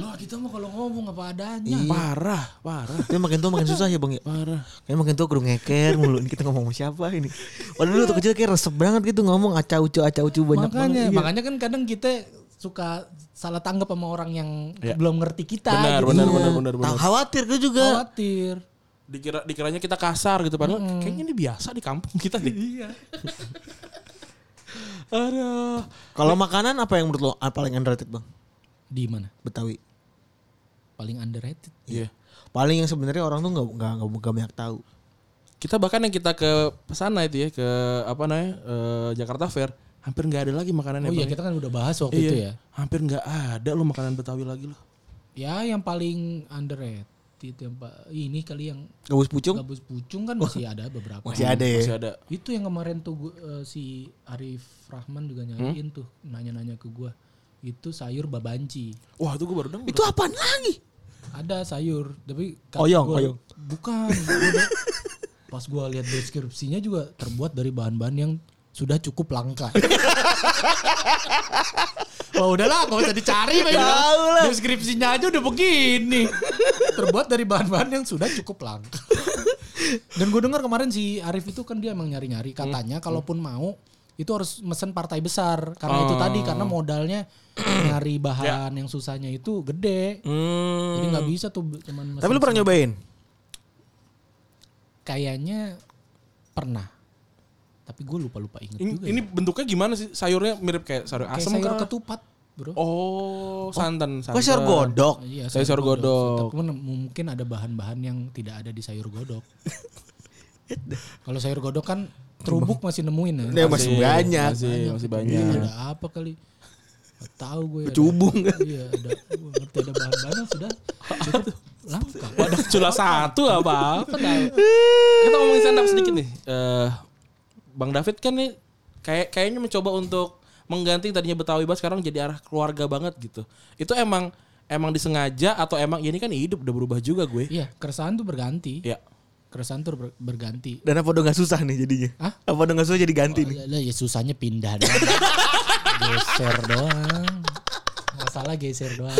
[SPEAKER 2] Loh kita mah kalau ngomong apa adanya.
[SPEAKER 3] Parah, parah.
[SPEAKER 5] Iya. Tapi makin tua makin susah ya bang ya.
[SPEAKER 3] Parah.
[SPEAKER 5] Kayaknya makin tua kudu ngeker mulu. Ini kita ngomong sama siapa ini. Waduh dulu tuh kecil kayak resep banget gitu ngomong acau ucu acau ucu banyak
[SPEAKER 2] makanya,
[SPEAKER 5] banget. Iya.
[SPEAKER 2] makanya kan kadang kita suka salah tanggap sama orang yang
[SPEAKER 3] Iya.
[SPEAKER 2] belum ngerti kita.
[SPEAKER 3] Benar,
[SPEAKER 2] gitu.
[SPEAKER 3] benar, benar, benar,
[SPEAKER 5] Tahu
[SPEAKER 3] benar.
[SPEAKER 5] khawatir gue juga.
[SPEAKER 2] Khawatir.
[SPEAKER 3] Dikira dikiranya kita kasar gitu padahal kayaknya ini biasa di kampung kita deh. Iya. [LAUGHS] Aduh.
[SPEAKER 5] Kalau makanan apa yang menurut lo paling underrated bang?
[SPEAKER 2] Di mana?
[SPEAKER 5] Betawi.
[SPEAKER 2] Paling underrated.
[SPEAKER 3] Iya.
[SPEAKER 5] Paling yang sebenarnya orang tuh nggak nggak nggak nggak banyak tahu.
[SPEAKER 3] Kita bahkan yang kita ke sana itu ya ke apa namanya eh, Jakarta Fair hampir nggak ada lagi makanannya.
[SPEAKER 2] Oh iya
[SPEAKER 3] Bang. ya.
[SPEAKER 2] kita kan udah bahas waktu
[SPEAKER 3] Iya.
[SPEAKER 2] itu ya.
[SPEAKER 3] Hampir nggak ada lo makanan Betawi lagi lo.
[SPEAKER 2] Ya yang paling underrated yang pa- ini kali yang
[SPEAKER 5] Gabus pucung
[SPEAKER 2] gabus pucung kan masih ada beberapa.
[SPEAKER 5] masih ada ya.
[SPEAKER 3] Masih ada.
[SPEAKER 2] Itu yang kemarin tuh gua- eh, si Arif Rahman
[SPEAKER 5] Hmm?
[SPEAKER 2] juga nyariin tuh nanya-nanya ke gua. Itu sayur babanci.
[SPEAKER 3] Wah itu gue baru denger.
[SPEAKER 5] Itu apaan lagi?
[SPEAKER 2] Ada sayur, tapi kata
[SPEAKER 5] Oyong,
[SPEAKER 2] gua-
[SPEAKER 5] oyong.
[SPEAKER 2] Bukan. Gua- pas gua lihat deskripsinya juga terbuat dari bahan-bahan yang sudah cukup
[SPEAKER 5] [LAUGHS]
[SPEAKER 2] langka. Wah udahlah, nggak usah dicari, Pak. Deskripsinya aja udah begini. Terbuat dari bahan-bahan yang sudah cukup langka. Dan gue dengar kemarin si Arif itu kan dia emang nyari-nyari
[SPEAKER 5] Hmm.
[SPEAKER 2] katanya kalaupun mau itu harus mesen partai besar karena itu tadi karena
[SPEAKER 5] Oh.
[SPEAKER 2] modalnya nyari bahan
[SPEAKER 5] Ya.
[SPEAKER 2] yang susahnya itu gede.
[SPEAKER 5] Hmm.
[SPEAKER 2] Jadi nggak
[SPEAKER 3] Hmm.
[SPEAKER 2] bisa tuh be- cuman mesen-
[SPEAKER 5] Tapi lu pernah nyobain?
[SPEAKER 2] kayaknya pernah. Tapi gue lupa-lupa inget
[SPEAKER 3] Ini,
[SPEAKER 2] juga. ya?
[SPEAKER 3] ini bentuknya gimana sih? Sayurnya mirip kayak sayur
[SPEAKER 2] Kayak
[SPEAKER 3] asem
[SPEAKER 2] sayur
[SPEAKER 3] kah?
[SPEAKER 2] ketupat, Bro.
[SPEAKER 3] Oh, santan, santan.
[SPEAKER 5] Kok sayur godok?
[SPEAKER 2] Iya,
[SPEAKER 3] Sayur godok.
[SPEAKER 2] Tapi men- mungkin ada bahan-bahan yang tidak ada di sayur
[SPEAKER 3] [LAUGHS]
[SPEAKER 2] godok. Kalau sayur godok kan terubuk masih nemuin
[SPEAKER 5] Ya, masih banyak.
[SPEAKER 3] Masih, Iya, masih banyak.
[SPEAKER 2] Iya, ada apa kali? Gak tahu gue. ada-
[SPEAKER 5] Bercubung.
[SPEAKER 2] [LAUGHS] Iya, ada. Gue ngerti ada bahan-bahan yang sudah
[SPEAKER 3] [LAUGHS]
[SPEAKER 2] cukup langka.
[SPEAKER 3] Wadah cula satu apa? Kita ngomongin stand up sedikit nih. Eh, Bang David kan nih kayak kayaknya mencoba untuk mengganti tadinya Betawi banget sekarang jadi arah keluarga banget gitu. Itu emang emang disengaja atau emang ya ini kan hidup udah berubah juga gue.
[SPEAKER 2] Iya, keresahan tuh berganti.
[SPEAKER 3] Ya.
[SPEAKER 2] Keresahan tuh ber- berganti.
[SPEAKER 5] Dan apa udah nggak susah nih jadinya?
[SPEAKER 2] Hah?
[SPEAKER 5] Apa udah nggak susah jadi ganti nih?
[SPEAKER 2] Lah, lah, ya susahnya pindah doang. [LAUGHS] geser doang. Masalah geser doang.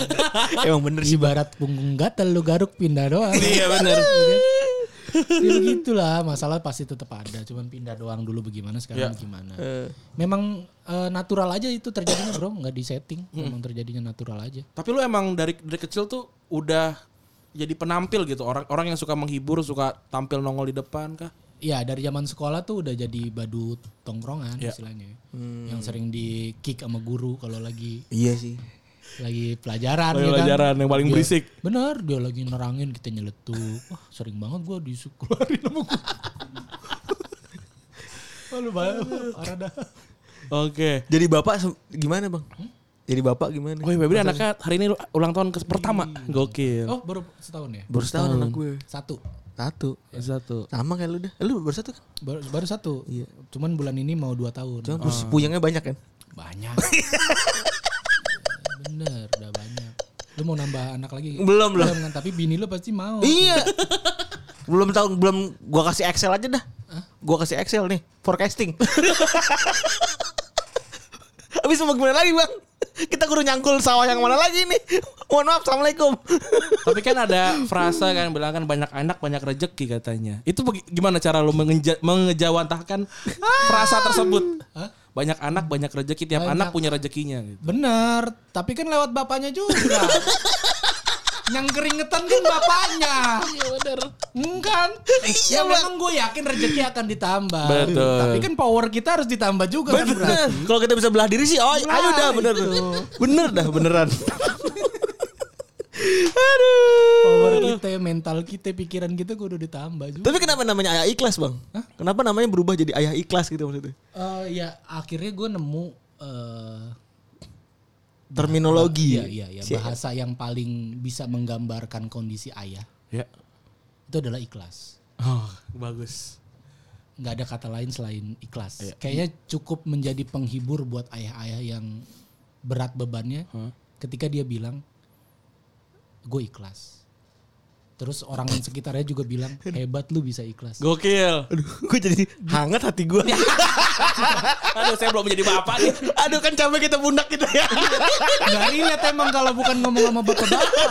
[SPEAKER 5] Emang bener sih.
[SPEAKER 2] Ibarat punggung gatel lu garuk pindah doang.
[SPEAKER 3] Iya benar.
[SPEAKER 2] Ya begitulah masalah pasti tetap ada cuman pindah doang dulu bagaimana sekarang
[SPEAKER 3] Iya.
[SPEAKER 2] bagaimana memang eh, natural aja itu terjadinya bro nggak di setting
[SPEAKER 3] Hmm.
[SPEAKER 2] memang terjadinya natural aja
[SPEAKER 3] Tapi lu emang dari dari kecil tuh udah jadi penampil gitu orang orang yang suka menghibur suka tampil nongol di depan kah?
[SPEAKER 2] ya dari zaman sekolah tuh udah jadi badut tongkrongan
[SPEAKER 3] Iya.
[SPEAKER 2] istilahnya ya.
[SPEAKER 3] Hmm.
[SPEAKER 2] yang sering di kick sama guru kalau lagi
[SPEAKER 5] Iya sih.
[SPEAKER 2] lagi pelajaran ya kan.
[SPEAKER 3] Oh, iya, Pelajaran yang paling berisik.
[SPEAKER 2] bener dia lagi nerangin kita nyeletuk wah sering banget gue disukurin sama
[SPEAKER 5] [LAUGHS]
[SPEAKER 2] guru Wah, lu bayar, parah dah.
[SPEAKER 3] Oke.
[SPEAKER 5] Jadi bapak se- gimana bang? Jadi bapak gimana?
[SPEAKER 3] Woi, Febri anaknya hari ini ulang tahun ke pertama. Gokil.
[SPEAKER 2] Oh baru setahun ya?
[SPEAKER 5] Baru setahun anak gue.
[SPEAKER 2] Satu.
[SPEAKER 5] Satu.
[SPEAKER 3] Satu.
[SPEAKER 5] Sama kayak lu dah. Eh, Lu baru satu kan?
[SPEAKER 2] Baru, baru satu.
[SPEAKER 5] Iya.
[SPEAKER 2] Cuman bulan ini mau dua tahun.
[SPEAKER 5] Cuma
[SPEAKER 3] Ah.
[SPEAKER 5] terus puyengnya banyak kan?
[SPEAKER 2] Banyak. Bener, udah banyak. Lu mau nambah anak lagi?
[SPEAKER 5] Belum, belum.
[SPEAKER 2] kan? Tapi bini lu pasti
[SPEAKER 3] Oh.
[SPEAKER 2] mau.
[SPEAKER 5] Iya. belum tahu belum gua kasih Excel aja dah. Gua kasih Excel nih forecasting. [LAUGHS] Habis mau gimana lagi, Bang? Kita kudu nyangkul sawah yang mana lagi nih? Mohon
[SPEAKER 3] [LAUGHS]
[SPEAKER 5] maaf, Assalamualaikum.
[SPEAKER 3] Tapi kan ada frasa kan bilang kan banyak anak banyak rejeki katanya. Itu bagi- gimana cara lu mengeja, mengejawantahkan frasa tersebut? Banyak anak banyak rejeki tiap
[SPEAKER 2] Banyak.
[SPEAKER 3] anak punya rejekinya gitu.
[SPEAKER 2] Bener, tapi kan lewat bapaknya [LAUGHS] juga. Yang keringetan kan bapaknya. Iya bener. kan? ya memang gue yakin rezeki akan ditambah.
[SPEAKER 3] Betul.
[SPEAKER 2] Tapi kan power kita harus ditambah juga kan berarti.
[SPEAKER 5] Bener. Kalau kita bisa belah diri sih, oh, ayo dah bener.
[SPEAKER 3] gitu.
[SPEAKER 5] Bener dah
[SPEAKER 3] [LAUGHS]
[SPEAKER 5] beneran. Aduh.
[SPEAKER 2] Power kita, mental kita, pikiran kita kudu ditambah juga.
[SPEAKER 5] Tapi kenapa namanya ayah ikhlas, Bang? Kenapa namanya berubah jadi ayah ikhlas gitu maksudnya?
[SPEAKER 2] Eh, ya akhirnya gue nemu eh,
[SPEAKER 5] Terminologi.
[SPEAKER 2] ya, ya, ya, bahasa yang paling bisa menggambarkan kondisi ayah
[SPEAKER 3] Ya.
[SPEAKER 2] itu adalah ikhlas.
[SPEAKER 3] Oh, bagus.
[SPEAKER 2] nggak ada kata lain selain ikhlas. Kayaknya cukup menjadi penghibur buat ayah-ayah yang berat bebannya ketika dia bilang gue ikhlas. Terus orang sekitarnya juga [LAUGHS] bilang hebat lu bisa ikhlas.
[SPEAKER 3] Gokil.
[SPEAKER 5] Aduh, [LAUGHS] gue jadi hangat hati gue.
[SPEAKER 3] Aduh, saya belum menjadi bapak nih.
[SPEAKER 5] Aduh kan capek kita pundak kita ya.
[SPEAKER 2] Gak relate emang kalau bukan ngomong sama bapak-bapak.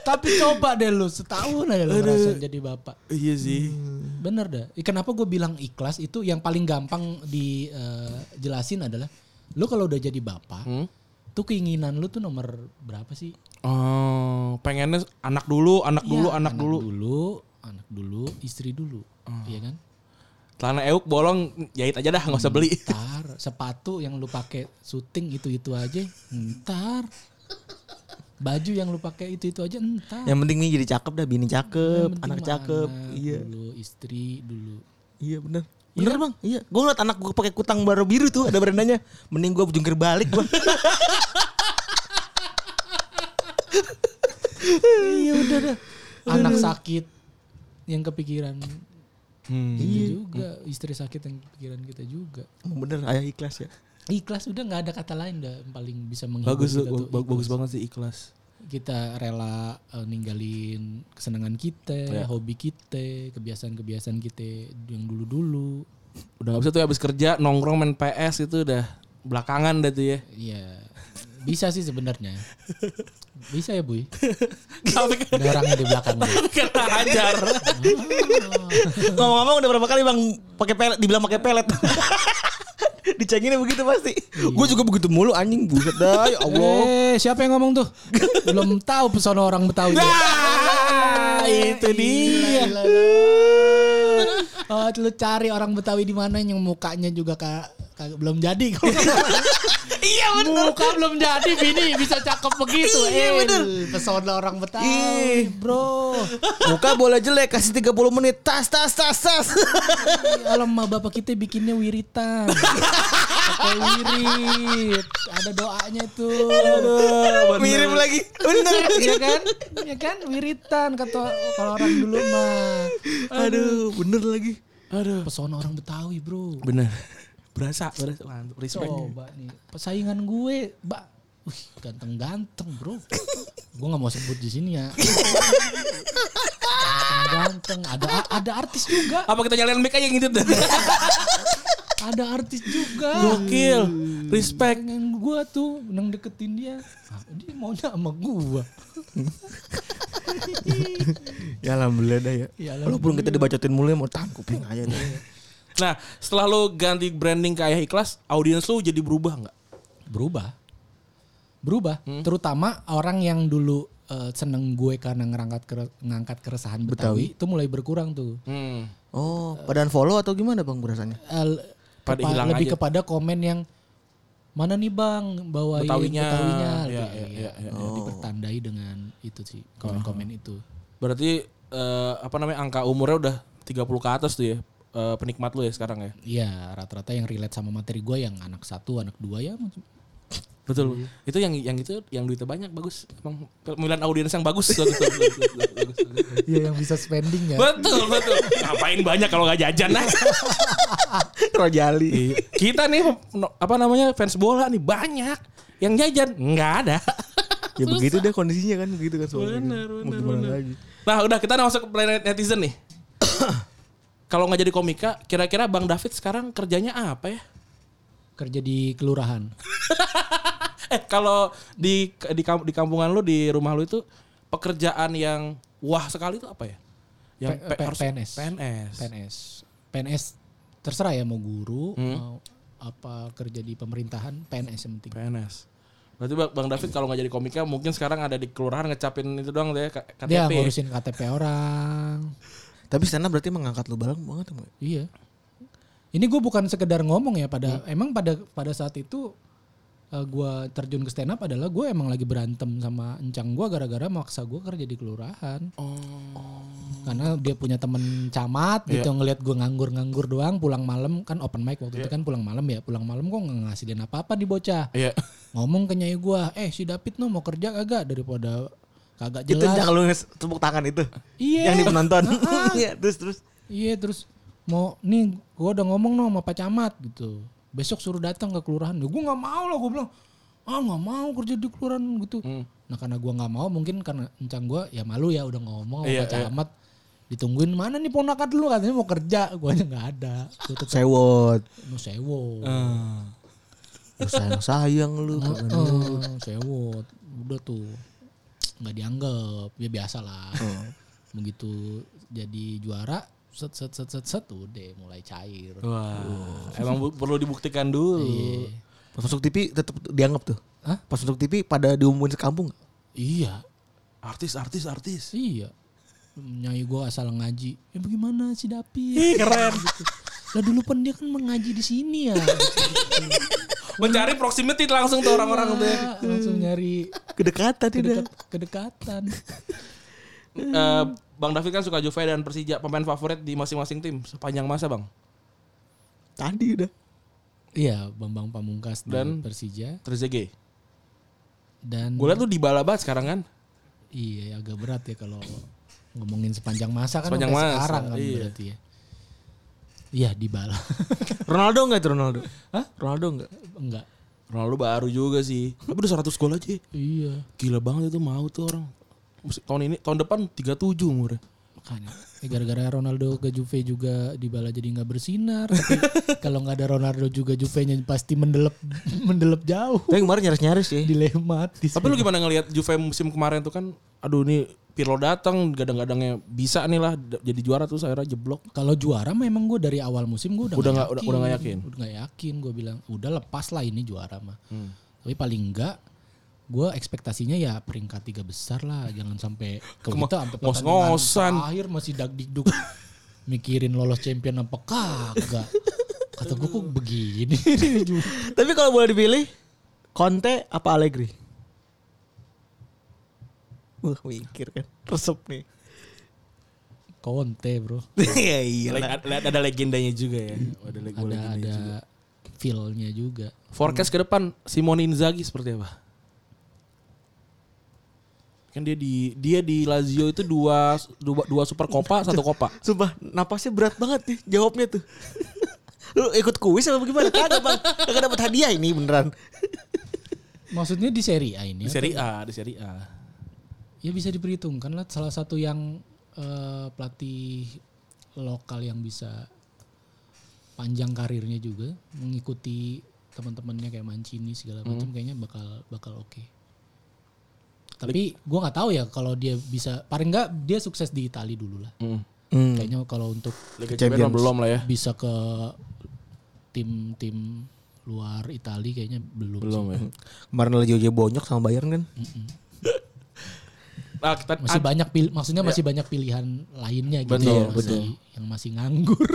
[SPEAKER 2] Tapi coba deh lu setahun aja lu ngerasain jadi bapak.
[SPEAKER 3] Iya sih.
[SPEAKER 2] Bener dah. Eh, Kenapa gue bilang ikhlas itu yang paling gampang dijelasin adalah lu kalau udah jadi bapak, tuh keinginan lu tuh nomor berapa sih?
[SPEAKER 3] Oh, pengennya anak dulu, anak dulu,
[SPEAKER 2] Iya,
[SPEAKER 3] anak, dulu. Ah.
[SPEAKER 2] dulu, anak dulu, istri dulu, iya kan?
[SPEAKER 3] Celana euk bolong jahit aja dah, nggak usah beli.
[SPEAKER 2] Ntar sepatu yang lu pakai syuting itu itu aja, ntar baju yang lu pakai itu itu aja, ntar.
[SPEAKER 5] Yang penting nih jadi cakep dah, bini
[SPEAKER 2] Yang
[SPEAKER 5] cakep,
[SPEAKER 2] penting
[SPEAKER 5] anak
[SPEAKER 2] mah
[SPEAKER 5] cakep.
[SPEAKER 2] anak
[SPEAKER 5] Iya,
[SPEAKER 2] Dulu istri dulu.
[SPEAKER 5] iya bener. Bener bang, iya. Gue ngeliat anak gue pakai kutang baru biru tuh ada berandanya. Mending gue jungkir balik bang.
[SPEAKER 2] Iya udah dah. Anak sakit yang kepikiran
[SPEAKER 3] Hmm.
[SPEAKER 2] kita juga, istri sakit yang kepikiran kita juga.
[SPEAKER 5] Emang bener, ayah ikhlas ya.
[SPEAKER 2] Ikhlas udah nggak ada kata lain dah yang paling bisa menghibur
[SPEAKER 3] Bagus,
[SPEAKER 2] kita tuh
[SPEAKER 3] lu, ba- bagus
[SPEAKER 2] ikhlas.
[SPEAKER 3] banget sih ikhlas.
[SPEAKER 2] kita rela eh, ninggalin kesenangan
[SPEAKER 5] Ya.
[SPEAKER 2] kita, hobi kita, kebiasaan-kebiasaan kita yang dulu-dulu.
[SPEAKER 3] Udah nggak bisa tuh habis kerja nongkrong main PS itu udah belakangan dah tuh ya.
[SPEAKER 2] Iya. Bisa sih sebenarnya. Bisa ya, Buy?
[SPEAKER 3] Tapi kan
[SPEAKER 2] Ada orangnya di belakang. Bu.
[SPEAKER 3] kena
[SPEAKER 5] [LAUGHS]
[SPEAKER 3] hajar.
[SPEAKER 5] Ngomong-ngomong udah berapa kali bang pakai pelet, dibilang pakai [LAUGHS] pelet. Dicenginnya begitu pasti. Gue juga begitu mulu anjing buset dah ya [LAUGHS] Allah.
[SPEAKER 2] Eh, siapa yang ngomong tuh? Belum tahu pesona orang Betawi.
[SPEAKER 5] Nah. Ah, itu dia.
[SPEAKER 2] Oh, lu cari orang Betawi di mana yang mukanya juga ka- kagak belum jadi.
[SPEAKER 5] [LAUGHS]
[SPEAKER 2] iya bener. Muka belum jadi bini bisa cakep begitu.
[SPEAKER 5] Iya,
[SPEAKER 2] Eh,
[SPEAKER 5] bener.
[SPEAKER 2] Pesona orang
[SPEAKER 5] Ih.
[SPEAKER 2] Betawi, Bro.
[SPEAKER 5] Muka bola jelek kasih 30 menit tas tas tas tas.
[SPEAKER 2] Kalau emak bapak kita bikinnya wiritan. Pakai wirid. Ada doanya tuh.
[SPEAKER 5] Eh, Mirip lagi. Bener.
[SPEAKER 2] Iya kan? Iya kan? Wiritan kata kalau orang dulu mah.
[SPEAKER 5] Aduh, bener lagi.
[SPEAKER 3] Aduh.
[SPEAKER 2] Pesona orang Betawi, Bro.
[SPEAKER 3] Bener. [LAUGHS] Berasa, berasa. Mantap, respect.
[SPEAKER 2] Coba nih, persaingan gue, Mbak. Wih, ganteng-ganteng, Bro. gue nggak mau sebut di sini ya. Ganteng, ada ada artis juga,
[SPEAKER 3] Apa kita nyalain mic aja yang ngintip?
[SPEAKER 2] ada artis juga.
[SPEAKER 3] [LAUGHS] Gokil. Respect.
[SPEAKER 2] pengen gua tuh neng deketin dia Ah, dia maunya sama gua
[SPEAKER 5] Ya alhamdulillah dah ya.
[SPEAKER 2] Ya,
[SPEAKER 5] Walaupun kita dibacotin mulu ya, mau tahan kuping aja dah. [LAUGHS]
[SPEAKER 3] Nah, setelah lo ganti branding ke Ayah Ikhlas, audiens lo jadi berubah nggak?
[SPEAKER 2] berubah berubah
[SPEAKER 3] Hmm.
[SPEAKER 2] terutama orang yang dulu eh, seneng gue karena ngerangkat kere- ngangkat keresahan Betawi, itu mulai berkurang tuh
[SPEAKER 3] Hmm.
[SPEAKER 5] Oh, padahal follow atau gimana Bang berasanya?
[SPEAKER 2] Eh, l-
[SPEAKER 3] Pada
[SPEAKER 2] kepa-
[SPEAKER 3] hilang
[SPEAKER 2] lebih
[SPEAKER 3] aja.
[SPEAKER 2] kepada komen yang mana nih bang bawain
[SPEAKER 3] Betawinya."
[SPEAKER 2] Betawinya
[SPEAKER 3] Iya,
[SPEAKER 2] lebih-
[SPEAKER 3] iya, iya, iya.
[SPEAKER 2] jadi dipertandai dengan itu sih komen-komen
[SPEAKER 3] Oh.
[SPEAKER 2] itu
[SPEAKER 3] Berarti eh, apa namanya angka umurnya udah 30 ke atas tuh ya eh, penikmat lo ya sekarang ya.
[SPEAKER 2] Iya rata-rata yang relate sama materi gue yang anak satu anak dua ya
[SPEAKER 3] Betul. Hmm. Itu yang yang itu yang duitnya banyak bagus. Emang pemilihan audiens yang bagus. [LAUGHS] Bagus, bagus, bagus, bagus, bagus.
[SPEAKER 2] Iya yang bisa spending ya
[SPEAKER 3] Betul, betul. Ngapain banyak kalau nggak jajan [LAUGHS] nah.
[SPEAKER 5] Rojali.
[SPEAKER 3] Kita nih no- apa namanya fans bola nih banyak. Yang jajan nggak ada.
[SPEAKER 5] [LAUGHS] Ya begitu deh kondisinya kan begitu kan soalnya.
[SPEAKER 3] Bener,
[SPEAKER 5] Mau
[SPEAKER 3] bener,
[SPEAKER 5] gimana
[SPEAKER 3] bener.
[SPEAKER 5] lagi?
[SPEAKER 3] Nah, udah kita masuk ke planet netizen
[SPEAKER 2] [COUGHS]
[SPEAKER 3] nih. kalau nggak jadi komika, kira-kira Bang David sekarang kerjanya apa ya?
[SPEAKER 2] kerja di kelurahan
[SPEAKER 3] Eh, kalau di di kam- di kampungan lu di rumah lu itu pekerjaan yang wah sekali itu apa ya? Yang
[SPEAKER 2] P- P- PNS.
[SPEAKER 3] PNS.
[SPEAKER 2] PNS. PNS terserah ya mau guru mau apa kerja di pemerintahan PNS yang penting.
[SPEAKER 3] PNS. Berarti Bang- Bang David kalau nggak jadi komika mungkin sekarang ada di kelurahan ngecapin itu doang ya, deh K- KTP.
[SPEAKER 2] Dia ngurusin KTP orang.
[SPEAKER 5] Tapi sana berarti mengangkat lu bareng banget emang.
[SPEAKER 2] Iya. Ini gue bukan sekedar ngomong ya pada emang pada pada saat itu eh, gua gue terjun ke stand up adalah gue emang lagi berantem sama encang gue gara-gara maksa gue kerja di kelurahan. Karena dia punya temen camat gitu ngelihat gue nganggur-nganggur doang pulang malam kan open mic waktu itu kan pulang malam ya pulang malam kok nggak ngasilin apa-apa di bocah.
[SPEAKER 3] Iya.
[SPEAKER 2] ngomong ke nyai gua eh si David no mau kerja kagak daripada kagak
[SPEAKER 5] Itu
[SPEAKER 2] jelas
[SPEAKER 5] jangan lu nges- tepuk tangan itu.
[SPEAKER 2] Iya.
[SPEAKER 5] Yang di penonton. [LAUGHS] Iya, terus terus.
[SPEAKER 2] iya terus mau nih gua udah ngomong no sama Pak Camat gitu
[SPEAKER 3] Hmm.
[SPEAKER 2] besok suruh datang ke kelurahan ya gua nggak mau lah gua bilang ah nggak mau kerja di kelurahan gitu Nah karena gua nggak mau mungkin karena encang gua ya malu ya udah ngomong sama
[SPEAKER 3] Iya,
[SPEAKER 2] Pak camat ditungguin mana nih ponakan lu katanya mau kerja gua aja nggak ada gua tetap
[SPEAKER 5] Sewot.
[SPEAKER 2] mau sewo
[SPEAKER 3] Hmm.
[SPEAKER 5] Lu Sayang-sayang lu.
[SPEAKER 2] Heeh, sewot Gitu. udah tuh nggak dianggap ya biasa lah
[SPEAKER 3] Hmm.
[SPEAKER 2] begitu jadi juara set set set set set udah mulai cair
[SPEAKER 3] Wah, emang bu- perlu dibuktikan dulu.
[SPEAKER 2] Iya.
[SPEAKER 5] Pas masuk TV tetap dianggap tuh.
[SPEAKER 2] Hah?
[SPEAKER 5] Pas masuk TV pada diumumin sekampung.
[SPEAKER 2] iya
[SPEAKER 3] Artis, artis, artis.
[SPEAKER 2] Iya. Nyai gue asal ngaji. Ya bagaimana si Dapi?
[SPEAKER 3] [LAUGHS] Ih, keren.
[SPEAKER 2] Gitu. Lah dulu pun dia kan mengaji di
[SPEAKER 3] [LAUGHS]
[SPEAKER 2] sini ya.
[SPEAKER 3] Mencari proximity langsung tuh orang-orang tuh.
[SPEAKER 2] [LAUGHS]
[SPEAKER 3] ya.
[SPEAKER 2] Nah, Langsung nyari
[SPEAKER 5] Kedekatan tidak.
[SPEAKER 2] kedek- kedekatan.
[SPEAKER 3] Eh,
[SPEAKER 2] Hmm.
[SPEAKER 3] Bang David kan suka Juve dan Persija, pemain favorit di masing-masing tim sepanjang masa, Bang.
[SPEAKER 5] Tadi udah.
[SPEAKER 2] Iya, Bambang Pamungkas
[SPEAKER 3] Dan-
[SPEAKER 2] dan Persija
[SPEAKER 3] Trezeguet.
[SPEAKER 2] dan
[SPEAKER 3] Gue liat lu di banget sekarang kan.
[SPEAKER 2] iya agak berat ya kalau ngomongin sepanjang masa kan
[SPEAKER 3] Sepanjang
[SPEAKER 2] sampai
[SPEAKER 3] masa,
[SPEAKER 2] sekarang kan
[SPEAKER 3] iya.
[SPEAKER 2] berarti ya. Iya di bala.
[SPEAKER 5] Ronaldo enggak itu Ronaldo? Hah? Ronaldo enggak?
[SPEAKER 2] [LAUGHS] Enggak.
[SPEAKER 3] Ronaldo baru juga sih. Tapi udah 100 gol aja. ya.
[SPEAKER 2] Iya.
[SPEAKER 3] Gila banget itu mau tuh orang. Maksud- Tahun ini, tahun depan 37 umurnya.
[SPEAKER 2] Makanya Eh, gara-gara Ronaldo ke Juve juga Dybala jadi nggak bersinar.
[SPEAKER 3] [LAUGHS]
[SPEAKER 2] Tapi kalau nggak ada Ronaldo juga Juve-nya pasti mendelep mendelep jauh.
[SPEAKER 5] Tapi kemarin nyaris-nyaris sih.
[SPEAKER 2] Dilematis.
[SPEAKER 3] Tapi lu gimana ngelihat Juve musim kemarin tuh kan aduh nih Pirlo datang gadang-gadangnya bisa nih lah d- jadi juara terus akhirnya jeblok.
[SPEAKER 2] Kalau juara memang gue dari awal musim gue udah
[SPEAKER 3] Udah
[SPEAKER 2] nggak
[SPEAKER 3] nggak- udah- udah nggak yakin?
[SPEAKER 2] Udah nggak yakin gue bilang udah lepas lah ini juara mah.
[SPEAKER 3] Hmm.
[SPEAKER 2] Tapi paling enggak gue ekspektasinya ya peringkat tiga besar lah jangan sampai ke
[SPEAKER 3] Kema-
[SPEAKER 2] kita sampai pertandingan
[SPEAKER 3] ngos-ngosan.
[SPEAKER 2] terakhir masih dag
[SPEAKER 3] [LAUGHS]
[SPEAKER 2] digduk mikirin lolos champion apa kagak kata gue kok begini
[SPEAKER 3] [LAUGHS]
[SPEAKER 5] Tapi kalau boleh dipilih Conte apa Allegri? Wah, mikir kan. Resep [LAUGHS] nih.
[SPEAKER 2] Conte bro
[SPEAKER 5] Iya iya.
[SPEAKER 3] Leg- Ada, ada legendanya juga ya. Ada, leg-
[SPEAKER 2] ada
[SPEAKER 3] legendanya
[SPEAKER 2] ada
[SPEAKER 3] juga.
[SPEAKER 2] feel-nya juga.
[SPEAKER 3] Forecast ke depan Simone Inzaghi seperti apa? Kan dia di dia di Lazio itu dua dua, dua super [LAUGHS] kopa satu kopa.
[SPEAKER 5] Sumpah, napasnya berat banget nih jawabnya tuh. [LAUGHS] Lu ikut kuis apa gimana? Kagak bang, kagak dapat hadiah ini beneran.
[SPEAKER 2] Maksudnya di Serie A ini?
[SPEAKER 3] Di Serie A, di Serie A.
[SPEAKER 2] Ya bisa diperhitungkan lah salah satu yang eh, pelatih lokal yang bisa panjang karirnya juga mengikuti teman-temannya kayak Mancini segala macam
[SPEAKER 3] Hmm.
[SPEAKER 2] kayaknya bakal bakal oke. Tapi gua nggak tahu ya kalau dia bisa paling nggak dia sukses di Itali dulu lah.
[SPEAKER 3] Hmm.
[SPEAKER 2] Kayaknya kalau untuk
[SPEAKER 3] Liga Champions mah belum lah ya.
[SPEAKER 2] bisa ke tim-tim luar Itali kayaknya belum.
[SPEAKER 3] Belum ya.
[SPEAKER 5] Kemarin lagi aja bonyok sama Bayern kan?
[SPEAKER 3] Nah, kita,
[SPEAKER 2] masih banyak pil- maksudnya masih banyak pilihan lainnya gitu
[SPEAKER 3] Betul,
[SPEAKER 2] ya, masih- yang masih nganggur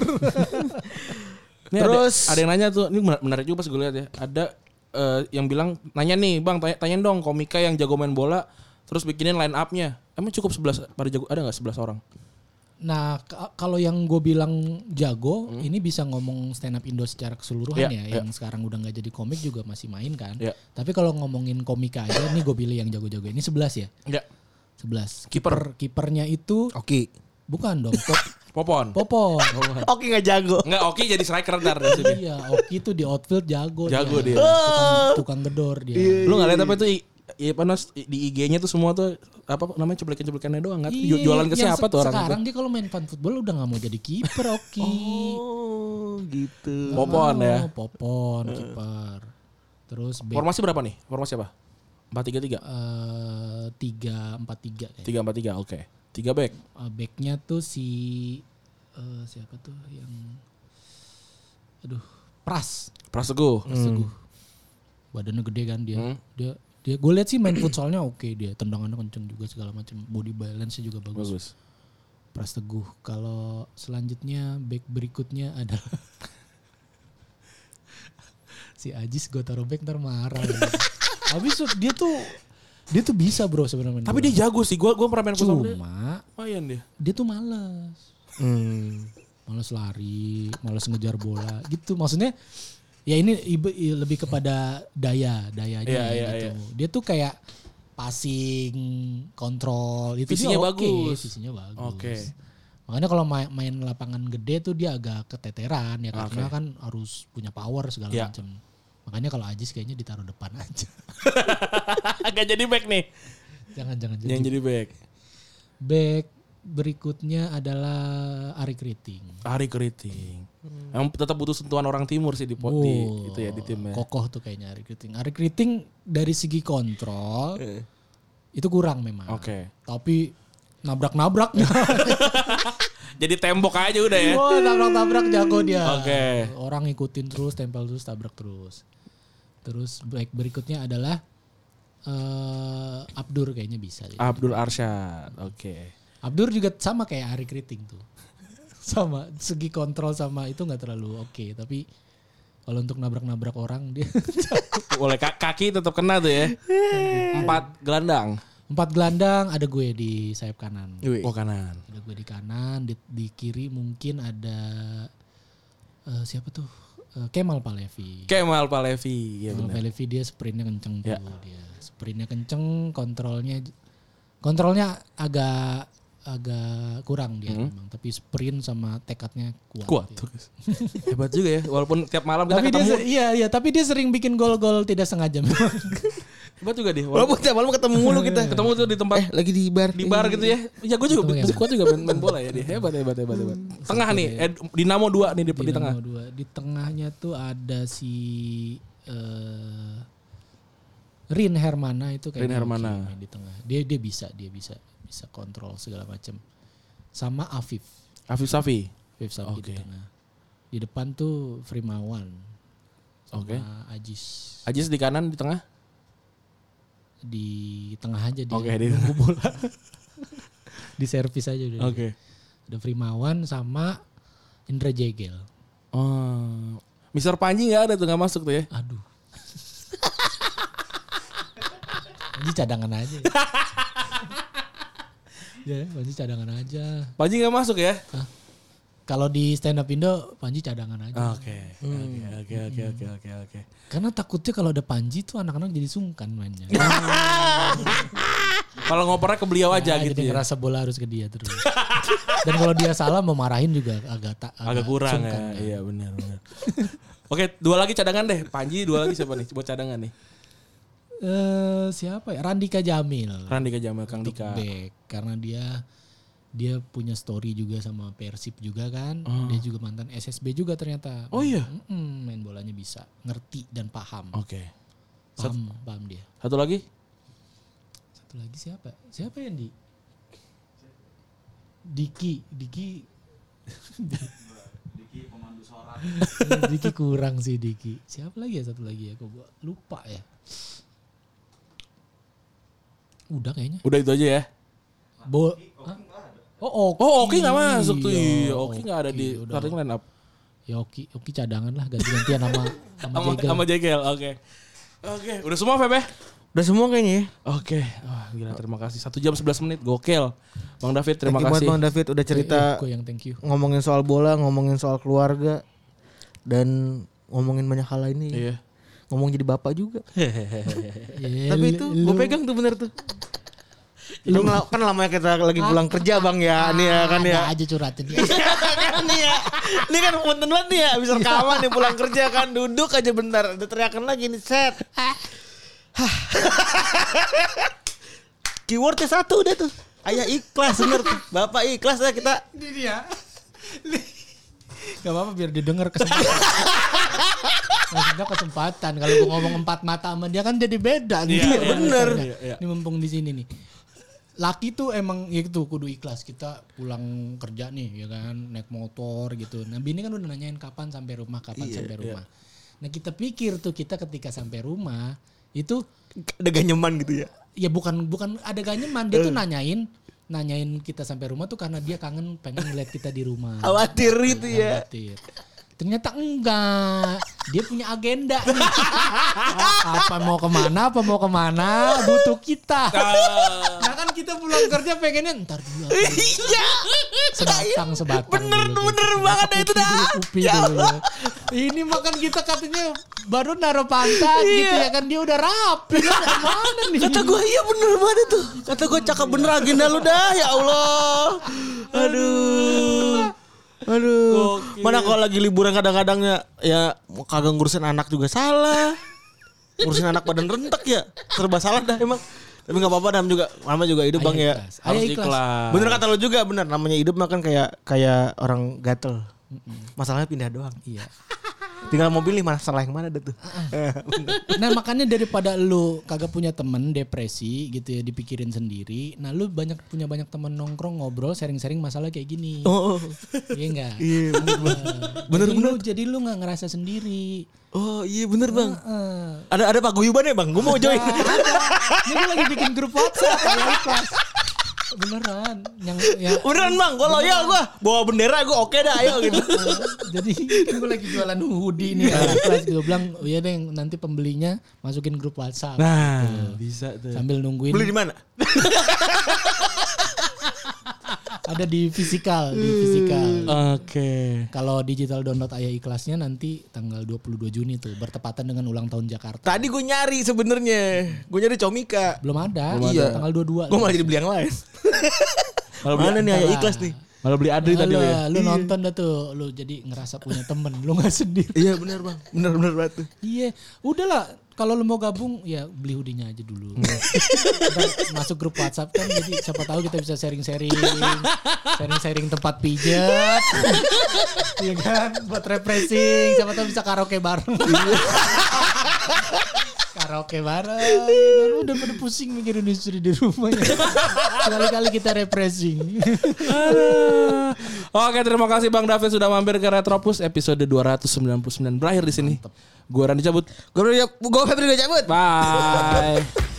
[SPEAKER 3] Ini
[SPEAKER 5] Terus-
[SPEAKER 3] ada, ada yang nanya tuh, ini menar- menarik juga pas gue lihat ya. Ada eh, yang bilang nanya nih, Bang, tanya, tanyain dong komika yang jago main bola terus bikinin line up-nya. Emang cukup 11 pada jago ada nggak 11 orang?
[SPEAKER 2] nah ka- kalau yang gue bilang jago
[SPEAKER 3] Hmm.
[SPEAKER 2] ini bisa ngomong stand up Indo secara keseluruhan ya
[SPEAKER 3] Iya,
[SPEAKER 2] yang sekarang udah nggak jadi komik juga masih main kan
[SPEAKER 3] Iya.
[SPEAKER 2] tapi kalau ngomongin komika aja ini gue pilih yang jago-jago ini 11 ya
[SPEAKER 3] Enggak.
[SPEAKER 2] 11
[SPEAKER 3] Kiper.
[SPEAKER 2] kiper kipernya itu
[SPEAKER 5] Oke.
[SPEAKER 2] bukan dong Po-
[SPEAKER 3] Popon.
[SPEAKER 2] Popon
[SPEAKER 3] Oh,
[SPEAKER 5] Oke nggak jago.
[SPEAKER 3] Enggak, Oki jadi striker ntar di sini.
[SPEAKER 2] iya Oki itu di outfield jago
[SPEAKER 3] Jago dia.
[SPEAKER 2] Tukang, tukang gedor dia
[SPEAKER 3] Lu nggak lihat apa itu i- Iya panas di IG-nya tuh semua tuh apa namanya cuplikan-cuplikannya doang nggak
[SPEAKER 2] Iya,
[SPEAKER 3] jualan ke
[SPEAKER 2] yang
[SPEAKER 3] siapa
[SPEAKER 2] se-
[SPEAKER 3] tuh orang
[SPEAKER 2] Sekarang
[SPEAKER 3] itu?
[SPEAKER 2] dia kalau main fan football udah nggak mau jadi kiper Oki.
[SPEAKER 5] Oh gitu.
[SPEAKER 3] Popon ya.
[SPEAKER 2] Oh, Popon kiper. Terus back
[SPEAKER 3] Formasi berapa nih? Formasi apa?
[SPEAKER 2] Ah,
[SPEAKER 3] 4-3-3.
[SPEAKER 2] eh, tiga empat tiga kayaknya.
[SPEAKER 3] 3-4-3. Oke. 3 back.
[SPEAKER 2] Eh, backnya tuh si eh, siapa tuh yang aduh Pras
[SPEAKER 3] Praseguh.
[SPEAKER 2] Teguh. Badannya gede kan dia.
[SPEAKER 3] Hmm.
[SPEAKER 2] Dia dia gue lihat sih main futsalnya oke dia tendangannya kenceng juga segala macam body balance juga bagus.
[SPEAKER 3] Bagus.
[SPEAKER 2] Pras Teguh. Kalau selanjutnya back berikutnya adalah [LAUGHS] si Ajis gue taruh back ntar
[SPEAKER 3] [LAUGHS]
[SPEAKER 2] marah. lagi. Habis tuh dia tuh dia tuh bisa bro sebenarnya. main
[SPEAKER 3] Tapi
[SPEAKER 2] bola.
[SPEAKER 3] dia jago sih. Gua gua pernah main futsal sama dia.
[SPEAKER 2] cuma
[SPEAKER 3] Lumayan dia.
[SPEAKER 2] dia tuh males. Hmm.
[SPEAKER 3] [LAUGHS]
[SPEAKER 2] Males lari, males ngejar bola gitu. Maksudnya ya ini ibe- i- lebih kepada daya, dayanya
[SPEAKER 3] Iya, iya,
[SPEAKER 2] gitu. Dia tuh kayak passing, kontrol itu
[SPEAKER 3] Visinya
[SPEAKER 2] dia oke,
[SPEAKER 3] bagus.
[SPEAKER 2] visinya bagus.
[SPEAKER 3] Oke.
[SPEAKER 2] Makanya kalau main, main lapangan gede tuh dia agak keteteran ya karena
[SPEAKER 3] Oke.
[SPEAKER 2] kan harus punya power segala
[SPEAKER 3] Iya.
[SPEAKER 2] macam. Makanya kalau Ajis kayaknya ditaruh depan aja.
[SPEAKER 3] Agak jadi back nih.
[SPEAKER 2] [LAUGHS] Jangan jangan
[SPEAKER 3] Yang
[SPEAKER 2] jadi.
[SPEAKER 3] jadi back.
[SPEAKER 2] Back berikutnya adalah Ari Kriting.
[SPEAKER 3] Ari Keriting. Emang tetap butuh sentuhan orang timur sih di pot di
[SPEAKER 2] Wow,
[SPEAKER 3] itu ya di timnya.
[SPEAKER 2] Kokoh tuh kayaknya Ari Kriting. Ari Kriting dari segi kontrol itu kurang memang.
[SPEAKER 3] Eh. Oke.
[SPEAKER 2] Tapi nabrak-nabrak. [LAUGHS]
[SPEAKER 3] Jadi tembok aja udah ya.
[SPEAKER 2] Wah, nabrak-nabrak jago dia.
[SPEAKER 3] Oke.
[SPEAKER 2] Orang ngikutin terus, tempel terus, tabrak terus. Terus back berikutnya adalah eh Abdur kayaknya bisa. deh.
[SPEAKER 3] Abdul Arsyad. Oke.
[SPEAKER 2] Abdur juga sama kayak Ari Kriting tuh. [LAUGHS] sama segi kontrol sama itu nggak terlalu oke, tapi kalau untuk nabrak-nabrak orang dia [LAUGHS]
[SPEAKER 3] Oleh ka- kaki tetap kena tuh ya. Empat gelandang.
[SPEAKER 2] empat gelandang ada gue di sayap kanan.
[SPEAKER 3] Oh kanan.
[SPEAKER 2] Ada gue di kanan, di, di kiri mungkin ada eh, siapa tuh? Eh, Kemal Palevi.
[SPEAKER 3] Kemal Palevi. Ya
[SPEAKER 2] Kemal
[SPEAKER 3] benar. Ya.
[SPEAKER 2] Palevi dia sprintnya kenceng tuh dia. Sprintnya kenceng, kontrolnya kontrolnya agak agak kurang dia memang, tapi sprint sama tekadnya kuat.
[SPEAKER 3] Mm-hmm. Kuat tuh. [LAUGHS] Hebat juga ya. Walaupun tiap malam kita
[SPEAKER 2] Tapi dia
[SPEAKER 3] ketemu.
[SPEAKER 2] se- iya iya, tapi dia sering bikin gol-gol tidak sengaja. [LAUGHS] memang.
[SPEAKER 3] Hebat juga dia. Walaupun
[SPEAKER 5] Walaupun tiap malam ketemu mulu kita.
[SPEAKER 3] ketemu tuh di tempat
[SPEAKER 5] Eh [LAUGHS] lagi di bar.
[SPEAKER 3] di bar gitu ya. Ya gue juga
[SPEAKER 2] Ketemu ya.
[SPEAKER 3] kuat juga main, main bola ya dia. Hebat hebat hebat hebat. Tengah nih, eh, Dinamo 2 nih di, di tengah.
[SPEAKER 2] nomor dua. Di tengahnya tuh ada si eh, Rin Hermana itu kayak
[SPEAKER 3] Rin Hermana.
[SPEAKER 2] di tengah. Dia dia bisa, dia bisa bisa kontrol segala macam. Sama Afif.
[SPEAKER 3] Afif Safi.
[SPEAKER 2] Afif Safi di
[SPEAKER 3] Oke.
[SPEAKER 2] tengah. Di depan tuh Frimawan. Sama
[SPEAKER 3] Oke.
[SPEAKER 2] Ajis.
[SPEAKER 3] Ajis di kanan di tengah.
[SPEAKER 2] Di tengah aja dia.
[SPEAKER 3] Oke, di tengah.
[SPEAKER 2] bola. di servis aja udah.
[SPEAKER 3] [LAUGHS] Oke.
[SPEAKER 2] Ada Frimawan sama Indra Jegel.
[SPEAKER 3] Oh. Mister Panji nggak ada tuh nggak masuk tuh ya.
[SPEAKER 2] Aduh. [LAUGHS] Panji cadangan aja. [LAUGHS] ya, Panji cadangan aja.
[SPEAKER 3] Panji nggak masuk ya.
[SPEAKER 2] Kalau di stand up Indo, Panji cadangan aja.
[SPEAKER 3] Oke. Oke oke oke oke oke oke.
[SPEAKER 2] Karena takutnya kalau ada Panji tuh anak-anak jadi sungkan mainnya.
[SPEAKER 3] Iya, Kalau ngopernya ke beliau aja
[SPEAKER 2] Ya,
[SPEAKER 3] gitu
[SPEAKER 2] jadi
[SPEAKER 3] ya.
[SPEAKER 2] ngerasa bola harus ke dia terus. [LAUGHS] Dan kalau dia salah memarahin juga agak tak
[SPEAKER 3] Agak kurang ya. Iya benar benar. [LAUGHS] Oke, dua lagi cadangan deh. Panji dua lagi siapa nih? Buat cadangan nih.
[SPEAKER 2] Eh, siapa ya? Randika Jamil.
[SPEAKER 3] Randika Jamal Kang Dika.
[SPEAKER 2] back karena dia dia punya story juga sama Persib juga kan. Dia juga mantan SSB juga ternyata.
[SPEAKER 3] Ah. Oh iya. Oh,
[SPEAKER 2] Mm-mm, main bolanya bisa, ngerti dan paham.
[SPEAKER 3] Oke.
[SPEAKER 2] Paham, paham dia.
[SPEAKER 3] Satu lagi?
[SPEAKER 2] Satu lagi siapa? Siapa yang di Diki, Diki. Diki pemandu sorak. [LAUGHS] Diki kurang sih Diki. Siapa lagi ya satu lagi ya? Kok gua lupa ya. Udah kayaknya.
[SPEAKER 3] Udah itu aja ya.
[SPEAKER 2] Bo Hah? Oh, Oki.
[SPEAKER 3] Oh, Oki nggak masuk tuh. Iya,
[SPEAKER 2] Iya,
[SPEAKER 3] Oki nggak ada
[SPEAKER 2] Oki,
[SPEAKER 3] di
[SPEAKER 2] udah.
[SPEAKER 3] starting line up.
[SPEAKER 2] Ya Oki, Oki cadangan lah ganti-gantian sama sama
[SPEAKER 3] Sama
[SPEAKER 2] Jegel.
[SPEAKER 3] sama Jegel. Oke. Oke, udah semua Feb ya?
[SPEAKER 4] Udah semua kayaknya ya.
[SPEAKER 3] Oke. Wah, gila terima kasih. Satu jam 11 menit. Gokil. Bang David terima
[SPEAKER 4] Thank you
[SPEAKER 3] kasih.
[SPEAKER 4] buat Bang David udah cerita
[SPEAKER 5] Iya,
[SPEAKER 2] Eh, Gue yang thank you.
[SPEAKER 4] ngomongin soal bola, ngomongin soal keluarga dan ngomongin banyak hal lainnya.
[SPEAKER 3] Iya.
[SPEAKER 4] Ngomong jadi bapak juga.
[SPEAKER 2] Ya,
[SPEAKER 4] Tapi
[SPEAKER 2] lu-
[SPEAKER 4] itu
[SPEAKER 2] lu-
[SPEAKER 4] gue pegang tuh bener tuh. Lu ngel- Iya, kan lama kita lagi pulang kerja bang ya, nih ya kan ya.
[SPEAKER 2] ada aja curhatin.
[SPEAKER 4] [LAUGHS] kan nih ya. Ini kan punten banget nih ya, bisa rekaman nih pulang kerja kan duduk aja bentar, udah teriakan lagi nih set. Hah. [LAUGHS] Keywordnya satu udah tuh. Ayah ikhlas bener tuh. Bapak ikhlas ya kita.
[SPEAKER 2] Ini dia.
[SPEAKER 3] [LAUGHS]
[SPEAKER 2] Gak apa-apa biar didengar kesempatan. Maksudnya kesempatan kalau gue ngomong empat mata sama dia kan jadi beda nih.
[SPEAKER 3] Iya, iya,
[SPEAKER 2] bener.
[SPEAKER 3] iya, iya.
[SPEAKER 2] Ini mumpung di sini nih. Laki tuh emang ya gitu kudu ikhlas kita pulang kerja nih ya kan naik motor gitu. Nah bini kan udah nanyain kapan sampai rumah, kapan
[SPEAKER 3] Iya,
[SPEAKER 2] sampai rumah. Nah kita pikir tuh kita ketika sampai rumah itu
[SPEAKER 4] Ada ganyeman gitu ya.
[SPEAKER 2] ya bukan bukan ada ganyeman dia tuh
[SPEAKER 3] Eh.
[SPEAKER 2] nanyain nanyain kita sampai rumah tuh karena dia kangen pengen ngeliat kita di rumah
[SPEAKER 3] Oh,
[SPEAKER 4] Khawatir gitu ya.
[SPEAKER 2] Khawatir. Ternyata enggak. Dia punya agenda nih. apa mau kemana, apa mau kemana, butuh kita. Nah kan kita pulang kerja pengennya ntar dulu. apa dulu.
[SPEAKER 4] Iya.
[SPEAKER 2] Sebatang sebatang.
[SPEAKER 4] Bener,
[SPEAKER 2] dulu,
[SPEAKER 4] bener Ya
[SPEAKER 2] gitu.
[SPEAKER 4] banget
[SPEAKER 2] Apa
[SPEAKER 4] itu
[SPEAKER 2] kupi
[SPEAKER 4] dah.
[SPEAKER 2] dulu, kupi dulu. Ini makan kita katanya baru naruh pantat gitu ya kan dia udah rapi. Kan? Mana nih?
[SPEAKER 4] Kata gue iya bener banget tuh. Kata gue cakep bener agenda lu dah ya Allah. Aduh. Aduh. Mana kalau lagi liburan kadang-kadangnya ya kagak ngurusin anak juga salah. Ngurusin anak badan rentek ya. Serba salah dah emang. Tapi nggak apa-apa Nam juga. Nama juga hidup
[SPEAKER 2] Ayah
[SPEAKER 4] Bang ya.
[SPEAKER 2] ikhlas.
[SPEAKER 3] Harus
[SPEAKER 2] Ayah Iya, ikhlas.
[SPEAKER 3] ikhlas.
[SPEAKER 4] Bener kata lu juga
[SPEAKER 5] Bener namanya hidup mah kan kayak kayak orang gatel. Masalahnya pindah doang.
[SPEAKER 2] Iya.
[SPEAKER 5] Tinggal mau pilih masalah yang mana dah tuh.
[SPEAKER 2] Nah makanya daripada lu kagak punya temen depresi gitu ya dipikirin sendiri. Nah lu banyak punya banyak temen nongkrong ngobrol sharing-sharing masalah kayak gini.
[SPEAKER 5] Oh,
[SPEAKER 2] Iya enggak?
[SPEAKER 5] iya bener bang.
[SPEAKER 2] Bener, jadi Lu, jadi lu nggak ngerasa sendiri.
[SPEAKER 5] Oh iya bener bang.
[SPEAKER 2] Heeh.
[SPEAKER 5] Ada ada paguyuban ya bang. Gue mau [LAUGHS] join.
[SPEAKER 2] Ini gue lagi bikin grup WhatsApp kayak ikhlas. Beneran. Yang ya
[SPEAKER 5] Beneran bang. Gue loyal gue. Bawa bendera gue oke dah ayo gitu.
[SPEAKER 2] jadi gue lagi jualan hoodie nih
[SPEAKER 5] Iya.
[SPEAKER 2] kayak ikhlas gitu bilang, "Oh iya deh nanti pembelinya masukin grup WhatsApp."
[SPEAKER 3] Nah, bisa tuh.
[SPEAKER 2] Sambil nungguin
[SPEAKER 5] Beli di mana?
[SPEAKER 2] ada di fisikal, di fisikal.
[SPEAKER 5] Hmm.
[SPEAKER 3] Oke.
[SPEAKER 2] Kalau digital download Ayah Ikhlasnya nanti tanggal 22 Juni tuh bertepatan dengan ulang tahun Jakarta.
[SPEAKER 5] Tadi gue nyari sebenarnya. Gue nyari comika.
[SPEAKER 2] Belum ada. Iya,
[SPEAKER 5] Belum ada.
[SPEAKER 2] Tanggal 22.
[SPEAKER 5] Gue malah jadi beli yang lain.
[SPEAKER 3] Malah beli,
[SPEAKER 5] mana nih ayah ikhlas nih?
[SPEAKER 3] malah beli Adri tadi
[SPEAKER 2] lu,
[SPEAKER 3] lu ya.
[SPEAKER 2] lu nonton dah tuh, lu jadi ngerasa punya temen, lu nggak sendiri.
[SPEAKER 5] Iya bener bang. Bener bener banget tuh.
[SPEAKER 2] Iya, udahlah. Kalau lu mau gabung, ya beli hoodie-nya aja dulu. Ntar masuk grup WhatsApp kan, jadi siapa tahu kita bisa sharing-sharing, sharing-sharing tempat pijat, Iya kan, buat refreshing. Siapa tahu bisa karaoke bareng. karaoke bareng. ya kan? Udah pada pusing mikirin istri di rumah ya. Sekali-kali kita refreshing.
[SPEAKER 3] Aduh. Oke, terima kasih Bang David sudah mampir ke Retropus episode 299 berakhir di sini. Gua Randy cabut.
[SPEAKER 5] Gue udah gue udah cabut.
[SPEAKER 3] Bye.